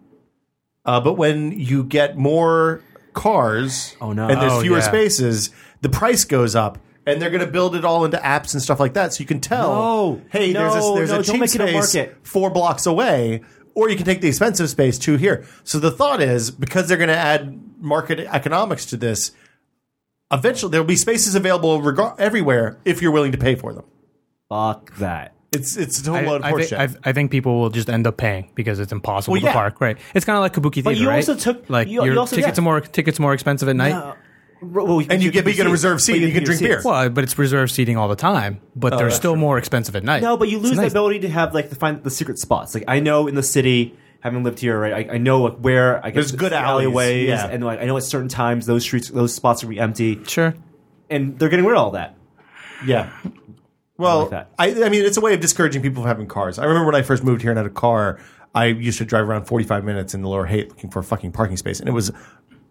S2: Uh, but when you get more cars,
S3: Oh, no.
S2: and there's
S4: Oh,
S2: fewer
S4: yeah.
S2: spaces, the price goes up. And they're going to build it all into apps and stuff like that, so you can tell.
S3: No.
S2: Oh, hey, there's
S3: Oh, No,
S2: a, there's
S3: no,
S2: a
S3: don't
S2: cheap
S3: make it a
S2: space
S3: market.
S2: four blocks away, or you can take the expensive space to here. So the thought is because they're going to add market economics to this, eventually there will be spaces available regar- everywhere if you're willing to pay for them.
S3: fuck that.
S2: It's it's a total
S4: I,
S2: load of
S4: I,
S2: horseshit.
S4: think, I, I think people will just end up paying because it's impossible
S2: Well,
S4: to
S2: yeah.
S4: park. Right? It's kind of like Kabuki Theater.
S3: you
S4: right?
S3: also took-
S4: like
S3: you-
S4: your
S3: you also-
S4: tickets
S3: yeah.
S4: are more tickets are more expensive at night.
S3: Well,
S2: And you get- but you get a reserved seat,
S3: but
S2: you can
S3: get your
S2: drink beer.
S3: seats.
S4: Well, but it's reserved seating all the time, but they're still more expensive at night.
S3: Oh, No, but you
S4: It's
S3: lose the
S4: nice.
S3: ability to have like to find the secret spots. Like I know in the city, having lived here, right, I, I know like where I get
S2: There's
S3: the
S2: good alleys,
S3: alleyways,
S2: yeah.
S3: and like I know at certain times those streets, those spots are gonna be empty,
S4: Sure.
S3: and they're getting rid of all that.
S2: yeah. Well,
S3: like that.
S2: I, I mean, it's a way of discouraging people from having cars. I remember when I first moved here and had a car, I used to drive around 45 minutes in the Lower Haight looking for a fucking parking space, and it was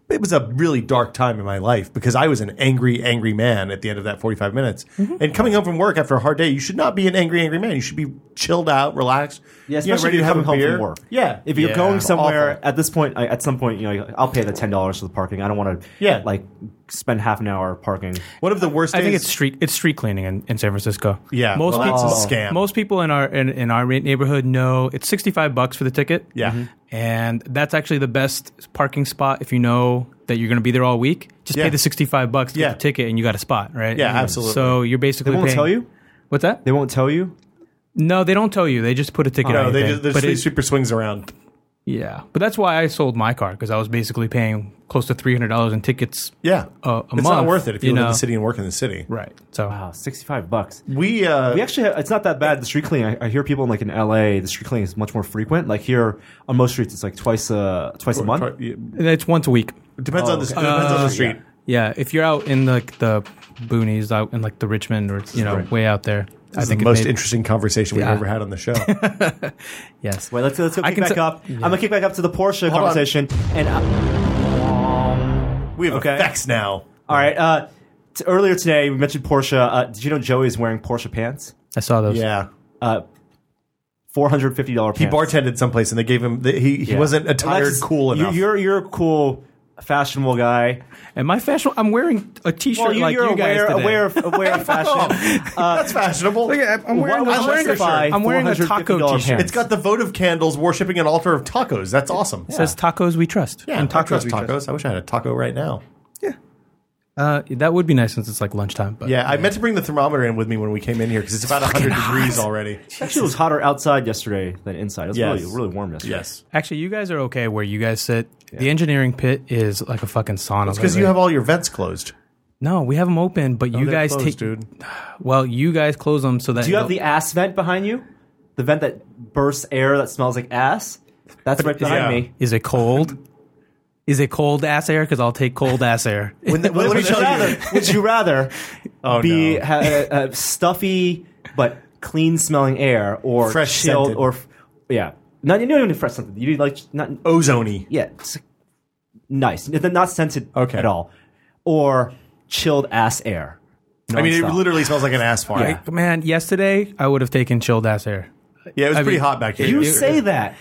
S2: it was a really dark time in my life because I was an angry, angry man at the end of that 45 minutes.
S3: Mm-hmm.
S2: And coming home from work after a hard day, you should not be an angry, angry man. You should be chilled out, relaxed,
S3: Yeah,
S2: you know, ready
S3: especially if
S2: to
S3: you're
S2: have a
S3: coming home
S2: beer.
S3: from work.
S2: Yeah,
S3: if you're
S4: Yeah.
S3: going
S4: It's
S3: somewhere
S2: awful.
S3: at this point, I, at some point, you know, I'll pay the ten dollars for the parking. I don't want to,
S2: Yeah.
S3: like spend half an hour parking.
S2: one of the worst.
S4: I think
S2: days-
S4: it's street it's street cleaning in, in San Francisco.
S2: Yeah,
S4: most
S2: well, that's
S4: people
S2: a scam.
S4: most people in our in, in our neighborhood know it's sixty five bucks for the ticket.
S2: Yeah.
S3: Mm-hmm.
S2: Mhm.
S4: and that's actually the best parking spot if you know that you're going to be there all week. Just
S2: Yeah.
S4: pay the sixty five bucks to
S2: Yeah.
S4: get the ticket, and you got a spot, right?
S2: Yeah, absolutely.
S4: So you're basically
S3: They won't
S4: paying-
S3: tell you?
S4: what's that.
S3: They won't tell you.
S4: No, they don't tell you. They just put a ticket.
S2: no,
S4: on
S2: Oh, they
S4: your
S2: just,
S4: thing.
S2: the
S4: But
S2: street
S4: it-
S2: sweeper swings around.
S4: Yeah, but that's why I sold my car because I was basically paying close to three hundred dollars in tickets.
S2: Yeah,
S4: Uh, a- a
S2: it's not
S4: month,
S2: worth it if you,
S4: you
S2: live in
S4: know.
S2: the city and work in the city.
S4: Right. So
S3: Wow, sixty-five bucks.
S2: We uh,
S3: We actually, have, it's not that bad. The street cleaning. I, I hear people in like in LA, the street cleaning is much more frequent. Like here on most streets, it's like twice a twice a month.
S2: Try- yeah,
S4: and it's once a week.
S2: depends on the
S3: okay.
S2: depends on
S4: Uh,
S2: the street.
S4: Yeah, if you're out in like the boonies, out in like the Richmond or you know
S3: great.
S4: way out there, I
S2: This is
S4: think
S2: the
S4: it
S2: most
S4: may-
S2: interesting conversation we've
S4: Yeah.
S2: ever had on the show.
S4: Yes.
S3: Wait, let's let's go
S4: I
S3: kick
S4: can
S3: back
S4: se-
S3: up. I'm gonna kick back up to the Porsche
S2: on.
S3: conversation. And uh,
S2: <laughs> We have
S3: Okay.
S2: effects now.
S3: all right, uh, t- earlier today we mentioned Porsche. Uh, did you know Joey is wearing Porsche pants?
S4: I saw those.
S2: Yeah,
S3: Uh, Four hundred fifty dollars.
S2: he bartended someplace and they gave him. The, he he wasn't attired cool enough.
S3: You, are you're a cool, fashionable guy.
S4: Am I fashion? I'm wearing a T-shirt
S3: Well, you,
S4: like
S3: you're
S4: you guys
S3: aware,
S4: today.
S3: aware, of, aware
S2: <laughs>
S3: of fashion.
S2: Oh, That's fashionable.
S4: I'm wearing,
S3: Why would
S4: I'm wearing, a,
S3: justify
S4: I'm wearing a
S3: $450
S4: taco T-shirt.
S3: pants?
S2: it's got the votive candles worshiping an altar of tacos. That's awesome.
S4: It says tacos we trust.
S2: yeah,
S4: and
S2: I
S4: tacos
S2: trust
S4: we
S2: tacos.
S4: trust.
S2: I wish I had a taco right now.
S4: Uh, that would be nice since it's like lunchtime. But
S2: Yeah, I meant to bring the thermometer in with me when we came in here because it's about 100 degrees already.
S3: Actually, it was hotter outside yesterday than inside. It was
S2: Yes.
S3: really, really warm yesterday.
S2: Yes.
S4: actually, you guys are okay where you guys sit. The engineering pit is like a fucking sauna.
S2: Because you
S4: lately.
S2: have all your vents closed.
S4: no, we have them open, but you
S2: They're
S4: guys
S2: closed,
S4: take.
S2: dude.
S4: Well, you guys close them so that
S3: Do you have the
S4: it'll-
S3: ass vent behind you? The vent that bursts air that smells like ass? That's right
S2: Yeah.
S3: behind me.
S4: Is it cold? Is it cold ass air? Because I'll take cold ass air.
S2: When the,
S3: <laughs>
S2: when
S3: Would,
S2: let me
S3: you
S2: tell you.
S3: rather, would you rather
S2: <laughs> Oh,
S3: be
S2: no.
S3: ha, uh, stuffy but clean smelling air or
S2: Fresh
S3: chilled
S2: scented.
S3: or f- yeah? Not you don't even fresh something. You like not
S2: Ozone-y.
S3: yeah, it's nice, N- not scented
S2: Okay.
S3: at all, or chilled ass air.
S2: I mean, it
S3: Nonstop.
S2: literally smells like an ass farm. Yeah,
S4: Like, <laughs> man, yesterday I would have taken chilled ass air.
S2: it was
S4: I
S2: pretty
S4: mean,
S2: hot back here.
S3: You
S2: yesterday.
S3: say that.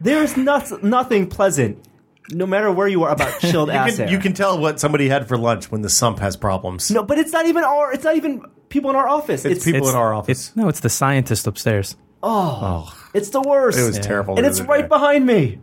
S3: There is not, nothing pleasant no matter where <laughs> you are about chilled
S2: You
S3: ass
S2: can,
S3: hair.
S2: you can tell what somebody had for lunch when the sump has problems.
S3: no, but it's not even our. It's not even people in our office.
S2: it's,
S3: It's,
S2: people
S4: It's-
S2: in our office.
S4: It's, no, it's the scientist upstairs.
S3: It's the worst.
S2: It was terrible.
S3: and
S2: the
S3: it's
S2: other
S3: right
S2: day.
S3: behind <laughs> me.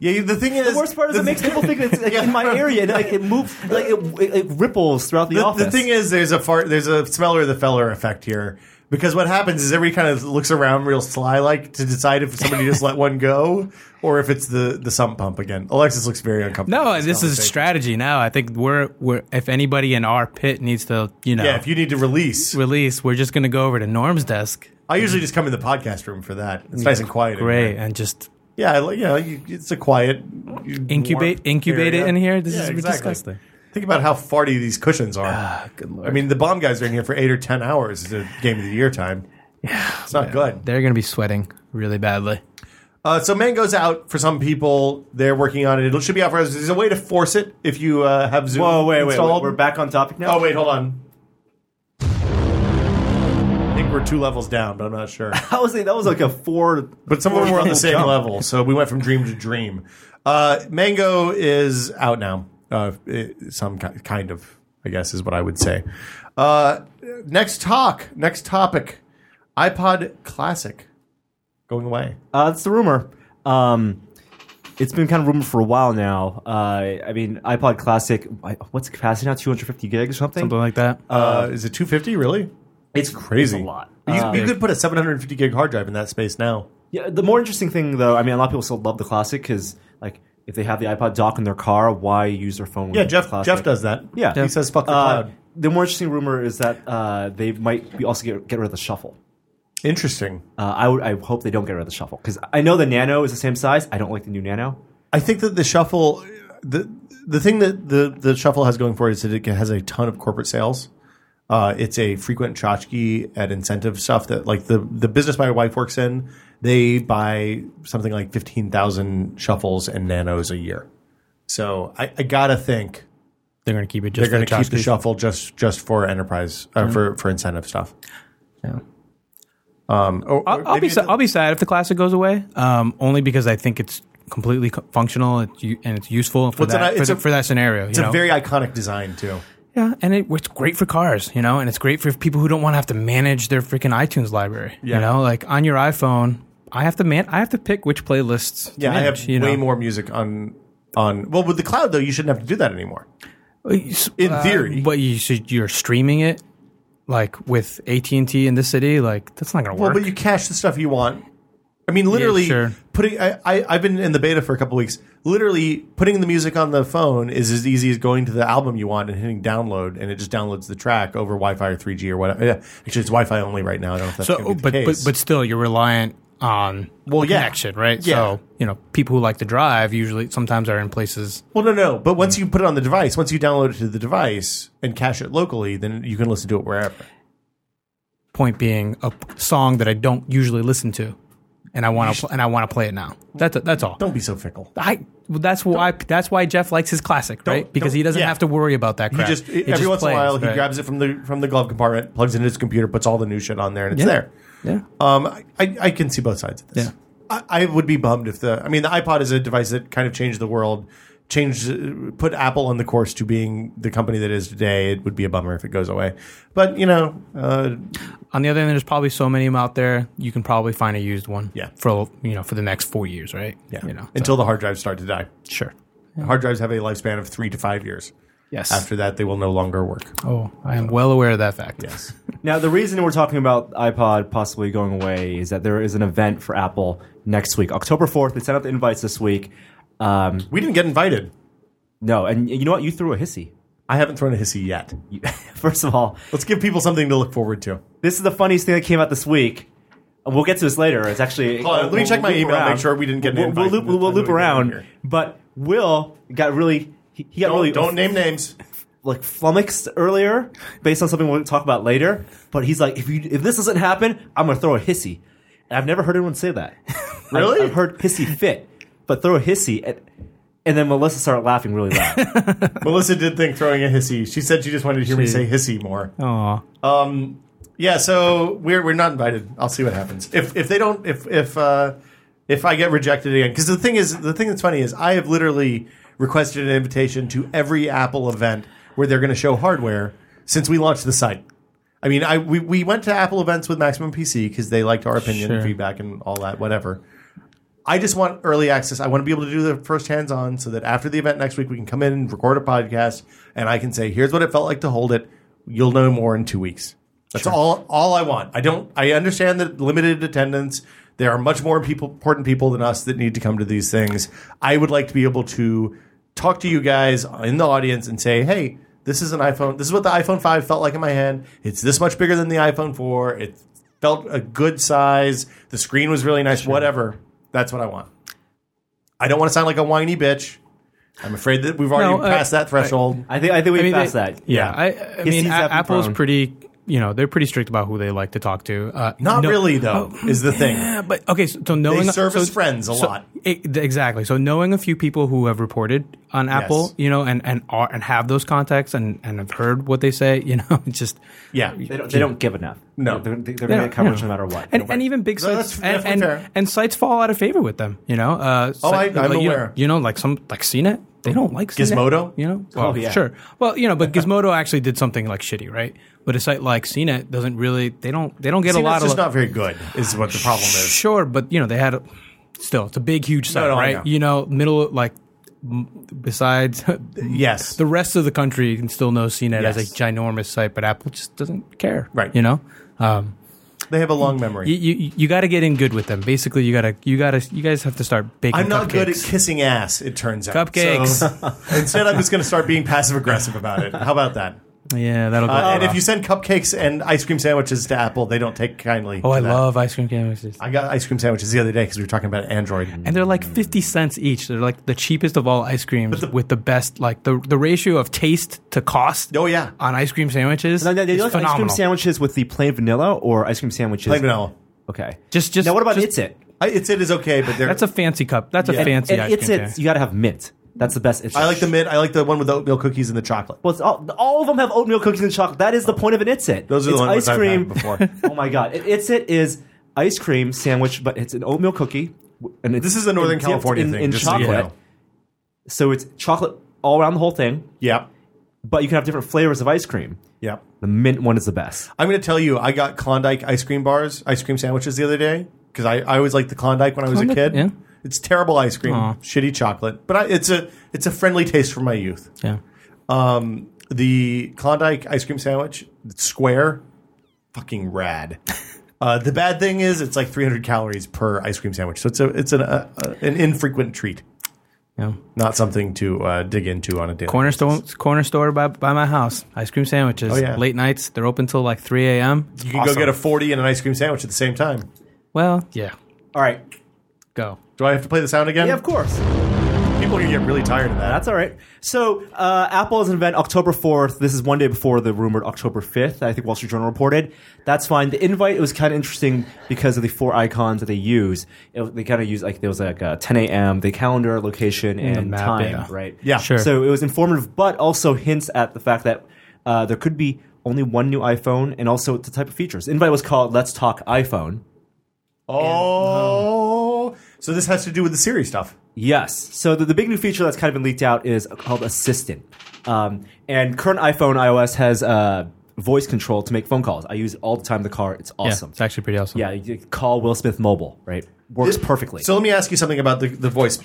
S2: Yeah, the thing is,
S3: The worst part is it makes people think that it's like, in my area, and like it moves, like it, it, it ripples throughout the,
S2: the,
S3: office.
S2: the thing is, there's a fart, there's a smeller the feller effect here because what happens is everybody kind of looks around real sly like to decide if somebody just let one go or if it's the the sump pump again. Alexis looks very uncomfortable.
S4: No,
S2: with
S4: this is
S2: conversation.
S4: strategy now. I think we're, we're if anybody in our pit needs to, you know,
S2: Yeah, if you need to release,
S4: release, we're just going to go over to Norm's desk.
S2: I usually just come in the podcast room for that. It's nice and quiet. in
S4: Great,
S2: here.
S4: and just
S2: Yeah, I li- yeah. You, it's a quiet you-
S4: Incubate-
S2: warm
S4: incubate it
S2: area.
S4: in here? This is
S2: exactly.
S4: disgusting.
S2: Think about how farty these cushions are.
S4: Ah, good
S2: I mean, the bomb guys are in here for eight or ten hours. It's a game of the year time. Yeah, it's not good.
S4: they're going to be sweating really badly.
S2: Uh, so Mango's out for some people. They're working on it. It should be out for us. There's a way to force it if you uh, have Zoom.
S3: Whoa, oh, wait, wait,
S2: installed.
S3: wait. We're back on topic now.
S2: Oh wait, hold on. I think we're two levels down, but I'm not
S4: <laughs>
S2: sure.
S3: That was like, that was like a four.
S2: But some of them
S3: four
S2: were on the same
S3: jump.
S2: level, so we went from dream to dream. Uh, Mango is out now. Uh, it- some ki- kind of, I guess, is what I would say. Uh, next talk, next topic, iPod Classic going away.
S3: Uh, that's the rumor. Um, it's been kind of rumored for a while now. Uh, I mean, iPod Classic. I- What's the capacity now? Two hundred fifty gigs or something?
S4: Something like that.
S2: Uh, is it 250? Really?
S3: It's
S2: Crazy.
S3: It's a lot.
S2: You,
S3: Uh,
S2: you could put a 750 gig hard drive in that space now.
S3: Yeah, the more interesting thing, though, I mean, a lot of people still love the classic because, like, if they have the iPod dock in their car, why use their phone? With
S2: Yeah,
S3: the
S2: Jeff.
S3: Classic?
S2: Jeff does that.
S3: Yeah,
S2: he says fuck the
S3: Uh,
S2: cloud.
S3: the more interesting rumor is that uh, they might be also get, get rid of the shuffle.
S2: Interesting.
S3: Uh, I would, I hope they don't get rid of the shuffle because I know the Nano is the same size. I don't like the new Nano.
S2: I think that the shuffle, the the thing that the the shuffle has going for it is that it has a ton of corporate sales. Uh, it's a frequent tchotchke at incentive stuff that like the the business my wife works in. They buy something like fifteen thousand shuffles and nanos a year. So I, I gotta think
S4: they're going to keep it
S2: they're
S4: just
S2: gonna
S4: for
S2: keep the
S4: Chomsky.
S2: shuffle just just for enterprise uh, for for incentive stuff.
S4: Yeah.
S2: Um, or- or
S4: Oh, I'll, I'll
S2: maybe
S4: be
S2: it's
S4: sa- I'll be sad if the classic goes away. Um, only because I think it's completely co- functional it's u- and it's useful for
S2: Well, it's
S4: that
S2: an-
S4: for,
S2: it's
S4: the-
S2: a-
S4: for that scenario.
S2: It's a very iconic design too.
S4: yeah, and it, it's great for cars, you know, and it's great for people who don't want to have to manage their freaking iTunes library.
S2: Yeah.
S4: You know, like on your iPhone, I have to man I have to pick which playlists. to
S2: Yeah, I have
S4: manage, you know?
S2: way more music on on. Well, with the cloud though, you shouldn't have to do that anymore.
S4: Uh, In
S2: theory.
S4: but you should, you're streaming it like with AT and T in the city. Like that's not gonna
S2: Well,
S4: work.
S2: but you cache the stuff you want. I mean, literally
S4: sure.
S2: putting. I, I I've been in the beta for a couple weeks. Literally putting the music on the phone is as easy as going to the album you want and hitting download, and it just downloads the track over Wi-Fi or 3G or whatever. Yeah, actually, it's Wi-Fi only right now. I don't know if that's
S4: so,
S2: gonna be the
S4: but, but
S2: case.
S4: but still, you're reliant on well
S2: yeah.
S4: connection, right?
S2: Yeah.
S4: So you know, people who like to drive usually sometimes are in places.
S2: Well, no, no. But
S4: Mm.
S2: once you put it on the device, once you download it to the device and cache it locally, then you can listen to it wherever.
S4: Point being, a p- song that I don't usually listen to, and I want to pl- and I want to play it now. That's that's all.
S2: Don't be so fickle.
S4: I well, that's why that's why Jeff likes his classic, right? Because
S2: don't-
S4: he doesn't
S2: yeah.
S4: have to worry about that
S2: He
S4: crap.
S2: just
S4: It
S2: every once in a
S4: plays,
S2: while he
S4: right?
S2: grabs it from the from the glove compartment, plugs it into his computer, puts all the new shit on there, and it's
S4: Yeah.
S2: there.
S4: Yeah.
S2: Um, I, I I can see both sides of this.
S4: Yeah.
S2: I, I would be bummed if the I mean the iPod is a device that kind of changed the world, changed uh, put Apple on the course to being the company that is today. It would be a bummer if it goes away, but you know, uh,
S4: On the other hand, there's probably so many of 'em out there. You can probably find a used one.
S2: Yeah.
S4: For you know, for the next four years, right?
S2: yeah,
S4: You know.
S2: until the hard drives start to die.
S4: Sure.
S2: Hard drives have a lifespan of three to five years.
S4: Yes.
S2: After that, they will no longer work.
S4: oh, I am well aware of that fact.
S2: Yes.
S3: Now, the reason we're talking about iPod possibly going away is that there is an event for Apple next week, October fourth. They sent out the invites this week. Um,
S2: we didn't get invited.
S3: no, and you know what? You threw a hissy. <laughs>
S2: I haven't thrown a hissy yet.
S3: You- First of all,
S2: Let's give people something to look forward to.
S3: this is the funniest thing that came out this week. And We'll get to this later. It's actually.
S2: Hold on, let me
S3: we'll-
S2: check my
S3: we'll loop
S2: email, make sure we didn't get an
S3: We'll, we'll
S2: invite
S3: loop,
S2: from the
S3: we'll, we'll
S2: time
S3: loop
S2: that we got
S3: around.
S2: here.
S3: But Will got really. He, he got
S2: Don't,
S3: really
S2: don't name names.
S3: like flummoxed earlier based on something we'll talk about later. But he's like, if you if this doesn't happen, I'm gonna throw a hissy. And I've never heard anyone say that.
S2: <laughs> Really?
S3: I've, I've heard hissy fit, but throw a hissy and, and then Melissa started laughing really loud.
S2: Melissa did think throwing a hissy. She said she just wanted to hear me say hissy more.
S4: Oh.
S2: Yeah, so we're we're not invited. I'll see what happens. If if they don't if if uh if I get rejected again. Because the thing is, the thing that's funny is I have literally requested an invitation to every Apple event where they're going to show hardware since we launched the site. I mean, I we, we went to Apple events with Maximum PC because they liked our opinion,
S4: Sure.
S2: feedback, and all that, whatever. I just want early access. I want to be able to do the first hands on so that after the event next week, we can come in and record a podcast and I can say, here's what it felt like to hold it. You'll know more in two weeks. That's all, all I want. I don't, I understand that limited attendance. There are much more people, important people than us that need to come to these things. I would like to be able to talk to you guys in the audience and say, hey, this is an iPhone. This is what the iPhone 5 felt like in my hand. It's this much bigger than the iPhone 4. It felt a good size. The screen was really nice. Whatever. That's what I want. I don't want to sound like a whiny bitch. I'm afraid that we've already
S4: No, uh, I-
S2: passed that threshold.
S3: I think I think we
S4: <laughs> I mean,
S3: passed
S4: they-
S3: that.
S4: Yeah, I, I
S3: His
S4: mean,
S3: seats
S4: A-
S3: have been
S4: Apple's
S3: thrown.
S4: pretty. You know, they're pretty strict about who they like to talk to. Uh,
S2: Not
S4: no- Oh,
S2: really, though, is the thing.
S4: Yeah, Eh, but okay. So, so knowing
S2: serve
S4: so-
S2: as friends a
S4: so-
S2: lot.
S4: e- exactly. So knowing a few people who have reported on Apple, you know, and and are and have those contacts and and have heard what they say, <laughs> you know, it's just
S2: Yeah.
S3: They don't, they don't give enough.
S2: No.
S3: they're, they're, they're going to get coverage no matter what.
S4: And, and even big
S2: No,
S4: sites
S2: that's- that's
S4: and,
S2: fair.
S4: and, and sites fall out of favor with them, you know. Uh,
S2: Oh, I-
S4: site-
S2: I'm
S4: like, you know-
S2: aware.
S4: You know, like some like CNET, they don't like CNET,
S2: Gizmodo?
S4: You know, well,
S3: Oh, yeah.
S4: sure. Well, you know,
S2: <laughs>
S4: but Gizmodo actually did something like shitty, right? But a site like CNET doesn't really. They don't. They don't get
S2: See,
S4: a lot
S2: that's
S4: of.
S2: just not very good, is what the problem is.
S4: Sure, but you know they had a, still it's a big, huge site,
S2: no, I
S4: right?
S2: know.
S4: You know, middle like m- besides <laughs>
S2: Yes.
S4: the rest of the country can still know CNET as
S2: Yes.
S4: a ginormous site, but Apple just doesn't care,
S2: Right.
S4: You know, um,
S2: They have a long memory.
S4: you you, you got to get in good with them. Basically, you gotta you gotta you guys have to start baking.
S2: I'm not good at
S4: cupcakes.
S2: kissing ass, it turns out.
S4: Cupcakes.
S2: So, <laughs> instead, I'm just going to start being passive aggressive about it. How about that?
S4: yeah, that'll go.
S2: Uh, and if
S4: well.
S2: you send cupcakes and ice cream sandwiches to Apple, they don't take kindly.
S4: oh,
S2: to
S4: I
S2: that.
S4: love ice cream sandwiches.
S2: I got ice cream sandwiches the other day because we were talking about Android.
S4: and they're like 50 cents each. They're like the cheapest of all ice creams with the best, like the, the ratio of taste to cost.
S2: Oh, yeah.
S4: On ice cream sandwiches.
S3: Now, now, do
S4: is
S3: you like ice cream
S4: phenomenal.
S3: sandwiches with the plain vanilla or ice cream sandwiches?
S2: Plain vanilla.
S3: Okay.
S4: Just- just-
S3: now. What about
S4: just-
S3: it's it?
S2: I, it's it is okay, but they're,
S4: That's a fancy cup. That's
S2: Yeah.
S4: a fancy
S3: and
S4: ice
S3: it's
S4: cream.
S3: it.
S4: sandwich.
S3: You got to have mint. That's the best. It's
S2: I like the mid. I like the one with the oatmeal cookies and the chocolate.
S3: Well, it's all, all of them have oatmeal cookies and chocolate. That is the point of an it's it.
S2: Those are the ones
S3: it's ice
S2: I've
S3: cream.
S2: had
S4: <laughs>
S2: before.
S3: <laughs> oh my god, It- it's it is ice cream sandwich, but it's an oatmeal cookie. w- And it's
S2: This is a Northern
S3: dipped
S2: California
S3: in,
S2: thing,
S3: in
S2: just so you
S3: chocolate.
S2: know.
S3: So it's chocolate all around the whole thing,
S2: Yep,
S3: but you can have different flavors of ice cream.
S2: yep.
S3: The mint one is the best.
S2: I'm going to tell you, I got Klondike ice cream bars, ice cream sandwiches the other day because I, I always liked the Klondike when I was a
S4: Klondike,
S2: kid.
S4: yeah.
S2: It's terrible ice cream, shitty chocolate, but I, it's a it's a friendly taste for my youth.
S4: Yeah.
S2: Um, the Klondike ice cream sandwich, it's square, fucking
S4: <laughs>
S2: rad. Uh, the bad thing is it's like 300 calories per ice cream sandwich, so it's a it's an uh, uh, an infrequent treat,
S4: Yeah.
S2: not something to uh, dig into on a daily.
S4: Corner store, corner store by, by my house. Ice cream sandwiches.
S2: Oh, yeah.
S4: Late nights. They're open till like 3 a.m.
S2: You can go get a 40 and an ice cream sandwich at the same time.
S4: Well, yeah.
S3: All right.
S4: Go.
S2: Do I have to play the sound again?
S3: Yeah, of course.
S2: People are gonna get really tired of that.
S3: That's all right. So uh, Apple is an event October 4th. This is one day before the rumored October 5th. I think Wall Street Journal reported. That's fine. The invite was kind of interesting because of the four icons that they use. It- they kind of use like there was like uh, a 10 a.m. the calendar, location, and
S4: map,
S3: time.
S4: yeah.
S3: Right.
S2: Yeah. Sure.
S3: So it was informative, but also hints at the fact that uh, there could be only one new iPhone, and also the type of features. The invite was called "Let's Talk iPhone."
S2: oh, so this has to do with the Siri stuff.
S3: Yes. So the, the big new feature that's kind of been leaked out is called Assistant. Um, and current iPhone iOS has uh, voice control to make phone calls. I use it all the time in the car. It's
S4: Yeah,
S3: awesome.
S4: It's actually pretty awesome.
S3: Yeah, you call Will Smith mobile, right? Works perfectly.
S2: So let me ask you something about the, the voice.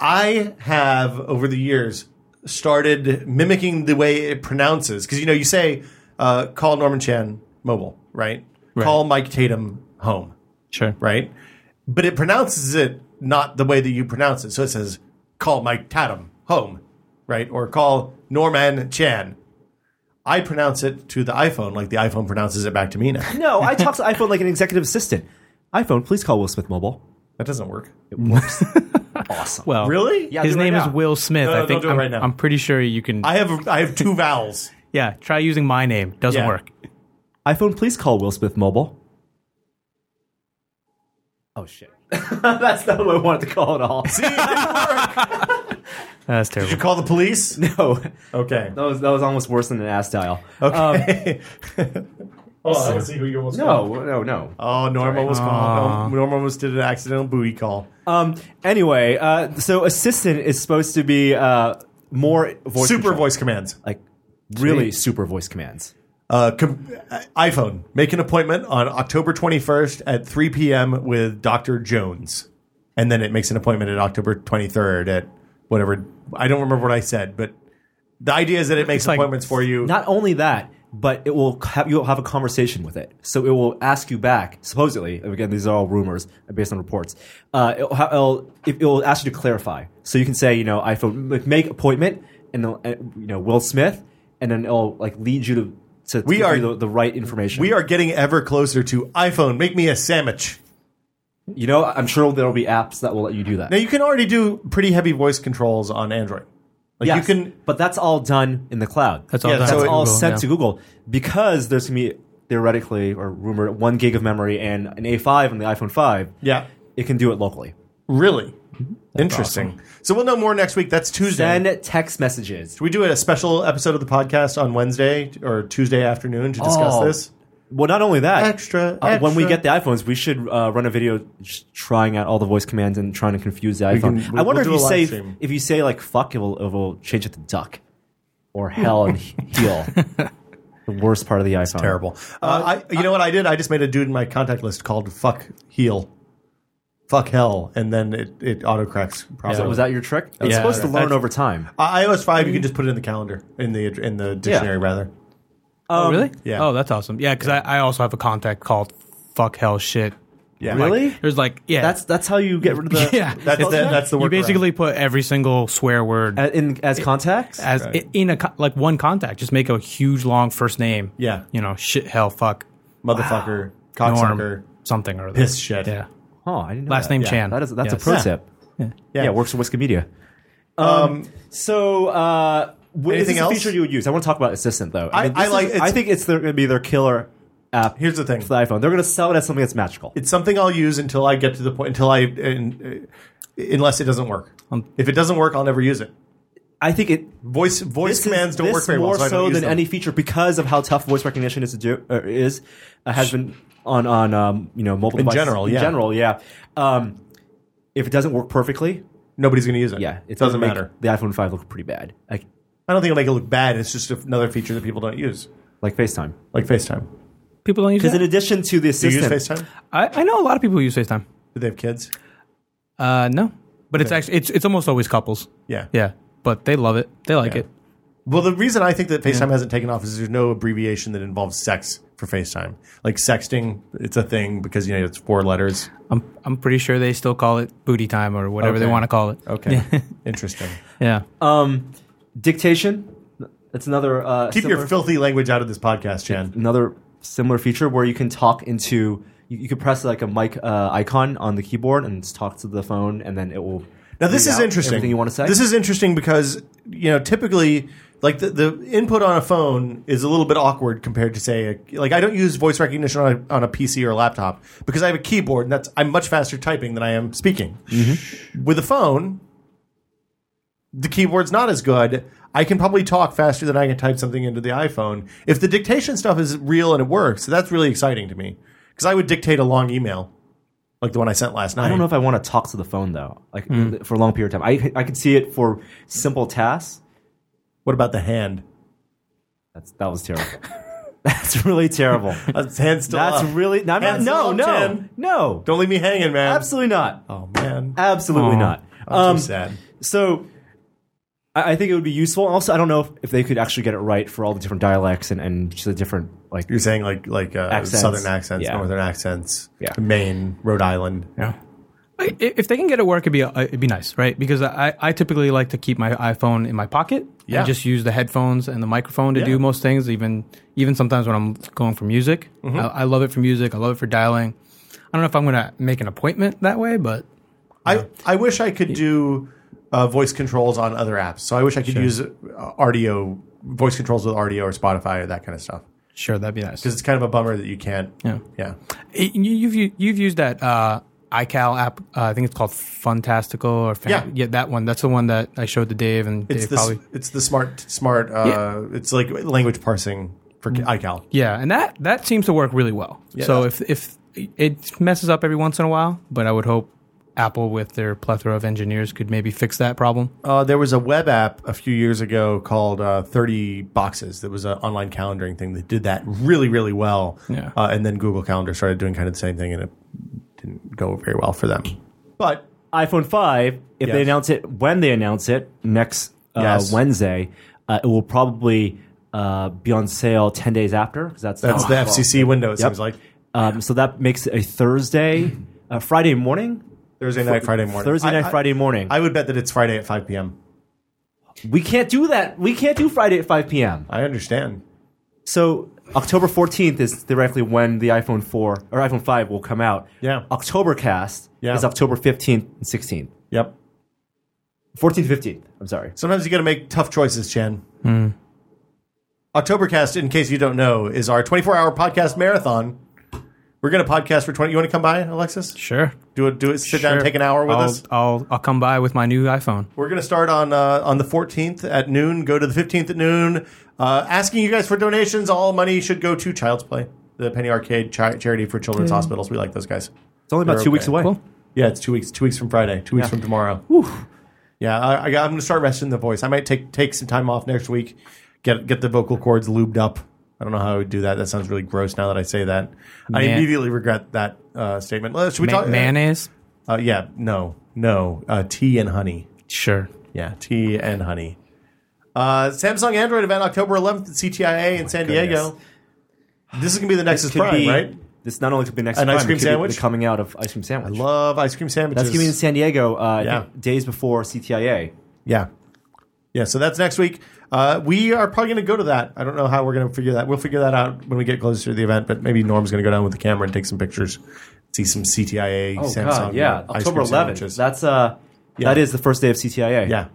S2: I have over the years started mimicking the way it pronounces because you know you say uh, call Norman Chan mobile, right? Call Mike Tatum home,
S4: Sure.
S2: right? But it pronounces it not the way that you pronounce it. So it says call Mike Tatum home, right? Or call Norman Chan. I pronounce it to the iPhone like the iPhone pronounces it back to me now.
S3: no, I <laughs> talk to iPhone like an executive assistant. iPhone, please call Will Smith mobile.
S2: That doesn't work.
S3: It
S4: <laughs>
S3: works. awesome.
S4: Well,
S2: Really?
S3: Yeah,
S4: His
S3: do it right
S4: name is
S3: now.
S4: Will Smith.
S2: No,
S4: I
S2: no, don't
S4: think
S2: do it
S4: I'm,
S2: right now.
S4: I'm pretty sure you can.
S2: I have I have two vowels.
S4: yeah, try using my name. Doesn't
S2: Yeah.
S4: work.
S3: iPhone, please call Will Smith mobile. Oh shit. <laughs> that's not what I wanted to call it all.
S4: <laughs> That's
S2: Did
S4: terrible.
S2: you call the police?
S3: <laughs> no.
S2: Okay. <laughs>
S3: That was that was almost worse than an ass dial.
S2: Okay. Oh, I Oh, see who you almost
S3: No, Uh, Ah. no, no.
S2: Oh, Norma was called. Norma almost did an accidental buoy call.
S3: Um, anyway, uh, so assistant is supposed to be uh, more voice
S2: Super
S3: control.
S2: voice commands.
S3: like really super voice commands.
S2: Uh, com- iPhone. Make an appointment on October 21st at 3 p.m. with Dr. Jones. And then it makes an appointment at October 23rd at whatever. I don't remember what I said, but the idea is that it makes
S4: like-
S2: appointments for you.
S3: Not only that, but it will have, you'll have a conversation with it. So it will ask you back. Supposedly, and again, these are all rumors based on reports. Uh, it'll, ha- it'll, it- it'll ask you to clarify. So you can say, you know, iPhone like, make appointment, and it'll, uh, you know Will Smith, and then it'll like lead you to to
S2: We
S3: give
S2: are-
S3: you the, the right information.
S2: we are getting ever closer to iPhone. Make me a sandwich.
S3: you know, I'm sure there will be apps that will let you do that.
S2: Now, you can already do pretty heavy voice controls on Android. Like
S3: Yes,
S2: you can.
S3: but that's all done in the cloud.
S4: That's all.
S2: Yeah,
S4: done
S2: so
S4: with
S2: it-
S3: all
S4: Google,
S3: sent
S4: yeah.
S3: to Google because there's gonna be theoretically or rumored one gig of memory and an A5 on the iPhone 5.
S2: Yeah.
S3: it can do it locally.
S2: Really?
S3: Mm-hmm.
S2: Interesting. So we'll know more next week. That's Tuesday.
S3: Send text messages.
S2: Should we do a special episode of the podcast on Wednesday or Tuesday afternoon to discuss
S3: Oh.
S2: this?
S3: Well, not only that,
S2: Extra,
S3: uh, when we
S2: extra.
S3: get the iPhones, we should uh, run a video sh- trying out all the voice commands and trying to confuse the
S2: can-
S3: iPhone.
S2: we-
S3: I wonder
S2: we'll do a
S3: if you
S2: live
S3: say
S2: stream.
S3: if you say like "fuck," it will, it will change it to "duck" or "hell"
S2: <laughs>
S3: and "heel." the worst part of the iPhone.
S2: Terrible. Uh, I, you know what I did? I just made a dude in my contact list called "fuck heel," "fuck hell," and then it it auto corrects.
S3: So was that Mm-hmm. your trick? It's
S2: Yeah.
S3: supposed to
S2: That's-
S3: learn over time.
S2: iOS five? You can just put it in the calendar in the in the dictionary rather.
S4: Oh, really?
S2: Um, yeah.
S4: Oh, that's awesome. Yeah, because I, I also have a contact called "fuck hell shit."
S2: Yeah,
S3: Really?
S4: There's like yeah,
S3: That's that's how you get rid of the
S4: <laughs> yeah.
S2: That's the, that's the
S4: you
S2: word.
S4: basically put every single swear word
S3: Uh, in as contacts.
S4: as i in a co- like one contact. Just make a huge long first name.
S2: Yeah.
S4: you know, shit, hell, fuck,
S2: motherfucker,
S4: norm,
S2: cocksucker.
S4: something or other.
S2: Piss shit.
S4: Yeah,
S3: oh, I didn't know
S4: last
S3: that.
S4: name
S2: Yeah.
S4: Chan.
S3: That is that's
S4: Yes.
S3: a pro
S2: Yeah.
S3: tip. Yeah,
S2: Yeah.
S3: it works for Wikimedia. Um, so uh, what, is
S2: Anything
S3: this a
S2: else?
S3: feature you would use? I want to talk about Assistant though.
S2: I-
S3: mean, this
S2: I like-
S3: is-
S2: it's-
S3: I think it's going to be their killer app.
S2: Here's the thing.
S3: for the iPhone. They're going to sell it as something that's magical.
S2: It's something I'll use until I get to the point until I in, uh, unless it doesn't work.
S3: Um,
S2: if it doesn't work, I'll never use it.
S3: I think it.
S2: Voice voice
S3: This
S2: commands
S3: is,
S2: don't
S3: this
S2: work very
S3: more
S2: well. So, I don't
S3: so
S2: use
S3: than
S2: them.
S3: any feature because of how tough voice recognition is to do or is uh, has been on on um, you know mobile
S2: In
S3: devices.
S2: general,
S3: in
S2: yeah.
S3: general, yeah. Um, if it doesn't work perfectly,
S2: Nobody's going to use it.
S3: yeah,
S2: it doesn't
S3: make
S2: matter.
S3: The iPhone five look pretty bad, like
S2: I don't think it'll make it look bad. It's just another feature that people don't use,
S3: like FaceTime.
S2: like FaceTime.
S4: People don't use
S3: Because in
S4: it.
S3: addition to the
S2: Do you use
S3: assistant,
S2: FaceTime?
S4: I, I know a lot of people use FaceTime.
S2: Do they have kids?
S4: Uh, no, but it's actually it's it's almost always couples.
S2: Yeah.
S4: Yeah, but they love it. They like
S2: Yeah.
S4: it.
S2: Well, the reason I think that FaceTime hasn't taken off is there's no abbreviation that involves sex for FaceTime. Like sexting, it's a thing because you know it's four letters.
S4: I'm I'm pretty sure they still call it booty time or whatever they
S2: Okay.
S4: want to call it.
S2: Okay, interesting.
S3: <laughs>
S4: Yeah.
S3: um, dictation. That's another uh,
S2: Keep
S3: similar,
S2: your filthy language out of this
S3: <laughs>
S2: podcast, Chan.
S3: another similar feature where you can talk into. You, you could press like a mic uh, icon on the keyboard and just talk to the phone, and then it will.
S2: Now this
S3: read
S2: is
S3: out
S2: interesting.
S3: Everything you want to say.
S2: This is interesting because you know typically like the, the input on a phone is a little bit awkward compared to say a, like I don't use voice recognition on a, on a PC or a laptop because I have a keyboard and that's I'm much faster typing than I am speaking.
S3: Mm-hmm.
S2: With a phone, the keyboard's not as good. I can probably talk faster than I can type something into the iPhone. If the dictation stuff is real and it works, that's really exciting to me because I would dictate a long email like the one I sent last night.
S3: I don't know if I want to talk to the phone though, like
S2: Hmm.
S3: for a long period of time. I I could see it for simple tasks.
S2: what about the hand?
S3: That's that was
S2: <laughs>
S3: terrible. That's really terrible.
S2: That's hand still
S3: That's
S2: up.
S3: really no, I'm not-
S2: uh, Hands
S3: no,
S2: up,
S3: no,
S2: Jen.
S3: no.
S2: Don't leave me hanging, man.
S3: Absolutely not.
S2: Oh man,
S3: Absolutely
S4: Aw.
S3: not. Um,
S2: I'm so sad.
S3: So I, I think it would be useful. Also, I don't know if, if they could actually get it right for all the different dialects and, and just the different like
S2: You're saying like like uh,
S3: Accents.
S2: southern accents,
S3: Yeah.
S2: northern accents,
S3: Yeah.
S2: Maine, Rhode Island.
S4: Yeah. I- If they can get it work, it'd be uh, it'd be nice, right? Because I, I typically like to keep my iPhone in my pocket
S2: Yeah.
S4: and just use the headphones and the microphone to
S2: Yeah.
S4: do most things. Even even sometimes when I'm going for music,
S2: Mm-hmm.
S4: I, I love it for music. I love it for dialing. I don't know if I'm gonna make an appointment that way, but
S2: I I wish I could do uh, voice controls on other apps. So I wish I could use uh, RDO voice controls with RDO or Spotify or that kind of stuff.
S4: sure, that'd be nice.
S2: Because it's kind of a bummer that you can't.
S4: Yeah.
S2: yeah.
S4: Y- you- You've u- you've used that uh, iCal app. Uh, I think it's called Funtastical or Fan-
S2: Yeah.
S4: that one. That's the one that I showed to Dave and
S2: It's
S4: Dave
S2: the s-
S4: probably.
S2: it's the smart smart. Uh, It's like language parsing for iCal.
S4: Yeah, and that that seems to work really well. So if if it messes up every once in a while, but I would hope Apple with their plethora of engineers could maybe fix that problem.
S2: Uh, there was a web app a few years ago called uh, 30 Boxes that was an online calendaring thing that did that really, really well.
S4: Yeah.
S2: Uh, and then Google Calendar started doing kind of the same thing and it didn't go very well for them. But
S3: iPhone 5, if they
S2: Yes.
S3: announce it when they announce it next uh,
S2: Yes.
S3: Wednesday, uh, it will probably uh, be on sale 10 days after. 'cause That's,
S2: that's
S3: how-
S2: the FCC window, it
S3: Oh, Yep.
S2: seems like.
S3: Um, so that makes it a Thursday, uh, Friday morning?
S2: Thursday night, Friday morning.
S3: Thursday
S2: I-
S3: night,
S2: I-
S3: Friday morning.
S2: I would bet that it's Friday at 5 p.m.
S3: we can't do that. We can't do Friday at 5 p.m.
S2: I understand.
S3: So October 14th is theoretically when the iPhone 4 or iPhone 5 will come out.
S2: Yeah.
S3: Octobercast
S2: Yeah.
S3: is October 15th and 16th.
S2: Yep.
S3: 14th, 15th. I'm sorry.
S2: Sometimes you got to make tough choices, Chen.
S3: Hmm.
S2: Octobercast, in case you don't know, is our 24 hour podcast marathon. We're going to podcast for 20. You want to come by, Alexis?
S4: Sure.
S2: Do it. Do it. Sit down. Take an hour with
S4: I'll,
S2: us.
S4: I'll I'll come by with my new iPhone.
S2: We're going to start on uh, on the 14th at noon. Go to the 15th at noon. Uh, asking you guys for donations. All money should go to Child's Play, the Penny Arcade chi- charity for
S4: Mm.
S2: children's hospitals. We like those guys.
S3: It's only about
S2: They're
S3: two weeks
S2: okay.
S3: away.
S4: Cool.
S2: Yeah, it's two weeks. Two weeks from Friday. Two weeks from tomorrow. Yeah, I, I, got- I'm going to start resting the voice. I might take take some time off next week. Get get the vocal cords lubed up. I don't know how I would do that. That sounds really gross. Now that I say that, I
S4: Man-
S2: immediately regret that uh, statement. Uh, Should we
S4: Ma-
S2: talk
S4: mayonnaise?
S2: Uh, yeah, no, no, uh, tea and honey.
S4: Sure.
S2: Yeah, tea and honey. Uh, Samsung Android event October 11th at
S3: Oh
S2: CTIA in San Diego. This is gonna be the Nexus
S3: Could
S2: Prime,
S3: be-
S2: right?
S3: This not only could be next
S2: An
S3: Prime,
S2: ice
S3: it
S2: cream
S3: could be
S2: sandwich?
S3: The coming out of ice cream sandwich.
S2: Love ice cream sandwiches.
S3: That's going to be in San Diego. Uh, I
S2: Yeah.
S3: think days before CTIA.
S2: Yeah. Yeah, so that's next week. Uh, we are probably going to go to that. I don't know how we're going to figure that. We'll figure that out when we get closer to the event, but maybe Norm's going to go down with the camera and take some pictures, see some CTIA
S3: Oh
S2: Samsung.
S3: God, yeah,
S2: ice
S3: October
S2: cream
S3: 11th.
S2: sandwiches.
S3: That's uh, that is the first day of CTIA.
S2: yeah.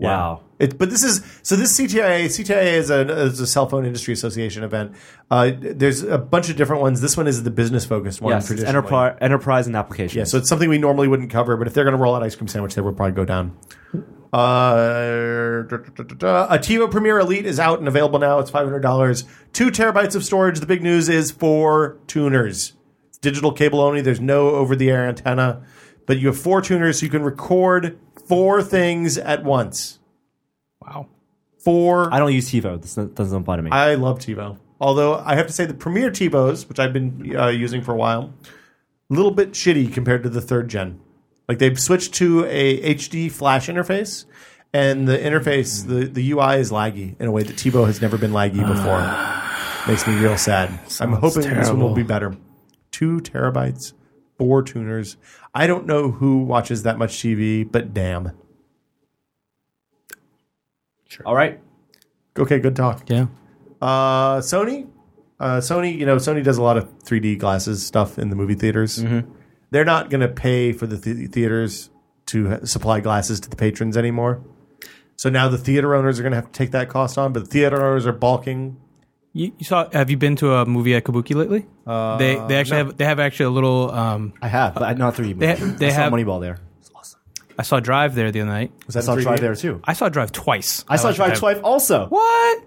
S2: Yeah.
S3: Wow.
S2: It, but this is so. This CTIA CTIA is a is a cell phone industry association event. Uh, there's a bunch of different ones. This one is the business focused one.
S3: Yes, it's
S2: traditionally.
S3: enterprise, enterprise and application.
S2: Yeah, so it's something we normally wouldn't cover. But if they're going to roll out ice cream sandwich, they will probably go down. Uh, da, da, da, da. Ativo Premier Elite is out and available now. It's five hundred dollars, two terabytes of storage. The big news is for tuners. It's digital cable only. There's no over-the-air antenna, but you have four tuners, so you can record four things at once.
S4: Wow.
S2: Four
S3: I don't use TiVo. This doesn't doesn't apply to me.
S2: I love TiVo. Although I have to say the premier TiVos, which I've been uh, using for a while, a little bit shitty compared to the third gen. Like they've switched to a HD flash interface, and the interface, the, the UI is laggy in a way that TiVo has never been laggy before. Makes me real sad. I'm hoping this one will
S4: terrible.
S2: be better. Two terabytes, four tuners. I don't know who watches that much TV, but damn.
S3: All right.
S2: Okay, good talk.
S4: Yeah.
S2: Uh, Sony, uh, Sony, you know, Sony does a lot of 3D glasses stuff in the movie theaters.
S4: Mm-hmm.
S2: They're not going to pay for the th- theaters to ha- supply glasses to the patrons anymore. So now the theater owners are going to have to take that cost on, but the theater owners are balking.
S4: You, you saw? Have you been to a movie at Kabuki lately? Uh, they they actually have they have actually a little. Um,
S3: I have, but not three.
S4: They- they
S3: I saw
S4: have-
S3: Moneyball there.
S4: I saw Drive there the other night.
S2: Was
S3: I
S2: that
S3: saw
S2: in 3D?
S3: Drive there too.
S4: I saw Drive twice.
S3: I saw
S4: watched
S3: Drive Twice also.
S4: What?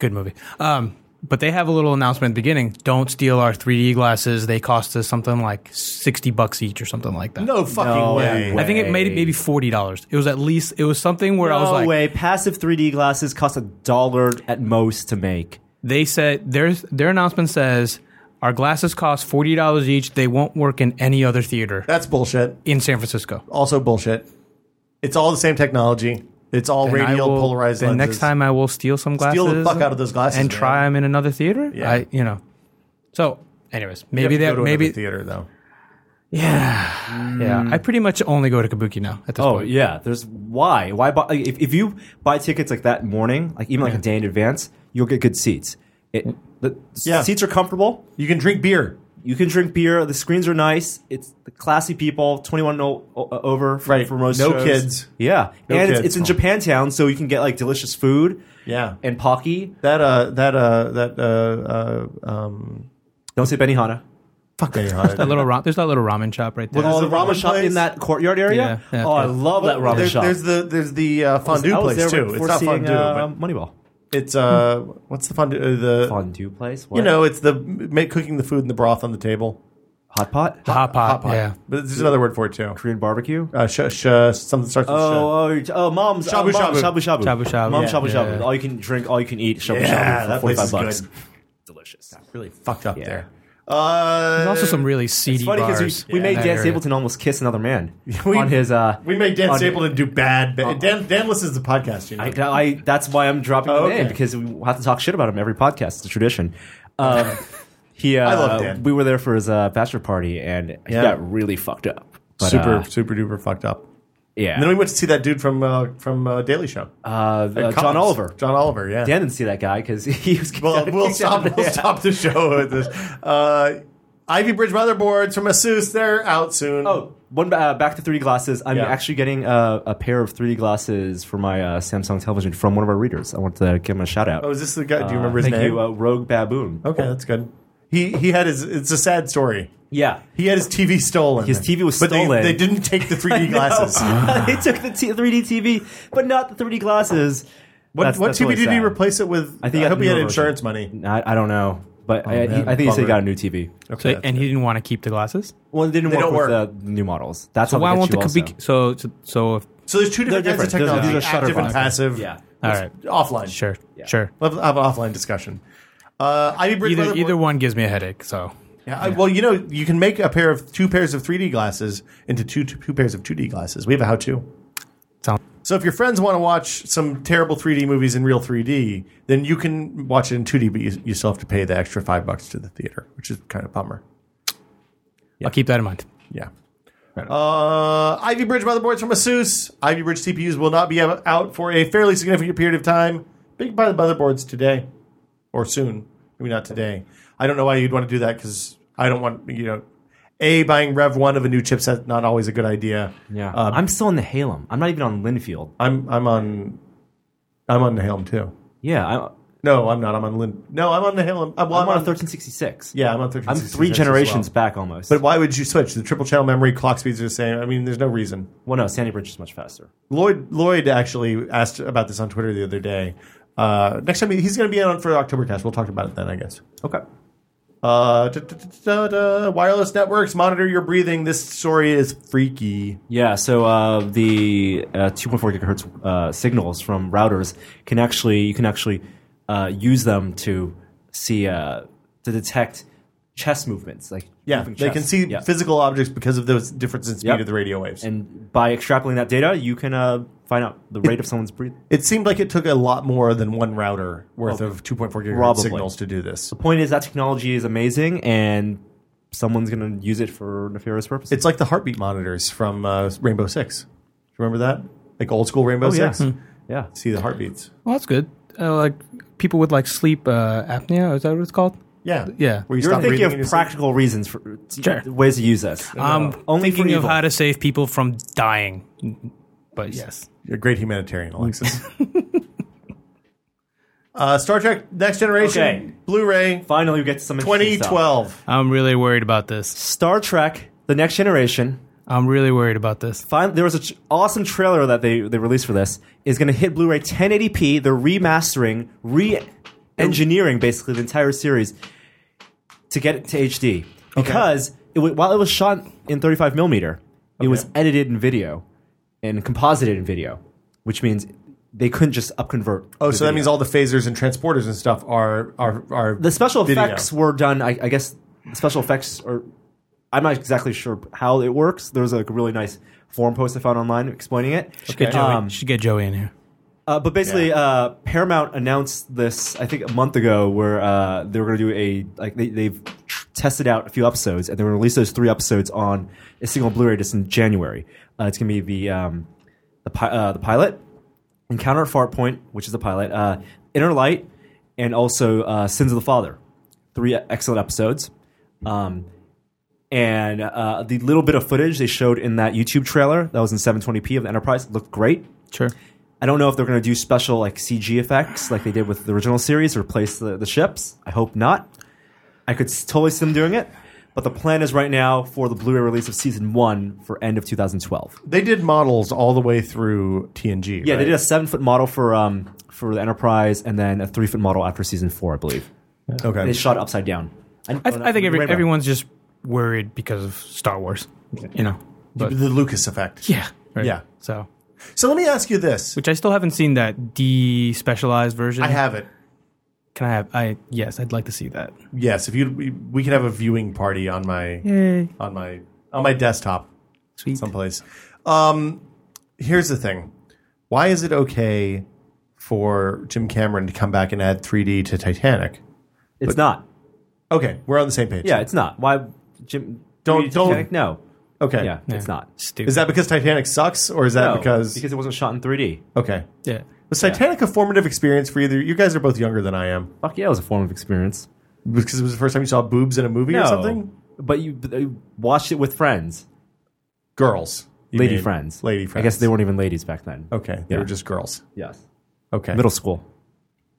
S4: Good movie. Um, but they have a little announcement at the beginning. Don't steal our 3D glasses. They cost us something like 60 bucks each or something like that.
S2: No fucking
S3: No
S2: way.
S3: way.
S4: I think it made it maybe $40. It was at least, it was something where I was
S3: No
S4: like,
S3: way. Passive 3D glasses cost a dollar at most to make.
S4: they said, their, their announcement says, our glasses cost $40 each. They won't work in any other theater
S2: That's bullshit.
S4: in San Francisco.
S2: Also bullshit. It's all the same technology. It's all
S4: And I
S2: radial
S4: will-
S2: polarized
S4: then
S2: lenses.
S4: next time I will steal some glasses.
S2: Steal the fuck out of those glasses,
S4: And
S2: man.
S4: try them in another theater.
S2: Yeah.
S4: I, you know. So, anyways,
S2: You have
S4: maybe
S2: to go
S4: that,
S2: to another
S4: maybe,
S2: theater though.
S4: Yeah, yeah. I pretty much only go to Kabuki now. At this
S3: Mm. Oh
S4: point,
S3: yeah, there's why why buy, like, if if you buy tickets like that morning, like even like a day in advance, you'll get good seats. It the
S2: Yeah.
S3: seats are comfortable.
S2: You can drink beer.
S3: You can drink beer. The screens are nice. It's the classy people, 21 and o- o- over for,
S2: Right.
S3: for most
S2: No
S3: shows.
S2: kids.
S3: Yeah, and
S2: kids.
S3: It's, it's in Japantown, so you can get like delicious food.
S2: Yeah.
S3: and pocky.
S2: That uh that uh that uh, uh um
S3: Don't say Benihana.
S2: Fuck Benny
S3: <laughs>
S2: Hanna.
S4: that little ra- there's that little ramen shop right there.
S2: Well,
S3: Oh,
S2: There's
S3: the
S2: a ramen
S3: ramen shop
S2: place.
S3: in that courtyard area.
S4: Yeah, yeah,
S3: oh, I
S4: yeah.
S3: love that ramen
S2: there's,
S3: shop.
S2: there's the there's the uh, fondue
S3: I was
S2: place
S3: there
S2: too.
S3: before
S2: It's not
S3: seeing,
S2: fondue,
S3: uh, Moneyball.
S2: It's uh, what's the fun? Uh, the
S3: Fondue place? What?
S2: you know, it's the make, cooking the food and the broth on the table.
S3: hot pot?
S4: hot pot,
S2: Hot pot.
S4: yeah.
S2: but there's another word for it too.
S3: Korean barbecue?
S2: Uh, sh- sh- something starts with sh.
S3: Oh, oh, you're- oh, mom's
S2: Shabu
S3: oh, mom's
S2: shabu.
S3: shabu shabu,
S4: Shabu shabu.
S3: Mom's
S4: Yeah.
S3: shabu shabu.
S4: Yeah.
S3: All you can drink, all you can eat, shabu
S2: Yeah,
S3: shabu
S2: that
S3: for
S2: place
S3: forty-five
S2: is
S3: bucks.
S2: good.
S3: Delicious.
S2: Really fucked up
S3: Yeah.
S2: there. Uh,
S4: There's also some really seedy
S3: It's funny
S4: bars.
S3: because we, we
S4: in
S3: made
S4: that
S3: Dan
S4: area.
S3: Stapleton almost kiss another man
S2: <laughs> We-
S3: on his. Uh,
S2: We made Dan
S3: on-
S2: Stapleton do bad. Ba- Dan Dan listens to the podcast. You know?
S3: Oh. I, I- that's why I'm dropping
S2: Oh,
S3: the
S2: okay.
S3: name because we have to talk shit about him every podcast. It's
S2: <laughs>
S3: a tradition. Um, he, uh,
S2: I love Dan.
S3: We were there for his uh, bachelor party and he
S2: Yeah.
S3: got really fucked up. But,
S2: super
S3: uh,
S2: super duper fucked up.
S3: yeah.
S2: And then we went to see that dude from uh, from uh, Daily Show,
S3: uh, uh, John
S2: Cops.
S3: Oliver.
S2: John Oliver, yeah.
S3: Dan didn't see that guy because he <laughs> was. kicked
S2: well,
S3: out-
S2: we'll
S3: kicked out
S2: stop.
S3: of the-
S2: We'll stop the show with this. Uh, Ivy Bridge motherboards from Asus, they're out soon.
S3: Oh, one uh, back to 3D glasses. I'm
S2: Yeah.
S3: actually getting uh, a pair of 3D glasses for my uh, Samsung television from one of our readers. I want to give him a shout out.
S2: oh, is this the guy? Do you remember his
S3: Thank
S2: name? Oh.
S3: you, uh, Rogue Baboon.
S2: okay, that's good. He he had his. It's a sad story.
S3: Yeah. <laughs>
S2: He had his TV stolen.
S3: His TV was
S2: but they-
S3: stolen.
S2: They, didn't take
S3: <laughs>
S2: the 3D glasses.
S3: No. they took the t- 3D TV, but not the 3D glasses.
S2: What,
S3: That's-
S2: what
S3: that's
S2: TV
S3: really
S2: did he
S3: sad.
S2: replace it with? I,
S3: I think
S2: think I
S3: a
S2: hope he
S3: newer
S2: had
S3: version.
S2: insurance money.
S3: I, I don't know, but
S2: Oh,
S3: I,
S2: man,
S3: I think he said
S2: bummer.
S3: he got a new TV.
S4: So,
S2: Okay,
S4: and he didn't want to keep the glasses.
S3: Well, it didn't
S2: They
S3: work
S2: don't
S3: with
S2: work.
S3: the new models. That's
S4: So
S3: how
S4: why
S3: they
S4: won't
S3: get
S4: the
S3: you
S4: be
S3: also.
S4: so so, so if,
S2: so there's two different
S3: They're
S2: kinds of
S3: different. Those are-
S2: technology:
S3: these are
S2: active and
S3: shutterbox.
S2: passive.
S3: Yeah.
S4: All
S2: Let's-
S4: right.
S2: offline.
S4: sure sure
S2: Let's have an offline discussion. Uh, Ivy Bridge
S4: either
S2: motherboard-
S4: either one gives me a headache. So
S2: Yeah, I, well, you know, you can make a pair of two pairs of 3D glasses into two two, two pairs of 2D glasses. We have a how to.
S4: Sound-
S2: So if your friends want to watch some terrible 3D movies in real 3D, then you can watch it in 2D, but you, you still have to pay the extra five bucks to the theater, which is kind of bummer.
S4: I'll keep that in mind.
S2: Yeah. Uh, Ivy Bridge motherboards from ASUS. Ivy Bridge CPUs will not be out out for a fairly significant period of time. Big buy the motherboards today or soon. Maybe not today. I don't know why you'd want to do that because I don't want, you know, A, buying Rev 1 of a new chipset, not always a good idea.
S3: Yeah, I'm still in the Halem. I'm not even on Linfield.
S2: I'm, I'm on. I'm on the Helm too.
S3: Yeah, I'm,
S2: No, I'm not. I'm on Lin. No, I'm on the Helm. I'm, well,
S3: I'm on a
S2: third.
S3: 1366.
S2: Yeah, I'm on 13.
S3: I'm three generations back almost.
S2: But why would you switch? The triple channel memory clock speeds are the same. I mean, there's no reason.
S3: well, no, Sandy Bridge is much faster.
S2: Lloyd Lloyd actually asked about this on Twitter the other day. Uh, next time he- he's going to be on for Octobercast. We'll talk about it then, I guess.
S3: Okay.
S2: Uh, da- da- da- da- da. wireless networks monitor your breathing. This story is freaky.
S3: Yeah, so uh, the uh, 2.4 gigahertz uh, signals from routers can actually you can actually uh, use them to see uh, to detect chest movements, like
S2: Yeah,
S3: moving
S2: they can
S3: chest.
S2: see
S3: Yeah.
S2: physical objects because of those difference in speed
S3: Yep.
S2: of the radio waves.
S3: And by extrapolating that data, you can uh, find out the rate of someone's breathing.
S2: it seemed like it took a lot more than one router worth
S3: Well,
S2: of 2.4 gigahertz
S3: probably.
S2: signals to do this.
S3: The point is that technology is amazing, and someone's going to use it for nefarious purposes.
S2: It's like the heartbeat monitors from uh, Rainbow Six. Remember that? Like old school Rainbow
S3: Oh, yeah. Hmm.
S2: Six.
S3: yeah,
S2: See the heartbeats.
S4: Well, that's good. Uh, like people with like sleep uh, apnea. Is that what it's called?
S2: Yeah,
S4: Yeah.
S2: Where you
S3: you're
S2: stop breathing in
S3: thinking of
S2: your Um, sleep.
S3: practical reasons for
S4: Sure.
S3: ways to use this. Uh,
S4: I'm
S3: Only for
S4: thinking of
S3: evil.
S4: how to save people from dying. But yes,
S2: You're a great humanitarian, Alexis. <laughs> uh, Star Trek Next Generation
S3: Okay.
S2: Blu-ray
S3: Finally, we get to some interesting stuff.
S2: 2012.
S4: I'm really worried about this.
S3: Star Trek: The Next Generation.
S4: I'm really worried about this.
S3: Fin there was an awesome trailer that they, they released for this. Is going to hit Blu-ray 1080p. They're remastering, re-engineering basically the entire series to get it to HD because it wa- while it was shot in 35 millimeter, it was edited in video and composited in video, which means they couldn't just upconvert.
S2: Oh,
S3: the
S2: so that
S3: video.
S2: means all the phasers and transporters and stuff are are are
S3: the special
S2: video.
S3: effects were done. I, I guess the special effects are. I'm not exactly sure how it works. There was like a really nice forum post I found online explaining it.
S4: Should get Joey,
S3: Um,
S4: should get Joey in here.
S3: Uh, but basically, uh, Paramount announced this I think a month ago, where uh, they were going to do a like they, they've tr- tested out a few episodes, and they're going to release those three episodes on a single Blu-ray just in January. Uh, it's going to be the um, the pi- uh, the pilot, Encounter at Far Point, which is the pilot, uh, Inner Light, and also uh, Sins of the Father. Three excellent episodes. Um, and uh, the little bit of footage they showed in that YouTube trailer that was in 720p of the Enterprise looked great.
S4: Sure.
S3: I don't know if they're going to do special like CG effects like they did with the original series, replace the, the ships. I hope not. I could s- totally see them doing it, But the plan is right now for the Blu-ray release of season one for end of 2012.
S2: They did models all the way through TNG.
S3: Yeah,
S2: right?
S3: they did a seven foot model for um for the Enterprise, and then a three foot model after season four, I believe.
S2: Okay.
S3: They shot upside down. And,
S4: I, th- I think every,
S3: Rainbow.
S4: everyone's just worried because of Star Wars, you know. But
S2: the Lucas effect.
S4: yeah, right.
S2: Yeah.
S4: So,
S2: So let me ask you this.
S4: which I still haven't seen that despecialized version.
S2: I have it.
S4: Can I have? I yes, I'd like to see that.
S2: Yes, if you we, we could have a viewing party on my on my on my desktop
S4: Sweet.
S2: someplace. Um, here's the thing: why is it okay for Jim Cameron to come back and add 3D to Titanic?
S3: It's not.
S2: Okay, we're on the same page.
S3: Yeah, it's not. Why, Jim?
S2: Don't-
S3: Titanic?
S2: don't-
S3: No.
S2: Okay.
S3: Yeah, it's not.
S4: Stupid.
S2: Is that because Titanic sucks, or is that
S3: No,
S2: because,
S3: because it wasn't shot in 3D.
S2: okay?
S4: yeah?
S2: Was Titanic a formative experience for either? You guys are both younger than I am.
S3: Fuck yeah, it was a form of experience.
S2: Because it was the first time you saw boobs in a movie or something.
S3: But you, but you watched it with friends,
S2: Girls, you
S3: lady
S2: mean.
S3: friends,
S2: lady friends.
S3: I guess they weren't even ladies back then.
S2: okay. They
S3: Yeah.
S2: were just girls.
S3: Yes.
S2: Okay,
S3: Middle school.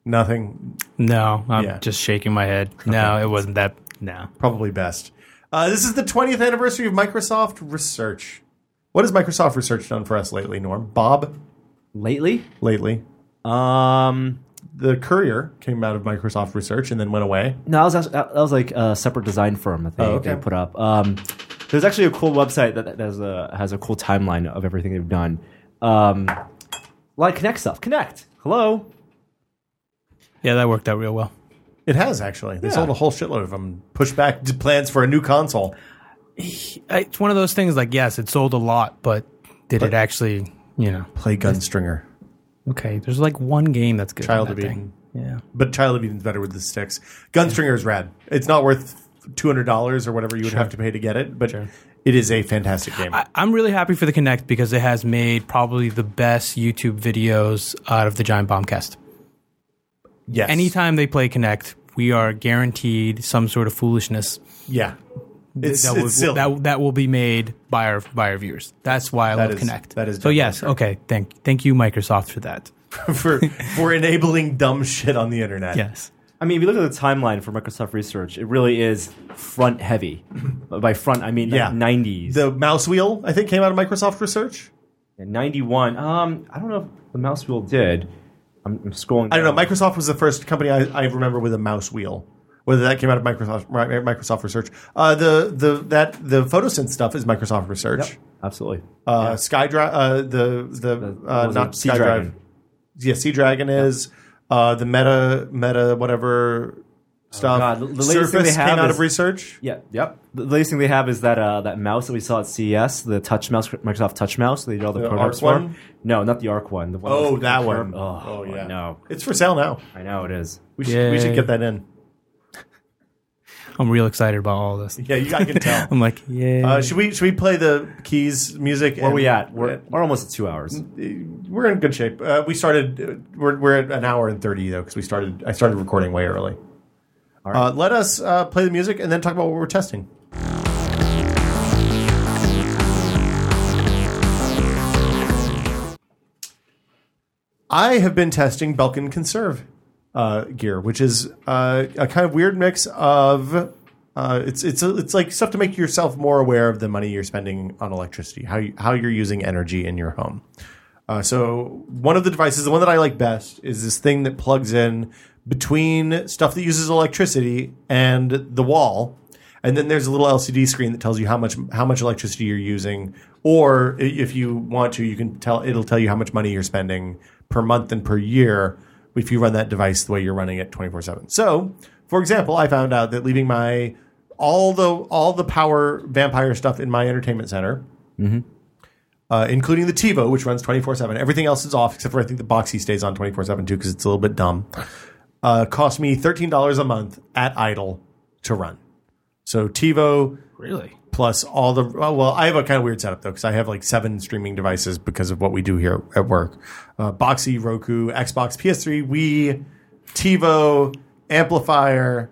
S2: nothing
S4: No, I'm
S2: Yeah.
S4: just shaking my head. No, it wasn't that. No.
S2: probably best. Uh, this is the 20th anniversary of Microsoft Research. What has Microsoft Research done for us lately, Norm? Bob,
S3: Lately,
S2: lately.
S3: um,
S2: The Courier came out of Microsoft Research and then went away.
S3: no, that was actually, that was like a separate design firm that they,
S2: Oh, okay.
S3: they put up. Um, there's actually a cool website that, that has a has a cool timeline of everything they've done. Um, a lot of Connect stuff. Connect. Hello.
S4: Yeah, that worked out real well.
S2: It has, actually. They sold a whole shitload of them. Pushed back d- plans for a new console.
S4: I- It's one of those things. Like, yes, it sold a lot, but did it actually? You know.
S2: Play Gunstringer.
S4: Okay. There's like one game that's good. on
S2: Child
S4: that
S2: of
S4: thing.
S2: Eden.
S4: Yeah.
S2: But Child of Eden's better with the sticks. Gunstringer is rad. It's not worth $200 or whatever you would have to pay to get it, but it is a fantastic game.
S4: I, I'm really happy for the Connect because it has made probably the best YouTube videos out of the Giant Bombcast.
S2: yes.
S4: Anytime they play Connect, we are guaranteed some sort of foolishness
S2: Yeah. It's,
S4: that,
S2: it's
S4: will,
S2: silly.
S4: that that will be made by our by our viewers. That's why I
S2: That
S4: love
S2: is-
S4: Connect.
S2: that is
S4: so.
S2: definitely
S4: Yes. Okay. Thank thank you, Microsoft, for that.
S2: <laughs>
S4: <laughs>
S2: for, for enabling dumb shit on the internet.
S4: Yes.
S3: I mean, if you look at the timeline for Microsoft Research, it really is front <clears throat> heavy. By front, I mean
S2: Yeah.
S3: like 90s.
S2: The mouse wheel, I think, came out of Microsoft Research.
S3: Yeah, 91. Um, I don't know if the mouse wheel did. I'm, I'm scrolling.
S2: I don't know.
S3: down.
S2: Microsoft was the first company I, I remember with a mouse wheel. Whether that came out of Microsoft Mi- Microsoft Research, uh, the the that the photosynth stuff is Microsoft Research.
S3: Absolutely.
S2: Uh, SkyDrive, uh, the the, uh,
S3: what was
S2: not
S3: it? Sea
S2: SkyDrive.
S3: Dragon.
S2: Yeah, Sea Dragon is uh, the Meta Meta whatever stuff.
S3: Oh, God, the- the latest thing
S2: Surface
S3: they have
S2: came out
S3: is-
S2: of research.
S3: Yeah. Yep. The latest thing they have is that uh, that mouse that we saw at CES, the Touch mouse, Microsoft Touch mouse. They did all the,
S2: The
S3: products
S2: Arc
S3: for.
S2: one?
S3: No, not the Arc one. The one
S2: Oh,
S3: with-
S2: that one.
S3: Oh, yeah. No,
S2: it's for sale now.
S3: I know it is.
S2: We should, we should
S4: Yay.
S2: get that in.
S4: I'm real excited about all this.
S2: Yeah, you, I can
S3: <laughs>
S2: tell.
S4: I'm like, yeah.
S2: Uh, should we should we play the keys music?
S3: Where are we at? We're, we're almost at two hours.
S2: we're in good shape. Uh, we started. uh, We're we're at an hour and thirty though because we started. I started recording way early. Uh, let us uh, play the music and then talk about what we're testing. I have been testing Belkin Conserve uh, gear, which is uh, a kind of weird mix of uh, it's it's it's like stuff to make yourself more aware of the money you're spending on electricity, how you, how you're using energy in your home. Uh, so one of the devices, the one that I like best, is this thing that plugs in between stuff that uses electricity and the wall, and then there's a little LCD screen that tells you how much how much electricity you're using, or i- if you want to, you can tell it'll tell you how much money you're spending per month and per year if you run that device the way you're running it 24 seven. So, for example, I found out that leaving my all the all the power vampire stuff in my entertainment center uh, including the TiVo, which runs 24 7. Everything else is off, except for I think the Boxy stays on 24 7 too, because it's a little bit dumb. Uh, cost me $13 a month at idle to run. So TiVo
S4: really?
S2: plus all the oh, well, well, I have a kind of weird setup though because I have like seven streaming devices because of what we do here at work: uh, Boxy, Roku, Xbox, PS3, Wii, TiVo, amplifier.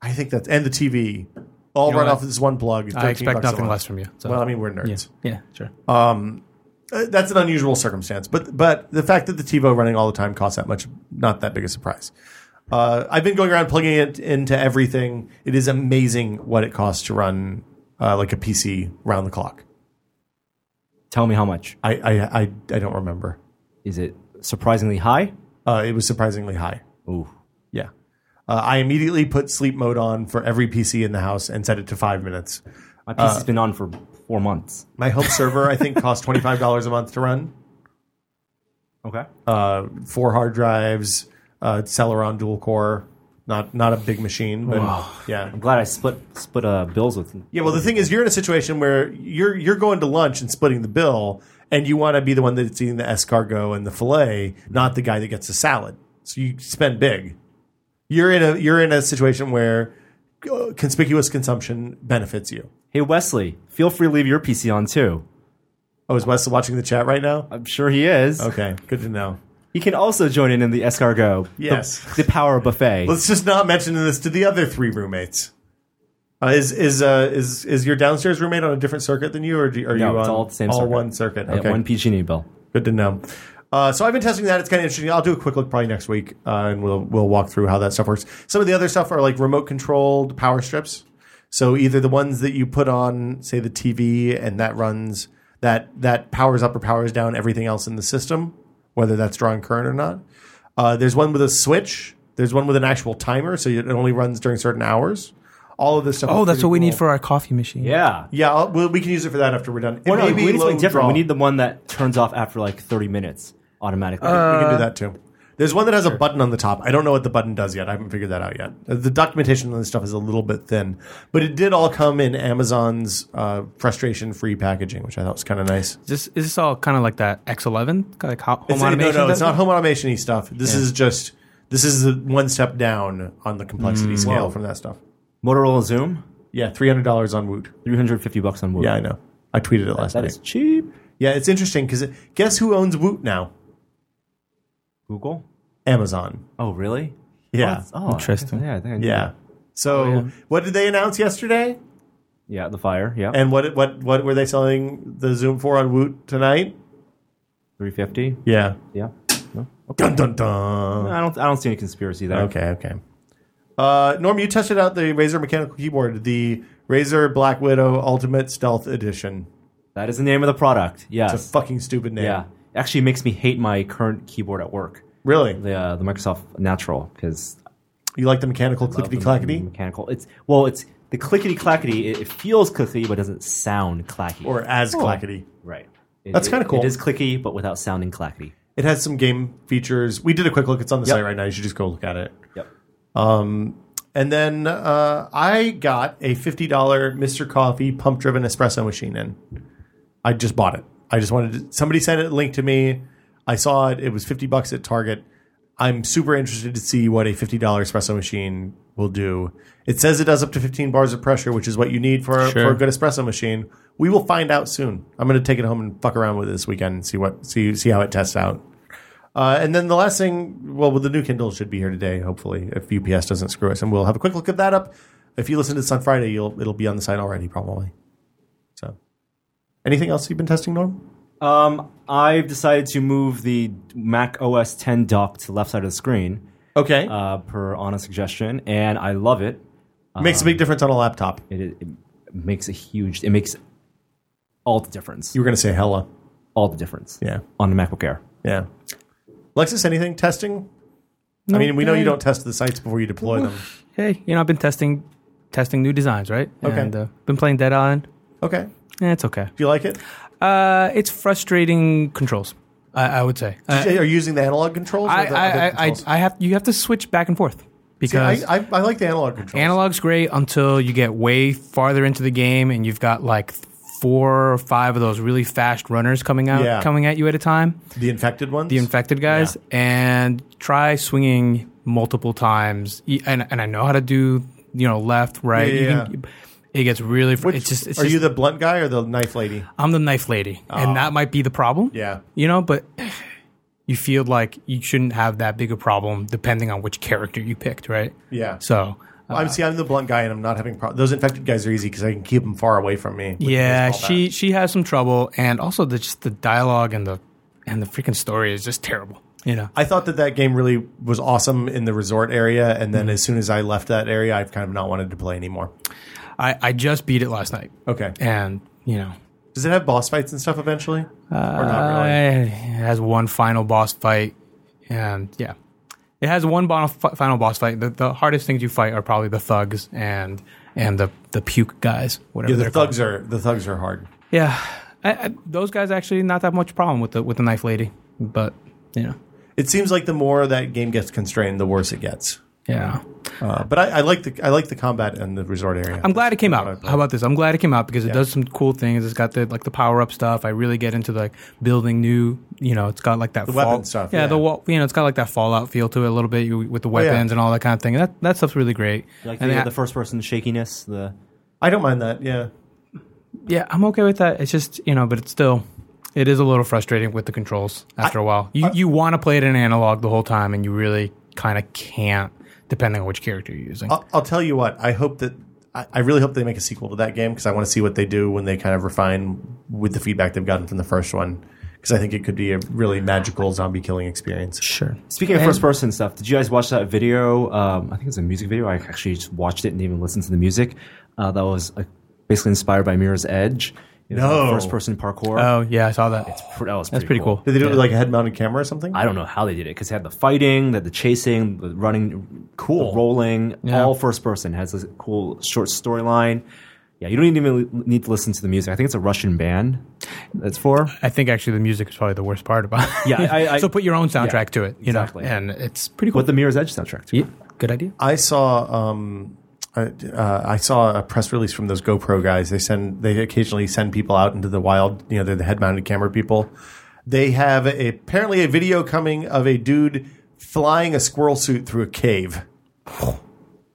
S2: I think that's and the TV all
S4: know
S2: run
S4: what?
S2: off of this one plug.
S4: I
S2: 13
S4: expect
S2: bucks a
S4: nothing
S2: month.
S4: less from you. So.
S2: Well, I mean, we're nerds
S4: yeah, sure.
S2: uh, that's an unusual circumstance, but but the fact that the TiVo running all the time costs that much not that big a surprise. Uh, I've been going around plugging it into everything. It is amazing what it costs to run uh, like a PC round the clock.
S3: Tell me how much
S2: I I I, I don't remember.
S3: is it? Surprisingly high.
S2: Uh, it was surprisingly high.
S3: Ooh,
S2: Yeah. Uh, I immediately put sleep mode on for every PC in the house and set it to five minutes.
S3: my PC's
S2: Uh,
S3: been on for four months.
S2: My home server, I think, costs twenty five dollars a month to run.
S3: Okay.
S2: Uh, four hard drives, uh, Celeron dual core. Not not a big machine, but yeah.
S3: I'm glad I split split uh, bills with.
S2: Yeah, well, the thing is, you're in a situation where you're you're going to lunch and splitting the bill, and you want to be the one that's eating the escargot and the fillet, not the guy that gets the salad. So you spend big. You're in a you're in a situation where uh, conspicuous consumption benefits you.
S3: Hey Wesley, feel free to leave your PC on too.
S2: Oh, is Wes watching the chat right now?
S3: I'm sure he is.
S2: Okay, good to know.
S3: He can also join in in the escargot. the-
S2: Yes.
S3: The, power buffet.
S2: Let's just not mention this to the other three roommates. Uh, is is uh, is is your downstairs roommate on a different circuit than you, or do, are
S3: No,
S2: you
S3: it's
S2: on
S3: all the same circuit.
S2: one circuit?
S3: Yeah,
S2: Okay,
S3: One PG&E E bill.
S2: Good to know. Uh, so I've been testing that. It's kind of interesting. I'll do a quick look probably next week, uh, and we'll we'll walk through how that stuff works. Some of the other stuff are like remote controlled power strips. So either the ones that you put on, say, the TV, and that runs that that powers up or powers down everything else in the system, whether that's drawing current or not. Uh, there's one with a switch. There's one with an actual timer, so it only runs during certain hours. All of this stuff.
S4: Oh,
S2: is
S4: that's
S2: pretty
S4: what we need
S2: cool.
S4: for our coffee machine.
S3: Yeah.
S2: Yeah, I'll, we'll, we can use it for that after we're done. It
S3: Or Oh, no,
S2: may
S3: we
S2: be
S3: need something
S2: low
S3: different. We
S2: draw.
S3: need the one that turns off after like 30 minutes automatically.
S2: we can do that too. There's one that has a button on the top. I don't know what the button does yet. I haven't figured that out yet. Uh, The documentation on this stuff is a little bit thin, but it did all come in Amazon's uh, frustration-free packaging, which I thought was kind of nice.
S4: Is this, is this all kind of like that X11? Like ho- home
S2: It's, no,
S4: automation?
S2: no, it's
S4: stuff?
S2: not home automation-y stuff. This is just this is the one step down on the complexity scale
S3: Whoa.
S2: from that stuff.
S3: Motorola Zoom,
S2: Yeah, three hundred dollars on Woot.
S3: 350 bucks on Woot.
S2: Yeah, I know. I tweeted it last
S3: that
S2: night.
S3: is cheap.
S2: yeah, it's interesting because guess who owns Woot now?
S3: Google?
S2: Amazon.
S3: Oh, really?
S2: Yeah,
S3: That's- Oh,
S4: Interesting.
S3: Yeah, I think I knew
S2: yeah.
S3: that.
S2: So, what did they announce yesterday?
S3: Yeah, the fire. Yeah.
S2: And what what what were they selling the Zoom for on Woot tonight?
S3: 350.
S2: Yeah.
S3: Yeah. No?
S2: Dun dun dun.
S3: I don't I don't see any conspiracy there.
S2: Okay, okay. Uh, Norm, you tested out the Razer mechanical keyboard, the Razer Black Widow Ultimate Stealth Edition.
S3: That is the name of the product. Yes.
S2: It's a fucking stupid name.
S3: yeah. Actually it makes me hate my current keyboard at work.
S2: Really?
S3: The uh, the Microsoft Natural cuz
S2: You like the mechanical clickety clackety
S3: mechanical. It's well, it's the clickety clackety. It, it feels clickety, but doesn't sound clacky.
S2: or as clackety?
S3: right. It-
S2: That's
S3: it-
S2: kinda cool.
S3: It is clicky, but without sounding clackety.
S2: It has some game features. We did a quick look. It's on the
S3: Yep.
S2: site right now. You should just go look at it. Um,
S3: Yep.
S2: And then uh, I got a fifty dollar Mr. Coffee pump driven espresso machine in. I just bought it. I just wanted to, somebody sent a link to me. I saw it. It was fifty bucks at Target. I'm super interested to see what a fifty dollar espresso machine will do. It says it does up to fifteen bars of pressure, which is what you need for,
S4: Sure.
S2: for a good espresso machine. We will find out soon. I'm going to take it home and fuck around with it this weekend and see what see see how it tests out. Uh, and then the last thing, well, the new Kindle should be here today, hopefully, if UPS doesn't screw us, and we'll have a quick look at that up. If you listen to this on Friday, you'll it'll be on the site already, probably. So, anything else you've been testing, Norm?
S3: Um, I've decided to move the Mac OS 10 dock to the left side of the screen,
S2: Okay,
S3: uh, per honest suggestion, and I love it.
S2: makes a big difference on a laptop.
S3: It, it makes a huge. It makes all the difference.
S2: You were going to say hella,
S3: All the difference.
S2: yeah,
S3: On the MacBook Air.
S2: yeah. Lexus, anything testing? I mean, we know you
S4: I-
S2: don't test the sites before you deploy
S4: <laughs>
S2: them.
S4: Hey, you know, I've been testing testing new designs, right?
S2: Okay.
S4: And uh, been playing Dead Island.
S2: Okay, do
S4: Eh, it's okay.
S2: you like it?
S4: Uh, it's frustrating controls, I, I would say. Uh,
S2: Are you using the analog controls? or
S4: I,
S2: the
S4: I,
S2: other
S4: I, I,
S2: controls?
S4: I have you have to switch back and forth
S2: See,
S4: because
S2: I, I, I like the analog controls.
S4: analog's great until you get way farther into the game and you've got like four or five of those really fast runners coming out
S2: Yeah.
S4: coming at you at a time,
S2: the infected ones.
S4: the infected guys, and try swinging multiple times. E- And and I know how to do you know left right.
S2: Yeah,
S4: you
S2: yeah,
S4: Can, it gets really. Fr-
S2: Which-
S4: it's just. It's
S2: are
S4: just,
S2: you the blunt guy or the knife lady?
S4: I'm the knife lady, and that might be the problem.
S2: Yeah.
S4: you know, but you feel like you shouldn't have that big a problem depending on which character you picked, right?
S2: Yeah.
S4: So uh,
S2: I'm see. I'm the blunt guy, and I'm not having problems. Those infected guys are easy because I can keep them far away from me. which
S4: yeah,
S2: is all
S4: she
S2: bad.
S4: she has some trouble, and also the, just the dialogue and the and the freaking story is just terrible. You know,
S2: I thought that that game really was awesome in the resort area, and
S4: Mm-hmm.
S2: then as soon as I left that area, I've kind of not wanted to play anymore.
S4: I, I just beat it last night,
S2: Okay.
S4: and you know,
S2: Does it have boss fights and stuff eventually? or not
S4: Uh, I-
S2: really?
S4: Eh, it has one final boss fight, and yeah, it has one bon- fi- final boss fight. The, the hardest things you fight are probably the thugs and and the the puke guys, whatever
S2: Yeah, the
S4: they're called.
S2: thugs are the thugs are hard.
S4: Yeah, I, I, those guys actually not that much problem with the with the knife lady, but you know,
S2: It seems like the more that game gets constrained, the worse it gets.
S4: yeah.
S2: Uh, but I, I like the I like the combat in the resort area.
S4: I'm glad it came out.
S2: Okay.
S4: How about this? I'm glad it came out because it does some cool things. It's got the like the power up stuff. I really get into like building new. You know, it's got like that the
S2: weapon stuff,
S4: Yeah, the
S2: yeah.
S4: wall. You know, it's got like that Fallout feel to it a little bit you, with the weapons
S2: yeah.
S4: and all that kind of thing. That that stuff's really great.
S3: Like
S4: and
S3: the,
S4: I-
S3: the first person shakiness, the
S2: I don't mind that. Yeah,
S4: yeah, I'm okay with that. It's just you know, but it's still. It is a little frustrating with the controls after a while. You you want to play it in analog the whole time, and you really kind of can't, depending on which character you're using.
S2: I'll, I'll tell you what. I hope that I, I really hope they make a sequel to that game because I want to see what they do when they kind of refine with the feedback they've gotten from the first one. Because I think it could be a really magical zombie killing experience.
S4: sure.
S3: Speaking of first person stuff, did you guys watch that video? Um, I think it's a music video. I actually just watched it and didn't even listened to the music. Uh, that was uh, basically inspired by Mirror's Edge. It was
S2: No.
S3: first person parkour.
S4: Oh yeah, I saw that.
S3: Pr- that was
S4: That's pretty cool.
S2: Did they do it with like a head mounted camera or something?
S3: I don't know how they did it because they had the fighting, that the chasing, the running, cool, rolling,
S4: Yeah.
S3: all first person. Has this cool short storyline. Yeah, you don't even li- need to listen to the music. I think it's a Russian band. That's for.
S4: I think actually the music is probably the worst part about. it.
S3: Yeah, I- I-
S4: <laughs> so put your own soundtrack
S3: yeah,
S4: to it, you
S3: exactly.
S4: know, and it's pretty cool.
S3: But the Mirror's Edge soundtrack. Too.
S4: Yeah, good idea.
S2: I saw um, I, uh, I saw a press release from those GoPro guys. They send they occasionally send people out into the wild. You know, they're the head mounted camera people. They have a, apparently a video coming of a dude flying a squirrel suit through a cave.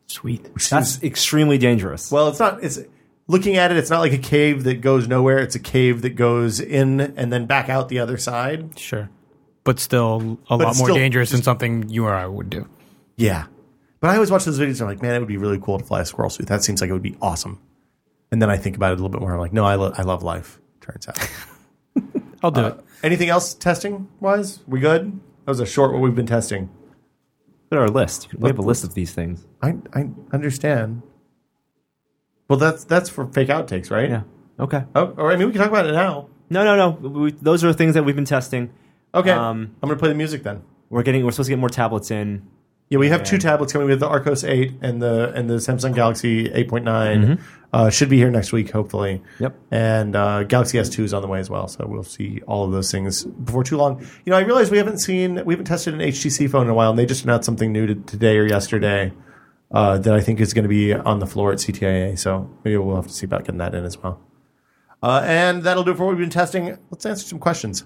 S4: Sweet.
S3: That's extremely dangerous.
S2: Well, it's not. It's looking at it. It's not like a cave that goes nowhere. It's a cave that goes in and then back out the other side.
S4: Sure. But still a lot
S2: it's
S4: more
S2: still-
S4: dangerous than something you or I would do.
S2: Yeah. But I always watch those videos and I'm like, man, it would be really cool to fly a squirrel suit. That seems like it would be awesome. And then I think about it a little bit more. I'm like, no, I, lo- I love life. Turns
S3: <laughs>
S2: out.
S4: I'll
S2: Uh,
S4: do it.
S2: Anything else testing wise? We good? That was a short what we've been testing.
S3: Look at our list. We have a list of these things.
S2: I I understand. Well, that's that's for fake outtakes, right?
S3: Yeah. Okay.
S2: Oh, or I mean, we can talk about it now.
S3: No, no, no. We, those are things that we've been testing.
S2: Okay.
S3: Um,
S2: I'm gonna play the music then.
S3: We're getting. We're supposed to get more tablets in.
S2: Yeah, we have two tablets coming. We have the Arcos 8 and the and the Samsung Galaxy 8.9. Uh, should be here next week, hopefully.
S3: Yep.
S2: And uh, Galaxy S2 is on the way as well, so we'll see all of those things before too long. You know, I realize we haven't seen we haven't tested an HTC phone in a while, and they just announced something new to, today or yesterday uh, that I think is going to be on the floor at CTIA. So maybe we'll have to see about getting that in as well. Uh, and that'll do it for what we've been testing. Let's answer some questions.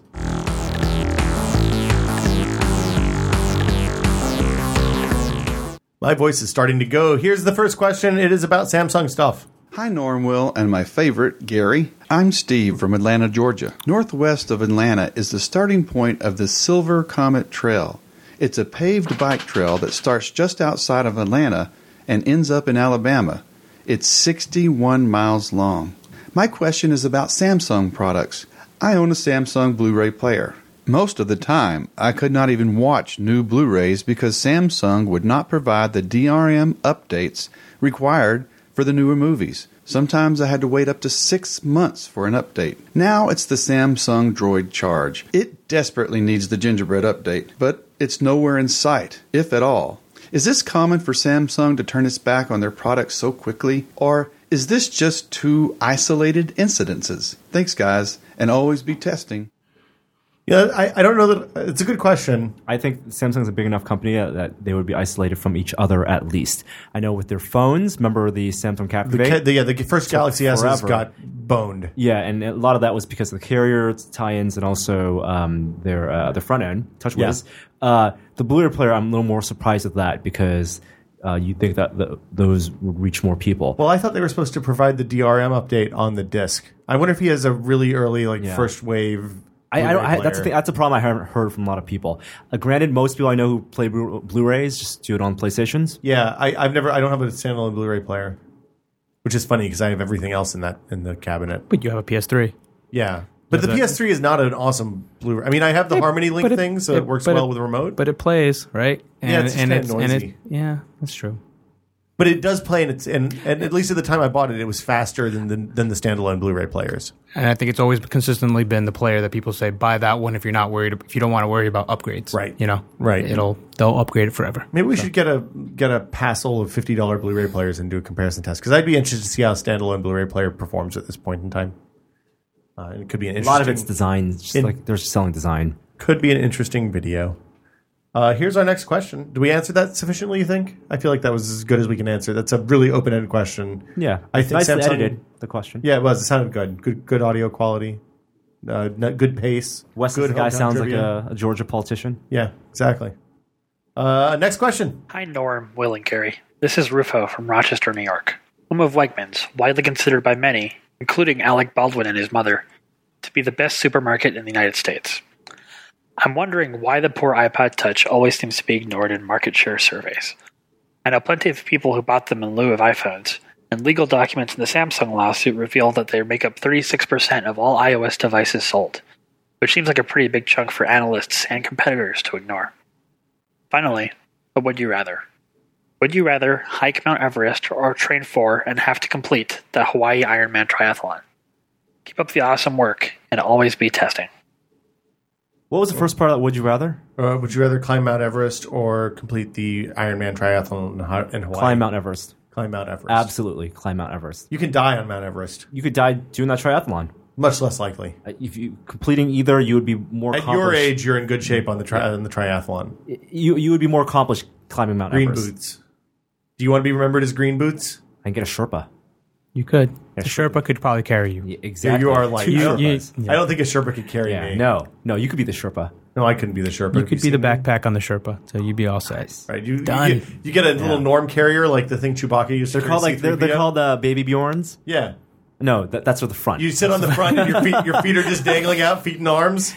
S2: My voice is starting to go. Here's the first question. It is about Samsung stuff.
S1: Hi, Norm Will, and my favorite, Gary. I'm Steve from Atlanta, Georgia. Northwest of Atlanta is the starting point of the Silver Comet Trail. It's a paved bike trail that starts just outside of Atlanta and ends up in Alabama. It's 61 miles long. My question is about Samsung products. I own a Samsung Blu ray player. Most of the time, I could not even watch new Blu rays because Samsung would not provide the DRM updates required for the newer movies. Sometimes I had to wait up to six months for an update. Now it's the Samsung Droid Charge. It desperately needs the gingerbread update, but it's nowhere in sight, if at all. Is this common for Samsung to turn its back on their products so quickly, or is this just two isolated incidences? Thanks, guys, and always be testing.
S2: Yeah, I, I don't know that it's a good question.
S3: I think Samsung's a big enough company that, that they would be isolated from each other at least. I know with their phones. Remember the Samsung Captivate?
S2: Ca- the, yeah, the first Galaxy S
S3: forever.
S2: got boned.
S3: yeah, and a lot of that was because of the carrier tie-ins and also um, their uh, their front end TouchWiz. Uh, the Blu-ray player, I'm a little more surprised at that because uh, you think that th those would reach more people.
S2: Well, I thought they were supposed to provide the DRM update on the disc. I wonder if he has a really early, like first wave.
S3: I, I don't. I,
S2: Blu-ray
S3: that's the
S2: player.
S3: thing, that's a problem I haven't heard from a lot of people. Uh, granted, most people I know who play Blu- Blu-rays just do it on PlayStations.
S2: Yeah, I, I've never. I don't have a standalone Blu-ray player, which is funny because I have everything else in that in the cabinet.
S4: But you have a PS3.
S2: Yeah, But the
S4: But-
S2: PS3 is not an awesome Blu-ray. I mean, I have the Harmony Link
S4: but it-
S2: thing, so
S4: but
S2: it works
S4: but
S2: well with a remote. But,
S4: But it plays, right? And,
S2: it's just
S4: and
S2: kinda
S4: and
S2: noisy.
S4: yeah, that's true.
S2: it does play, and it's and, and at least at the time I bought it, it was faster than the, than the standalone Blu-ray players.
S4: And I think it's always consistently been the player that people say buy that one if you're not worried if you don't want to worry about upgrades.
S2: Right.
S4: You know.
S2: Right.
S4: It'll they'll upgrade it forever.
S2: Maybe we should get a get a passel of fifty dollar Blu-ray players and do a comparison test because I'd be interested to see how standalone Blu-ray player performs at this point in time. Uh, and it could be an
S3: A lot
S2: interesting,
S3: of it's design. It's just
S2: In-
S3: like they're selling design.
S2: could be an interesting video. Uh, here's our next question. Do we answer that sufficiently? You think? I feel like that was as good as we can answer. That's a really open-ended question.
S3: Yeah,
S2: I think
S3: nicely
S2: Samsung-
S3: edited the question.
S2: Yeah, it was. It sounded good. Good, good audio quality. Uh, n- good pace.
S3: Wes
S2: good
S3: the guy
S2: hometown
S3: sounds
S2: trivia.
S3: like a, a Georgia politician.
S2: Yeah, exactly. Uh, next question.
S6: Hi, Norm, Will, and Gary. This is Rufo from Rochester, New York. Home of Wegmans, widely considered by many, including Alec Baldwin and his mother, to be the best supermarket in the United States. I'm wondering why the poor iPod Touch always seems to be ignored in market share surveys. I know plenty of people who bought them in lieu of iPhones, and legal documents in the Samsung lawsuit reveal that they make up 36% of all iOS devices sold, which seems like a pretty big chunk for analysts and competitors to ignore. Finally, a would you rather? Would you rather hike Mount Everest or train for and have to complete the Hawaii Ironman triathlon? Keep up the awesome work and always be testing.
S3: What was the first part of that? Would you rather
S2: Uh, would you rather climb Mount Everest or complete the Ironman triathlon in Ha- in Hawaii?
S3: climb Mount Everest?
S2: Climb Mount Everest.
S3: Absolutely, climb Mount Everest.
S2: You can die on Mount Everest.
S3: You could die doing that triathlon.
S2: Much less likely.
S3: Uh, If you completing either, you would be more
S2: At your
S3: accomplished-
S2: age, you're in good shape on the tri- on the triathlon.
S3: You you would be more accomplished climbing Mount
S2: Green
S3: Everest.
S2: boots. Do you want to be remembered as green boots?
S3: and get a Sherpa.
S4: You could. the
S3: sure.
S4: Sherpa could probably carry you.
S3: Yeah,
S2: Yeah,
S3: exactly.
S2: you are like.
S3: Two
S2: I don't,
S3: Sherpas.
S2: I don't think a Sherpa could carry
S3: Yeah,
S2: me.
S3: no, no, you could be the Sherpa.
S2: no, I couldn't be the Sherpa.
S4: You
S2: Have
S4: could be
S2: seen
S4: the
S2: me?
S4: backpack on the Sherpa, so you'd be all set.
S2: Right, you, you
S4: Done.
S2: get, you get a little norm carrier like the thing Chewbacca used.
S3: They're
S2: to
S3: called like they're, they're
S2: C-3PO.
S3: called uh, baby Bjorns.
S2: Yeah,
S3: No, that, that's for the front.
S2: you sit on the front and your feet your feet are just dangling out, feet and arms.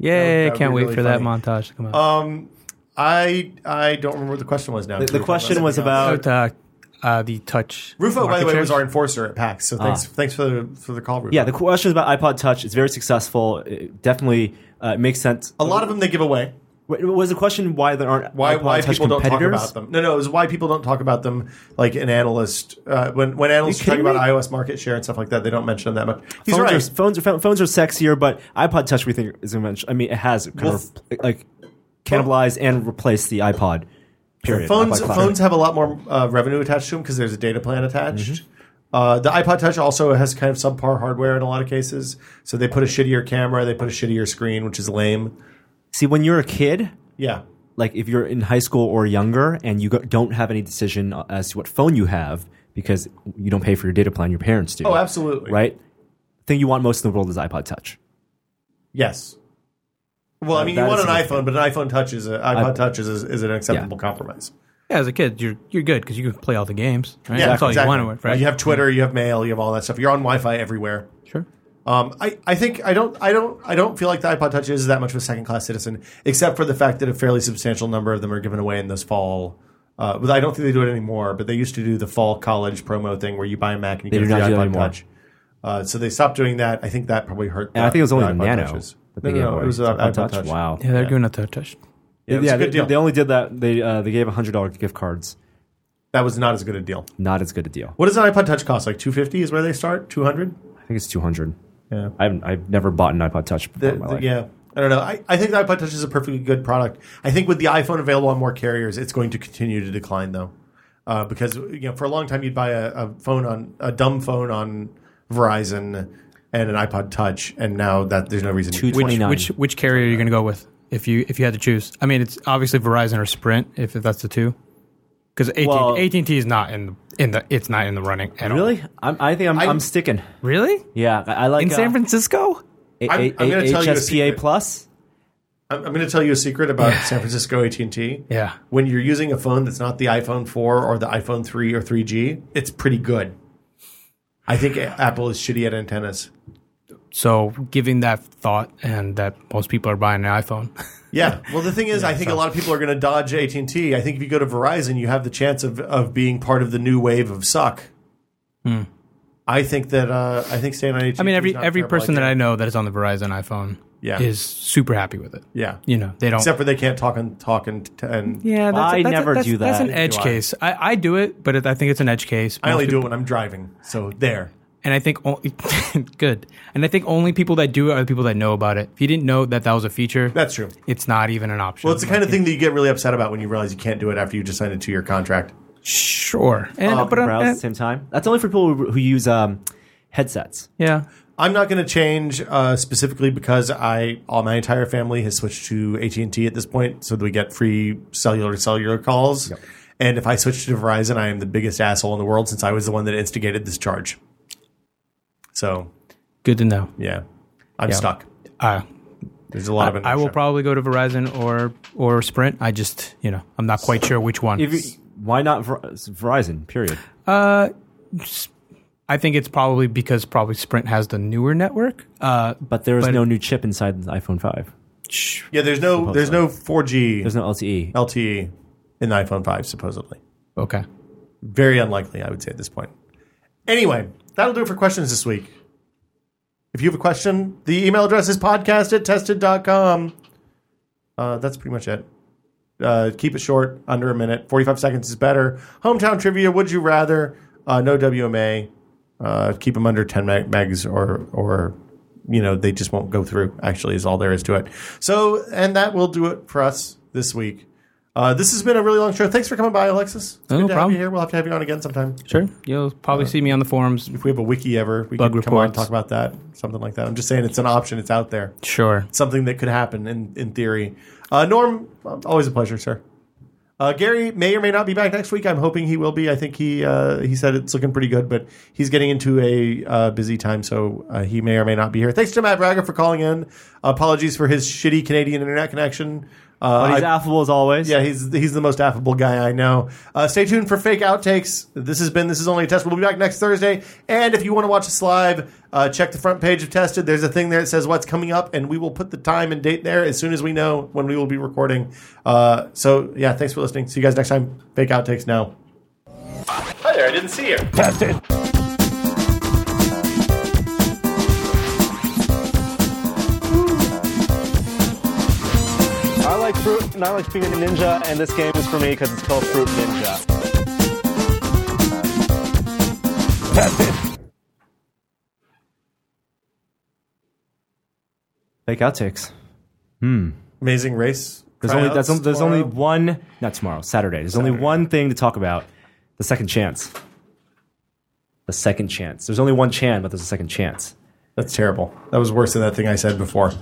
S4: Yay!
S2: That would
S4: can't
S2: be
S4: wait
S2: really
S4: for that
S2: funny.
S4: montage to come out.
S2: Um, I I don't remember what the question was now.
S3: The- the
S2: We were talking
S3: question was
S2: something else.
S3: about-
S4: But, uh, uh, the touch.
S2: Rufo. By
S4: market
S2: the way,
S4: share.
S2: was our enforcer at PAX. So thanks thanks for the for the call, Rufo.
S3: Ah. yeah, the question about iPod Touch. It's very successful. It definitely uh, makes sense.
S2: a lot of them they give away.
S3: Wait, was the question why there aren't
S2: Why
S3: iPod
S2: why
S3: Touch
S2: people don't talk
S3: competitors?
S2: about them? No, no, it was why people don't talk about them. Like an analyst, uh, when when analysts talk
S3: kidding
S2: about
S3: me?
S2: iOS market share and stuff like that, they don't mention them that much. He's
S3: Phones
S2: right.
S3: are phones are phones are sexier, but iPod Touch we think is invention. I mean, it has kind
S2: Well,
S3: of like cannibalized and replaced the iPod. Period.
S2: Phones
S3: iPod Classic.
S2: phones have a lot more uh, revenue attached to them because there's a data plan attached.
S3: Mm-hmm.
S2: Uh, the iPod Touch also has kind of subpar hardware in a lot of cases. So they put a shittier camera, they put a shittier screen, which is lame.
S3: See, when you're a kid,
S2: Yeah.
S3: like if you're in high school or younger and you go- don't have any decision as to what phone you have because you don't pay for your data plan, your parents do.
S2: Oh, absolutely.
S3: Right? The thing you want most in the world is iPod Touch.
S2: Yes. Well, I
S3: Uh,
S2: mean, you
S3: that
S2: want
S3: is
S2: an iPhone, but an iPhone Touch is a, iPod
S3: I-
S2: Touch is, is an acceptable compromise.
S4: Yeah, as a kid, you're you're good because you can play all the games. Right?
S2: Yeah,
S4: that's all
S2: exactly.
S4: you want to right?
S2: You have Twitter, you have mail, you have all that stuff. You're on Wi-Fi everywhere.
S4: sure.
S2: Um, I, I think I don't I don't I don't feel like the iPod Touch is that much of a second class citizen, except for the fact that a fairly substantial number of them are given away in this fall. Uh, but I don't think they do it anymore. But they used to do the fall college promo thing where you buy a Mac and you
S3: They
S2: get
S3: do
S2: a
S3: not
S2: free
S3: do that
S2: iPod
S3: anymore.
S2: Touch. Uh, so they stopped doing that. I think that probably hurt.
S3: And I think it was only the
S2: iPod
S3: Nano.
S2: Touches.
S3: that
S2: No,
S3: they
S2: no,
S3: gave
S2: no,
S3: away.
S2: it was the iPod, Touch.
S3: Wow.
S4: Yeah, they're doing a touch. touch.
S2: Yeah, it was a
S3: they,
S2: good deal.
S3: they only did that. They uh, they gave hundred dollar gift cards.
S2: That was not as good a deal.
S3: Not as good a deal.
S2: What does an iPod Touch cost? Like two fifty is where they start. Two hundred.
S3: I think it's two hundred.
S2: Yeah.
S3: I've I've never bought an iPod Touch before
S2: The-
S3: in my
S2: the-
S3: life.
S2: yeah. I don't know. I, I think the iPod Touch is a perfectly good product. I think with the iPhone available on more carriers, it's going to continue to decline though, uh, because you know for a long time you'd buy a, a phone on a dumb phone on Verizon and an iPod Touch, and now that there's no reason. to
S3: Two-
S2: do it.
S4: Which
S3: 29.
S4: which which carrier are you going to go with if you if you had to choose? I mean, it's obviously Verizon or Sprint if, if that's the two. Because AT
S3: Well-
S4: AT and T is not in the in the it's not in the running at all.
S3: Really? I'm, I think I'm, I'm,
S2: I'm-
S3: sticking.
S4: Really?
S3: Yeah, I, I like
S4: In San
S3: uh,
S4: Francisco?
S3: A-
S2: I'm-
S3: A-
S2: I'm gonna tell you a
S3: HSPA
S2: secret.
S3: Plus.
S2: I'm, I'm going to tell you a secret about San Francisco AT and T.
S4: Yeah.
S2: When you're using a phone that's not the iPhone 4 or the iPhone 3 or 3G, it's pretty good. I think A- Apple is shitty at antennas.
S4: So giving that thought and that most people are buying an iPhone. <laughs>
S2: Yeah. Well, the thing is, I think a lot of people are going to dodge AT and I think if you go to Verizon, you have the chance of of being part of the new wave of suck. I think that uh, I think staying on AT.
S4: Hmm. I mean, every every person that I know that is on the Verizon iPhone
S2: Yeah.
S4: is super happy with it.
S2: yeah,
S4: You know, they don't.
S2: except for they can't talk and talk and, and
S4: yeah, that's,
S3: I
S4: that's,
S3: never
S4: that's,
S3: do
S4: That's
S3: that.
S4: an edge
S2: Do I?
S4: case. I, I do it, but it, I think it's an edge case.
S2: I only
S4: Mostly-
S2: do it when I'm driving. So there.
S4: and I think only, <laughs> good. And I think only people that do it are the people that know about it. If you didn't know that that was a feature,
S2: That's true.
S4: it's not even an option.
S2: Well, it's the kind of thing that you get really upset about when you realize you can't do it after you just signed a two-year contract.
S4: sure. And,
S3: Up
S4: but, uh,
S3: and browse at
S4: and-
S3: the same time. That's only for people who, who use um, headsets.
S4: yeah,
S2: I'm not going to change uh, specifically because I all my entire family has switched to AT and T at this point, so that we get free cellular to cellular calls. And if I switch to Verizon, I am the biggest asshole in the world since I was the one that instigated this charge. So
S4: good to know.
S2: yeah, I'm
S4: Yeah.
S2: stuck.
S4: Uh,
S2: There's a lot of
S4: I, I will
S2: inertia.
S4: probably go to Verizon or or Sprint. I just you know I'm not quite sure which one.
S3: If you, why not Ver- Verizon? Period.
S4: Uh, s- I think it's probably because probably Sprint has the newer network. Uh,
S3: But there is
S4: But-
S3: no new chip inside the iPhone 5.
S2: yeah. There's no there's no 4G
S3: There's no E. LTE.
S2: LTE E in the iPhone 5 supposedly.
S4: okay.
S2: Very unlikely, I would say at this point. Anyway, that'll do it for questions this week. If you have a question, the email address is podcast at tested.com. Uh, that's pretty much it. Uh, keep it short, under a minute. 45 seconds is better. Hometown trivia, would you rather? Uh, no WMA. Uh, keep them under 10 meg- megs or, or, you know, they just won't go through, actually, is all there is to it. So, and that will do it for us this week. Uh, this has been a really long show. Thanks for coming by, Alexis. It's
S4: No
S2: good to have
S4: problem.
S2: you here. We'll have to have you on again sometime.
S4: Sure. You'll
S2: Uh,
S4: probably see me on the forums.
S2: If we have a wiki ever, we
S4: Bug
S2: can come on and talk
S4: reports.
S2: about that, something like that. I'm just saying it's an option. It's out there.
S4: Sure.
S2: It's something that could happen in, in theory. Uh, Norm, always a pleasure, sir. Uh, Gary may or may not be back next week. I'm hoping he will be. I think he uh, he said it's looking pretty good, but he's getting into a uh, busy time, so uh, he may or may not be here. Thanks to Matt Braga for calling in. Apologies for his shitty Canadian internet connection. Uh,
S3: But Oh, he's
S2: I-
S3: affable as always.
S2: yeah, he's he's the most affable guy I know. Uh, stay tuned for fake outtakes. This has been this is only a test. We'll be back next Thursday. And if you want to watch us live, uh, check the front page of Tested. There's a thing there that says what's coming up, and we will put the time and date there as soon as we know when we will be recording. Uh, so yeah, thanks for listening. See you guys next time. Fake outtakes now. Hi there, I didn't see you.
S7: I like fruit, and I like being a ninja, and this game is for me because it's called Fruit Ninja.
S3: Fake outtakes.
S2: Amazing race.
S3: There's only
S2: Tryouts
S3: that's, there's only
S2: tomorrow.
S3: one not tomorrow Saturday. There's only one thing to talk about: the second chance. The second chance. There's only one Chan, but there's a second chance.
S2: That's terrible. That was worse than that thing I said before.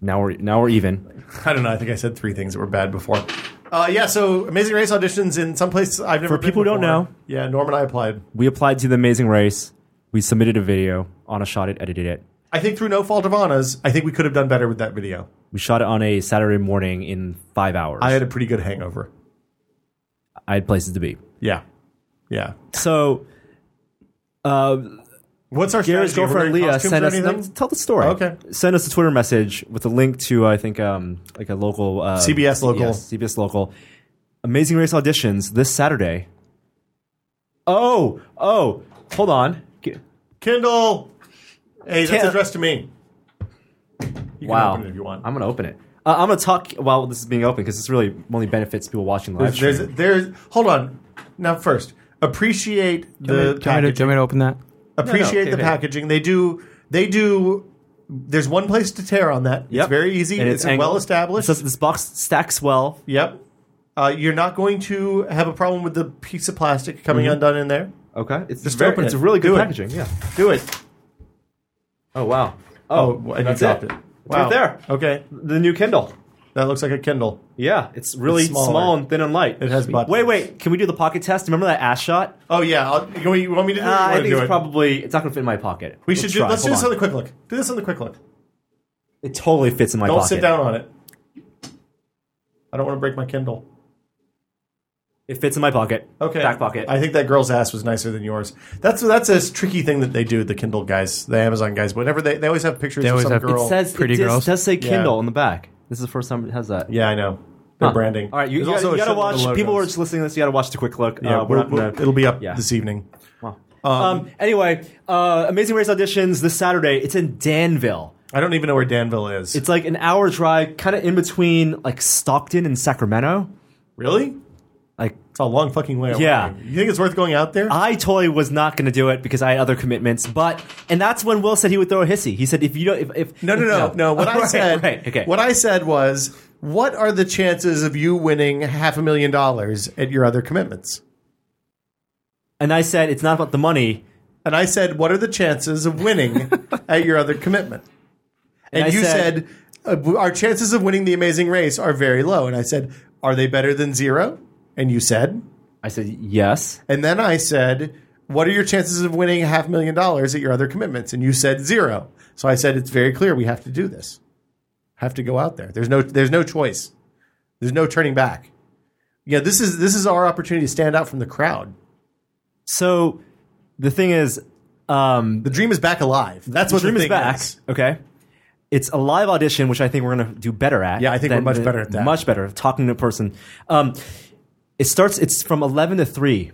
S3: Now we're now we're even.
S2: I don't know. I think I said three things that were bad before. Uh, yeah, so Amazing Race auditions in some place I've never
S3: For people who
S2: been
S3: don't
S2: before.
S3: know.
S2: Yeah, Norm and I applied.
S3: We applied to the Amazing Race. We submitted a video. Anna shot it, edited it.
S2: I think through no fault of Anna's, I think we could have done better with that video.
S3: We shot it on a Saturday morning in five hours.
S2: I had a pretty good hangover.
S3: I had places to be.
S2: Yeah, yeah.
S3: So uh,
S2: What's our
S3: Gary's
S2: strategy? We're
S3: girlfriend
S2: wearing
S3: Leah
S2: costumes
S3: sent
S2: or
S3: us.
S2: anything?
S3: no, tell the story.
S2: Okay.
S3: Send us a Twitter message with a link to I think um, like a local uh,
S2: CBS local.
S3: yes, CBS local. Amazing Race auditions this Saturday. Oh, oh, hold on. G-
S2: Kindle. Hey, that's
S3: Can't-
S2: addressed to me. You can
S3: Wow.
S2: open it if you want.
S3: I'm gonna open it. Uh, I'm gonna talk while this is being open because this really only benefits people watching live.
S2: there's, there's,
S3: stream.
S2: there's- Hold on. Now, first, appreciate the
S4: do, you want me to, do you want me to open that?
S2: appreciate
S3: No,
S2: the
S3: no, okay.
S2: packaging. They do. They do. There's one place to tear on that.
S3: Yep.
S2: It's very easy.
S3: And
S2: it's
S3: angled.
S2: well established.
S3: This, this box stacks well.
S2: Yep. Uh, you're not going to have a problem with the piece of plastic
S3: Mm-hmm.
S2: coming undone in there.
S3: Okay, it's just
S2: very-
S3: open. It's a really good
S2: do it.
S3: packaging. Yeah.
S2: Do it.
S3: Oh wow.
S2: Oh, and you
S3: that's
S2: dropped it.
S3: It's right there.
S2: Okay.
S3: The new Kindle.
S2: That looks like a Kindle.
S3: Yeah, it's really
S2: It's smaller.
S3: small and thin and light.
S2: It has buttons.
S3: Wait, wait. Can we do the pocket test? Remember that ass shot?
S2: Oh yeah. I'll, you want- you want me to do it? or you
S3: Uh, I
S2: wanna
S3: think
S2: do
S3: it's
S2: it?
S3: probably it's not gonna fit in my pocket.
S2: We should do.
S3: try.
S2: Let's do
S3: Hold
S2: this
S3: on.
S2: on the quick look. Do this on the quick look.
S3: It totally fits in my
S2: Don't
S3: pocket.
S2: sit down on it. I don't want to break my Kindle.
S3: It fits in my pocket.
S2: Okay.
S3: Back pocket.
S2: I think that girl's ass was nicer than yours. That's that's a tricky thing that they do. The Kindle guys, the Amazon guys, whenever they they always have pictures
S4: They
S2: of
S4: always
S2: some
S4: have- it
S2: girl.
S3: it says
S4: Pretty
S3: it does-
S4: girls.
S3: does say
S2: Yeah.
S3: Kindle on the back. This is the first time it has that.
S2: yeah, I know. Their
S3: Huh.
S2: branding.
S3: All right, you, you
S2: There's
S3: gotta,
S2: also a
S3: you gotta
S2: shitload of
S3: watch. People who are
S2: logos.
S3: just listening to this. You gotta watch the quick look.
S2: Yeah,
S3: uh, we're
S2: we'll-
S3: not gonna-
S2: we'll- it'll be up
S3: yeah.
S2: this evening.
S3: Wow. Um, anyway, uh, Amazing Race auditions this Saturday. It's in Danville.
S2: I don't even know where Danville is.
S3: It's like an hour drive, kind of in between like Stockton and Sacramento.
S2: really?
S3: Like
S2: It's a long fucking way away.
S3: Yeah. Uh,
S2: You think it's worth going out there?
S3: I totally was not going to do it because I had other commitments. But and that's when Will said he would throw a hissy. He said if you don't, if, if
S2: No, no, no, no.
S3: <laughs>
S2: What I
S3: Right,
S2: said,
S3: right, okay.
S2: what I said was, what are the chances of you winning half a million dollars at your other commitments?
S3: and I said it's not about the money.
S2: And I said, what are the chances of
S3: <laughs>
S2: winning at your other commitment? And,
S3: I
S2: you
S3: said-
S2: said, uh, our chances of winning the Amazing Race are very low. And I said, are they better than zero? And you said,
S3: I said yes.
S2: and then I said, what are your chances of winning a half million dollars at your other commitments? And you said zero. So I said, it's very clear we have to do this. Have to go out there. There's no, there's no choice. There's no turning back. Yeah, this is this is our opportunity to stand out from the crowd.
S3: So the thing is, um,
S2: The dream is back alive. That's what the
S3: Dream is
S2: thing
S3: back.
S2: is.
S3: Okay. It's a live audition, which I think we're going to do better at.
S2: Yeah, I think
S3: than
S2: we're much
S3: the-
S2: better at that.
S3: Much better talking to a person. Um, it starts. It's from eleven to three.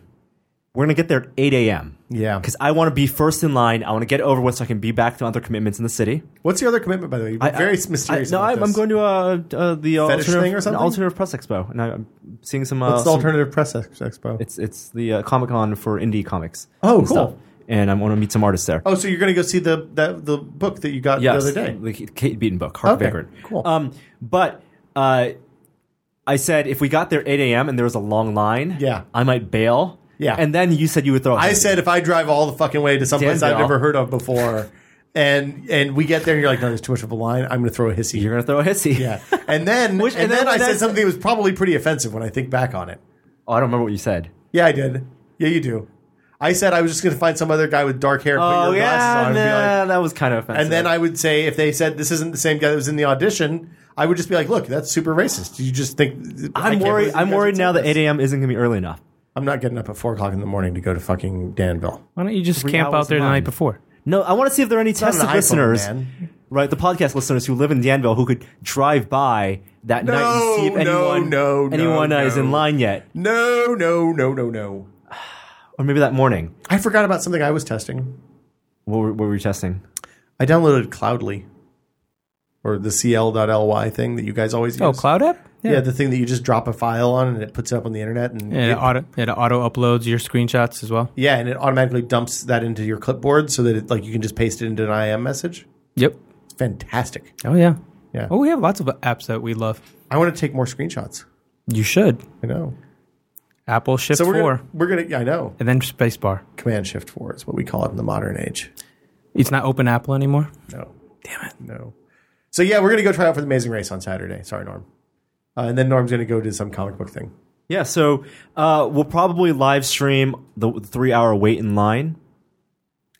S3: We're going to get there at eight a.m.
S2: Yeah.
S3: because I want to be first in line. I want to get over with so I can be back to other commitments in the city.
S2: What's your other commitment, by the way? You're
S3: I-
S2: very
S3: I-
S2: mysterious.
S3: I, no,
S2: about
S3: I'm,
S2: this.
S3: I'm going to uh, uh, the alternative,
S2: thing or
S3: an
S2: something?
S3: alternative press expo, and I, I'm seeing some. Uh,
S2: What's the
S3: some-
S2: alternative press ex- expo?
S3: It's it's the uh, Comic Con for indie comics.
S2: Oh,
S3: and
S2: cool.
S3: stuff. And I'm going to meet some artists there.
S2: oh, so you're going to go see the that, the book that you got
S3: yes,
S2: the other day?
S3: the Kate Beaton book, Heart
S2: Okay,
S3: Vagrant.
S2: cool.
S3: Um, but uh, I said if we got there 8 a.m. and there was a long line,
S2: Yeah.
S3: I might bail.
S2: Yeah.
S3: and then you said you would throw. I
S2: I said if I drive all the fucking way to someplace I've
S3: Danville.
S2: never heard of
S3: <laughs>
S2: before, and and we get there and you're like, no, there's too much of a line. I'm going to throw a hissy.
S3: you're going to throw a hissy.
S2: yeah, and then
S3: Which-
S2: and,
S3: and
S2: then,
S3: then-
S2: I
S3: and
S2: said
S3: then-
S2: something that was probably pretty offensive when I think back on it.
S3: <laughs> oh, I don't remember what you said.
S2: Yeah, I did. Yeah, you do. I said I was just going to find some other guy with dark hair, and put
S3: Oh
S2: your glasses
S3: yeah,
S2: on, and be like,
S3: nah, that was kind of offensive.
S2: And then I would say, if they said this isn't the same guy that was in the audition, I would just be like, look, that's super racist. You just think I
S3: I'm
S2: can't believe
S3: worried.
S2: you
S3: I'm
S2: guys
S3: worried
S2: would
S3: now
S2: say
S3: that 8
S2: this.
S3: a.m. isn't going to be early enough.
S2: I'm not getting up at four o'clock in the morning to go to fucking Danville.
S4: Why don't you just
S3: Three
S4: camp
S3: hours
S4: out there the
S3: behind.
S4: night before?
S3: No, I want to see if there are any
S2: not an
S3: tested
S2: iPhone,
S3: listeners,
S2: man.
S3: right? The podcast listeners who live in Danville who could drive by that night and see if
S2: No, no,
S3: anyone,
S2: no, no,
S3: anyone uh, is
S2: no.
S3: in line yet,
S2: No, no, no, no, no.
S3: or maybe that morning.
S2: I forgot about something I was testing.
S3: What were, what were you testing?
S2: I downloaded Cloudly or the cl.ly thing that you guys always use.
S4: Oh, cloud app?
S2: Yeah. the thing that you just drop a file on and it puts it up on the internet and
S4: And it auto it auto uploads your screenshots as well.
S2: yeah, and it automatically dumps that into your clipboard so that it like you can just paste it into an IM message.
S4: Yep.
S2: It's fantastic.
S4: Oh yeah.
S2: Yeah.
S4: Oh, we have lots of apps that we love.
S2: I want to take more screenshots.
S4: You should.
S2: I know.
S4: Apple Shift
S2: So we're
S4: 4
S2: gonna, we're gonna. Yeah, I know.
S4: and then Spacebar.
S2: Command Shift Four is what we call it in the modern age.
S4: It's not open Apple anymore.
S2: No. Damn it. No. So yeah, we're gonna go try out for the Amazing Race on Saturday. Sorry, Norm. Uh, and then Norm's gonna go do some comic book thing.
S3: Yeah, so uh, we'll probably live stream the three hour wait in line.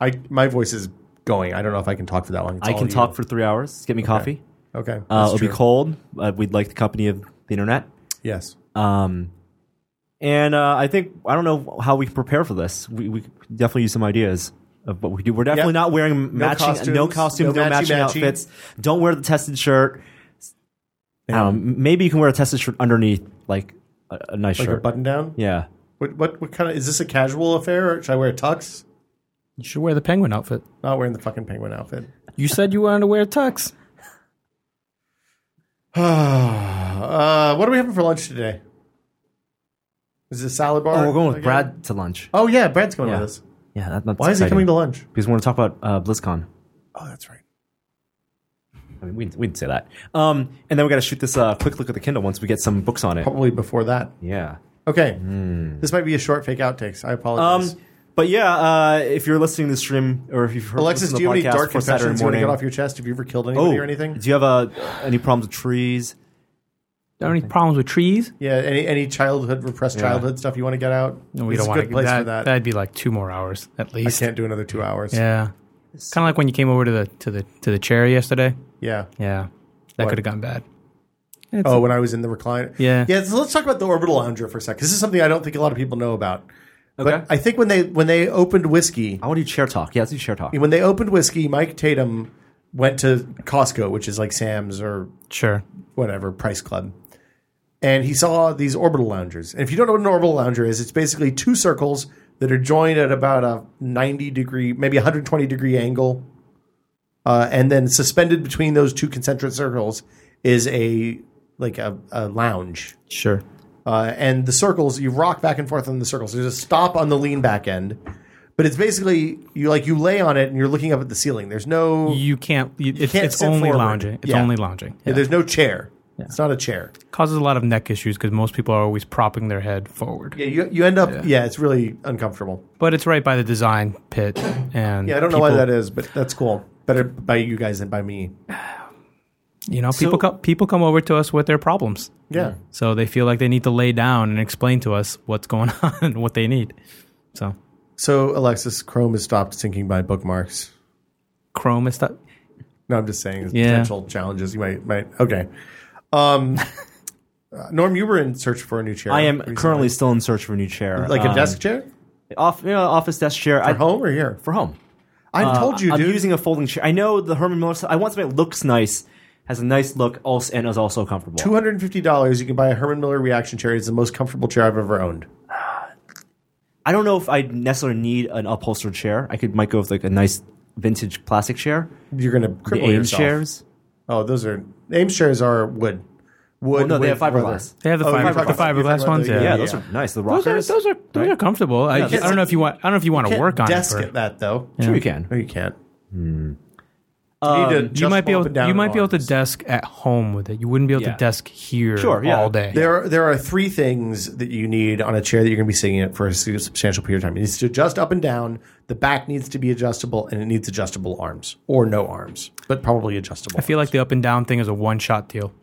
S2: I my voice is going. I don't know if I can talk for that long. It's
S3: I
S2: all
S3: can
S2: you.
S3: talk for three hours. Get me coffee.
S2: Okay.
S3: Uh,
S2: that's
S3: it'll be
S2: true.
S3: cold. Uh, we'd like the company of the internet.
S2: Yes.
S3: Um, and uh, I think I don't know how we can prepare for this. We, we could definitely use some ideas of what we do. We're definitely
S2: Yeah.
S3: not wearing matching, no costumes, no,
S2: costumes, no matchy
S3: matching
S2: matchy.
S3: outfits. Don't wear the tested shirt. Um, maybe you can wear a tested shirt underneath, like a, a nice
S2: Like a
S3: shirt.
S2: button down.
S3: yeah.
S2: What what what kind of is this a casual affair or should I wear a tux?
S4: You should wear the penguin outfit.
S2: Not wearing the fucking penguin outfit. <sighs>
S4: You said you wanted to wear tux.
S2: uh, what are we having for lunch today? Is it a salad bar?
S3: Oh, we're going with
S2: again?
S3: Brad to lunch.
S2: Oh yeah, Brad's going
S3: Yeah.
S2: with us.
S3: Yeah, that, that's
S2: Why is he
S3: exciting.
S2: coming to lunch?
S3: Because we want to talk about uh, BlizzCon.
S2: Oh, that's right.
S3: I mean, we, we didn't say that. Um, and then we got to shoot this uh, quick look at the Kindle once we get some books on it.
S2: Probably before that.
S3: Yeah.
S2: Okay. This might be a short fake outtakes. I
S3: Um,
S2: apologize.
S3: but yeah, uh, if you're listening to the stream or if you've heard
S2: Alexis,
S3: listened
S2: do
S3: to
S2: you
S3: the
S2: have any
S3: podcast
S2: dark
S3: for Saturday
S2: confessions you want to
S3: morning,
S2: get off your chest? Have you ever killed anybody or anything?
S3: do you have uh, any problems with trees?
S4: There are any problems with trees?
S2: Yeah, any any childhood repressed childhood stuff you want to get out?
S4: No, we
S2: This is
S4: don't
S2: a
S4: want to
S2: good place
S4: that,
S2: for that.
S4: That'd be like two more hours at
S2: I
S4: least.
S2: can't do another two hours.
S4: Yeah. Kind of like when you came over to the to the to the chair yesterday.
S2: Yeah.
S4: Yeah. That
S2: What?
S4: could have gone bad.
S2: Oh, when I was in the recliner.
S4: Yeah.
S2: Yeah. So let's talk about the orbital lounger for a second. This is something I don't think a lot of people know about.
S3: Okay.
S2: But I think when they when they opened whiskey,
S3: I want to do chair talk. Yeah, let's do chair talk.
S2: when they opened whiskey, Mike Tatum went to Costco, which is like Sam's or
S4: Sure.
S2: whatever price club and he saw these orbital loungers and if you don't know what an orbital lounger is it's basically two circles that are joined at about a 90 degree, maybe 120 degree angle. Uh, and then suspended between those two concentric circles is a like a, a lounge.
S4: Sure.
S2: Uh, and the circles you rock back and forth on the circles. There's a stop on the lean back end, but it's basically you like you lay on it and you're looking up at the ceiling. There's no
S4: You can't. You, it's
S2: can't
S4: it's
S2: sit
S4: only
S2: forward.
S4: lounging. It's
S2: Yeah.
S4: only lounging. Yeah.
S2: there's no chair. It's not a chair.
S4: causes a lot of neck issues because most people are always propping their head forward.
S2: Yeah, you you end up yeah, it's really uncomfortable.
S4: But it's right by the design pit, and
S2: Yeah, I don't know why that is, but that's cool. Better by you guys than by me.
S4: You know, people come people come over to us with their problems,
S2: Yeah.
S4: so they feel like they need to lay down and explain to us what's going <laughs> on and what they need. So
S2: So Alexis, Chrome has stopped syncing by bookmarks.
S4: Chrome is that.
S2: No, I'm just saying
S4: Yeah.
S2: potential challenges. You might might okay. Um, <laughs> uh, Norm, you were in search for a new chair.
S3: I am
S2: recently.
S3: currently still in search for a new chair,
S2: like a
S3: Um,
S2: desk chair
S3: off, you know, office desk chair.
S2: at
S3: I,
S2: home or here.
S3: for home.
S2: I
S3: Uh,
S2: told you,
S3: I'm
S2: dude.
S3: using a folding chair. I know the Herman Miller. I want something that looks nice, has a nice look, also and is also comfortable.
S2: Two hundred and fifty dollars. You can buy a Herman Miller reaction chair. It's the most comfortable chair I've ever owned.
S3: I don't know if I necessarily need an upholstered chair. I could might go with like a nice vintage plastic chair.
S2: You're gonna
S3: The
S2: cripple
S3: Ames
S2: yourself.
S3: chairs.
S2: Oh, those are Ames chairs are wood. Wood.
S3: Well, no, they
S2: with
S3: have fiberglass.
S4: They have the
S2: Oh,
S4: fiber, the
S2: fiberglass.
S4: fiberglass ones.
S2: Yeah,
S4: Yeah,
S3: Yeah, those are nice. The
S4: Those are
S3: rockers.
S4: those are, those are comfortable. I, I don't know if you want. I don't know if you want to
S2: Can't
S4: work on it.
S2: desk
S4: for-
S2: at that though.
S3: sure you can.
S2: No, you can't.
S3: Um,
S2: need to
S4: you
S2: adjust
S4: might be
S2: them up
S4: able.
S2: and down
S4: You might
S2: in
S4: be able to
S2: arms.
S4: desk at home with it. You wouldn't be able
S3: Yeah.
S4: to desk here
S3: Sure, yeah.
S4: all day.
S2: There, are, there are three things that you need on a chair that you're going to be sitting at for a su- substantial period of time. It needs to adjust up and down. The back needs to be adjustable, and it needs adjustable arms or no arms, but probably adjustable.
S4: I feel like the up and down thing is a one shot deal.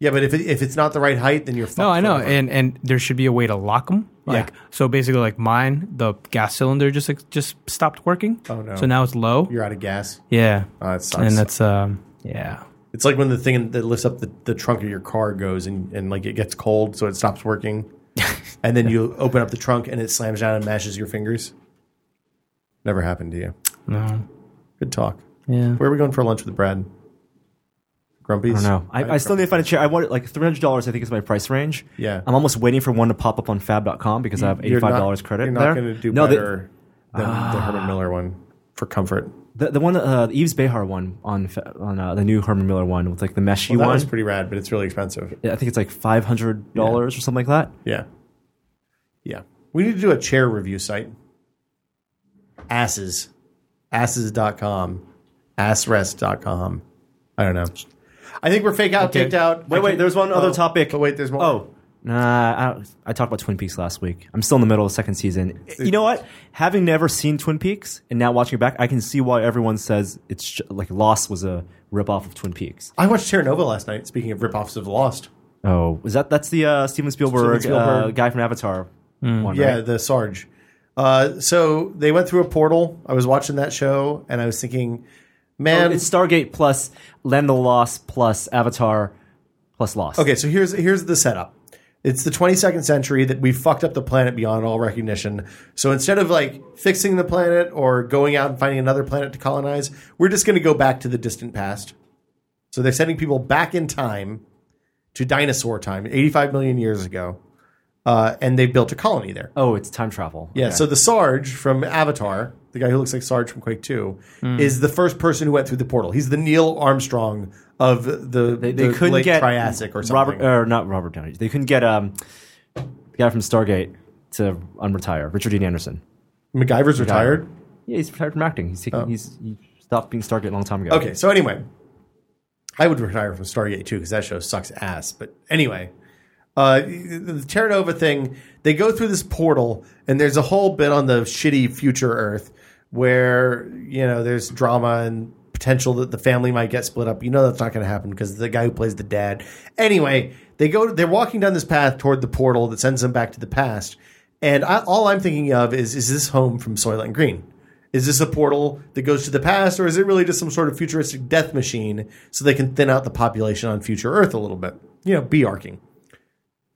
S2: yeah, but if it, if it's not the right height, then you're fucked.
S4: No, I know,
S2: forever.
S4: and and there should be a way to lock them. Like so, basically, like mine, the gas cylinder just just stopped working. Oh
S2: no.
S4: So now it's low.
S2: you're out of gas.
S4: yeah,
S2: Oh, that sucks.
S4: and that's um, yeah.
S2: it's like when the thing that lifts up the, the trunk of your car goes and, and like it gets cold, so it stops
S3: <laughs>
S2: working, and then you open up the trunk and it slams down and mashes your fingers. Never happened to you.
S4: No,
S2: Good talk.
S4: yeah.
S2: Where are we going for lunch with Brad? Grumpy's.
S3: I don't know. I, I still need to find a chair. I want it like three hundred dollars. I think is my price range.
S2: Yeah.
S3: I'm almost waiting for one to pop up on Fab.com because I have
S2: You're
S3: eighty
S2: not-
S3: five dollars credit
S2: You're not
S3: there.
S2: going to do
S3: no, the-
S2: better than the Herman Miller one for comfort.
S3: The, the one, uh, the Eves Behar one on Fa- on uh, the new Herman Miller one with like the meshy
S2: Well, that
S3: one.
S2: was pretty rad, but it's really expensive.
S3: I think it's like five hundred dollars or something like that.
S2: Yeah, yeah. We need to do a chair review site. Asses, asses.com, assrest.com. I don't know. I think we're fake out, kicked out.
S3: Wait, wait. There's one other
S2: Oh,
S3: topic.
S2: But wait, there's more.
S3: Oh, nah. I, don't- I talked about Twin Peaks last week. I'm still in the middle of the second season. You know what? Having never seen Twin Peaks and now watching it back, I can see why everyone says it's ju- like Lost was a ripoff of Twin Peaks.
S2: I watched Terra Nova last night. Speaking of ripoffs of Lost,
S3: Oh, is that that's the uh, Steven
S2: Steven
S3: Spielberg,
S2: Spielberg. Mm.
S3: Uh, guy from Avatar? One,
S2: Yeah,
S3: right?
S2: the Sarge. Uh, so they went through a portal. I was watching that show, and I was thinking, man,
S3: Oh, it's Stargate plus Land of the Lost plus Avatar plus Lost.
S2: okay. So here's here's the setup. It's the 22nd century that we fucked up the planet beyond all recognition. So instead of like fixing the planet or going out and finding another planet to colonize, we're just going to go back to the distant past. So they're sending people back in time to dinosaur time, 85 million years ago, uh, and they built a colony there.
S3: Oh, it's time travel.
S2: Yeah, so the Sarge from Avatar, the guy who looks like Sarge from Quake 2,
S3: Hmm.
S2: is the first person who went through the portal. He's the Neil Armstrong of the,
S3: They, they
S2: the
S3: couldn't
S2: late
S3: get
S2: Triassic or something.
S3: Robert, uh, or not Robert Downey. They couldn't get um, the guy from Stargate to unretire, Richard Dean Anderson.
S2: MacGyver's retired.
S3: Yeah, he's retired from acting. He's taking, he's he stopped being Stargate a long time ago.
S2: Oh. Okay, so anyway, I would retire from Stargate too because that show sucks ass. But anyway, uh, the Terra Nova thing, they go through this portal, and there's a whole bit on the shitty future Earth where you know there's drama and potential that the family might get split up. You know that's not going to happen because the guy who plays the dad. Anyway, they go. They're walking down this path toward the portal that sends them back to the past. And I, all I'm thinking of is, is this home from Soylent Green? Is this a portal that goes to the past, or is it really just some sort of futuristic death machine so they can thin out the population on future Earth a little bit? You know, be arcing.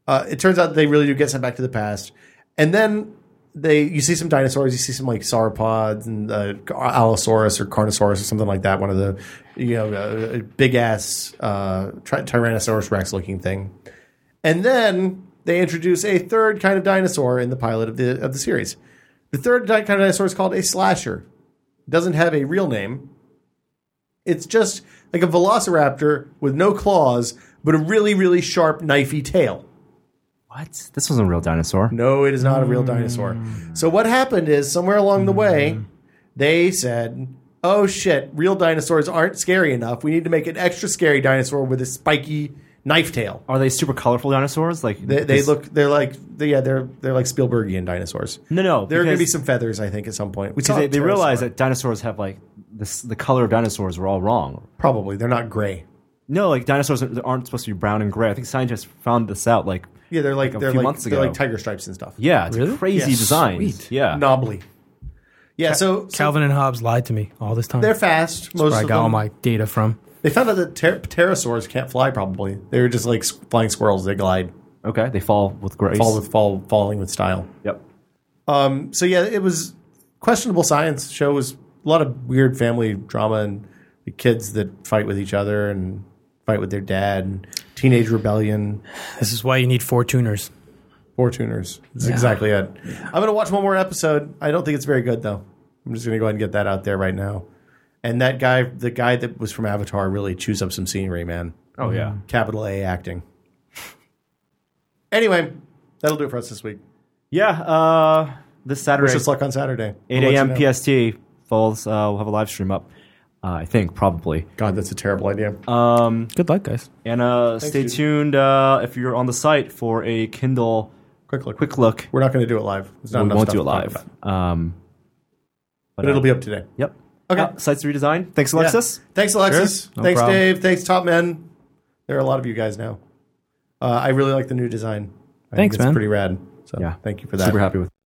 S2: Uh, it turns out they really do get sent back to the past, and then they you see some dinosaurs, you see some like sauropods and uh, Allosaurus or Carnosaurus or something like that. One of the you know uh, big ass uh, Ty- Tyrannosaurus Rex looking thing, and then they introduce a third kind of dinosaur in the pilot of the of the series The third di- kind of dinosaur is called a slasher. It doesn't have a real name. It's just like a velociraptor with no claws, but a really, really sharp, knifey tail.
S3: What? This wasn't a real dinosaur.
S2: No, it is not a real dinosaur.
S3: Mm.
S2: So what happened is somewhere along the way, they said, "Oh shit, real dinosaurs aren't scary enough. We need to make an extra scary dinosaur with a spiky knife tail."
S3: Are they super colorful dinosaurs? Like
S2: They, they
S3: this-
S2: look, they're like, they, yeah, they're they're like Spielbergian dinosaurs.
S3: No, no.
S2: There are going to
S3: Hmm. because-
S2: be some feathers, I think, at some point. We saw
S3: because they,
S2: a
S3: they realize
S2: pterosaur.
S3: that dinosaurs have like this, the color of dinosaurs were all wrong.
S2: probably they're not gray.
S3: No, like dinosaurs aren't- aren't supposed to be brown and gray. I think scientists found this out. Like
S2: Yeah, they're like,
S3: Like a
S2: they're
S3: few
S2: like
S3: months
S2: they're like
S3: ago.
S2: tiger stripes and stuff.
S3: yeah, it's
S4: Really?
S3: crazy
S2: Yeah,
S3: design.
S4: sweet.
S3: Yeah,
S2: knobbly. Yeah, so, so
S4: Calvin and Hobbes lied to me all this time.
S2: they're fast. Most
S4: Where I
S2: of
S4: got all
S2: them.
S4: my data from.
S2: They found out that pter- pterosaurs can't fly. Probably they were just like s- flying squirrels. They glide,
S3: okay, they fall with grace.
S2: fall with fall, falling with style.
S3: yep.
S2: Um, so yeah, it was questionable science. Show was a lot of weird family drama and the kids that fight with each other and fight with their dad and teenage rebellion.
S4: This is why you need four tuners.
S2: Fortuners. That's exactly it. I'm gonna watch one more episode. I don't think it's very good though. I'm just gonna go ahead and get that out there right now. And that guy, the guy that was from Avatar, really chews up some scenery, man.
S3: Oh yeah.
S2: Capital A acting. Anyway, that'll do it for us this week.
S3: Yeah. Uh, this Saturday,
S2: Wish us luck on Saturday. We'll
S3: 8
S2: let you
S3: a.m.
S2: know.
S3: PST. Falls. Uh, we'll have a live stream up. Uh, I think probably.
S2: God, that's a terrible idea.
S3: Uh,
S4: Good luck, guys.
S3: And uh, stay
S2: Judy.
S3: tuned uh, if you're on the site for a Kindle
S2: quick look.
S3: quick look.
S2: We're not going to do it live. There's not
S3: we
S2: enough
S3: won't
S2: stuff
S3: do it
S2: to talk
S3: live.
S2: about.
S3: Um, uh,
S2: but it'll be up today.
S3: Yep.
S2: Okay.
S3: Uh, sites redesign. Thanks, Alexis.
S2: Yeah. Thanks, Alexis.
S4: Sure. No
S2: Thanks,
S4: problem.
S2: Dave. Thanks, Top Men. There are a lot of you guys now. Uh, I really like the new design. I think
S4: Thanks,
S2: it's
S4: man.
S2: pretty rad. So
S3: Yeah.
S2: thank you for that.
S3: Super happy with.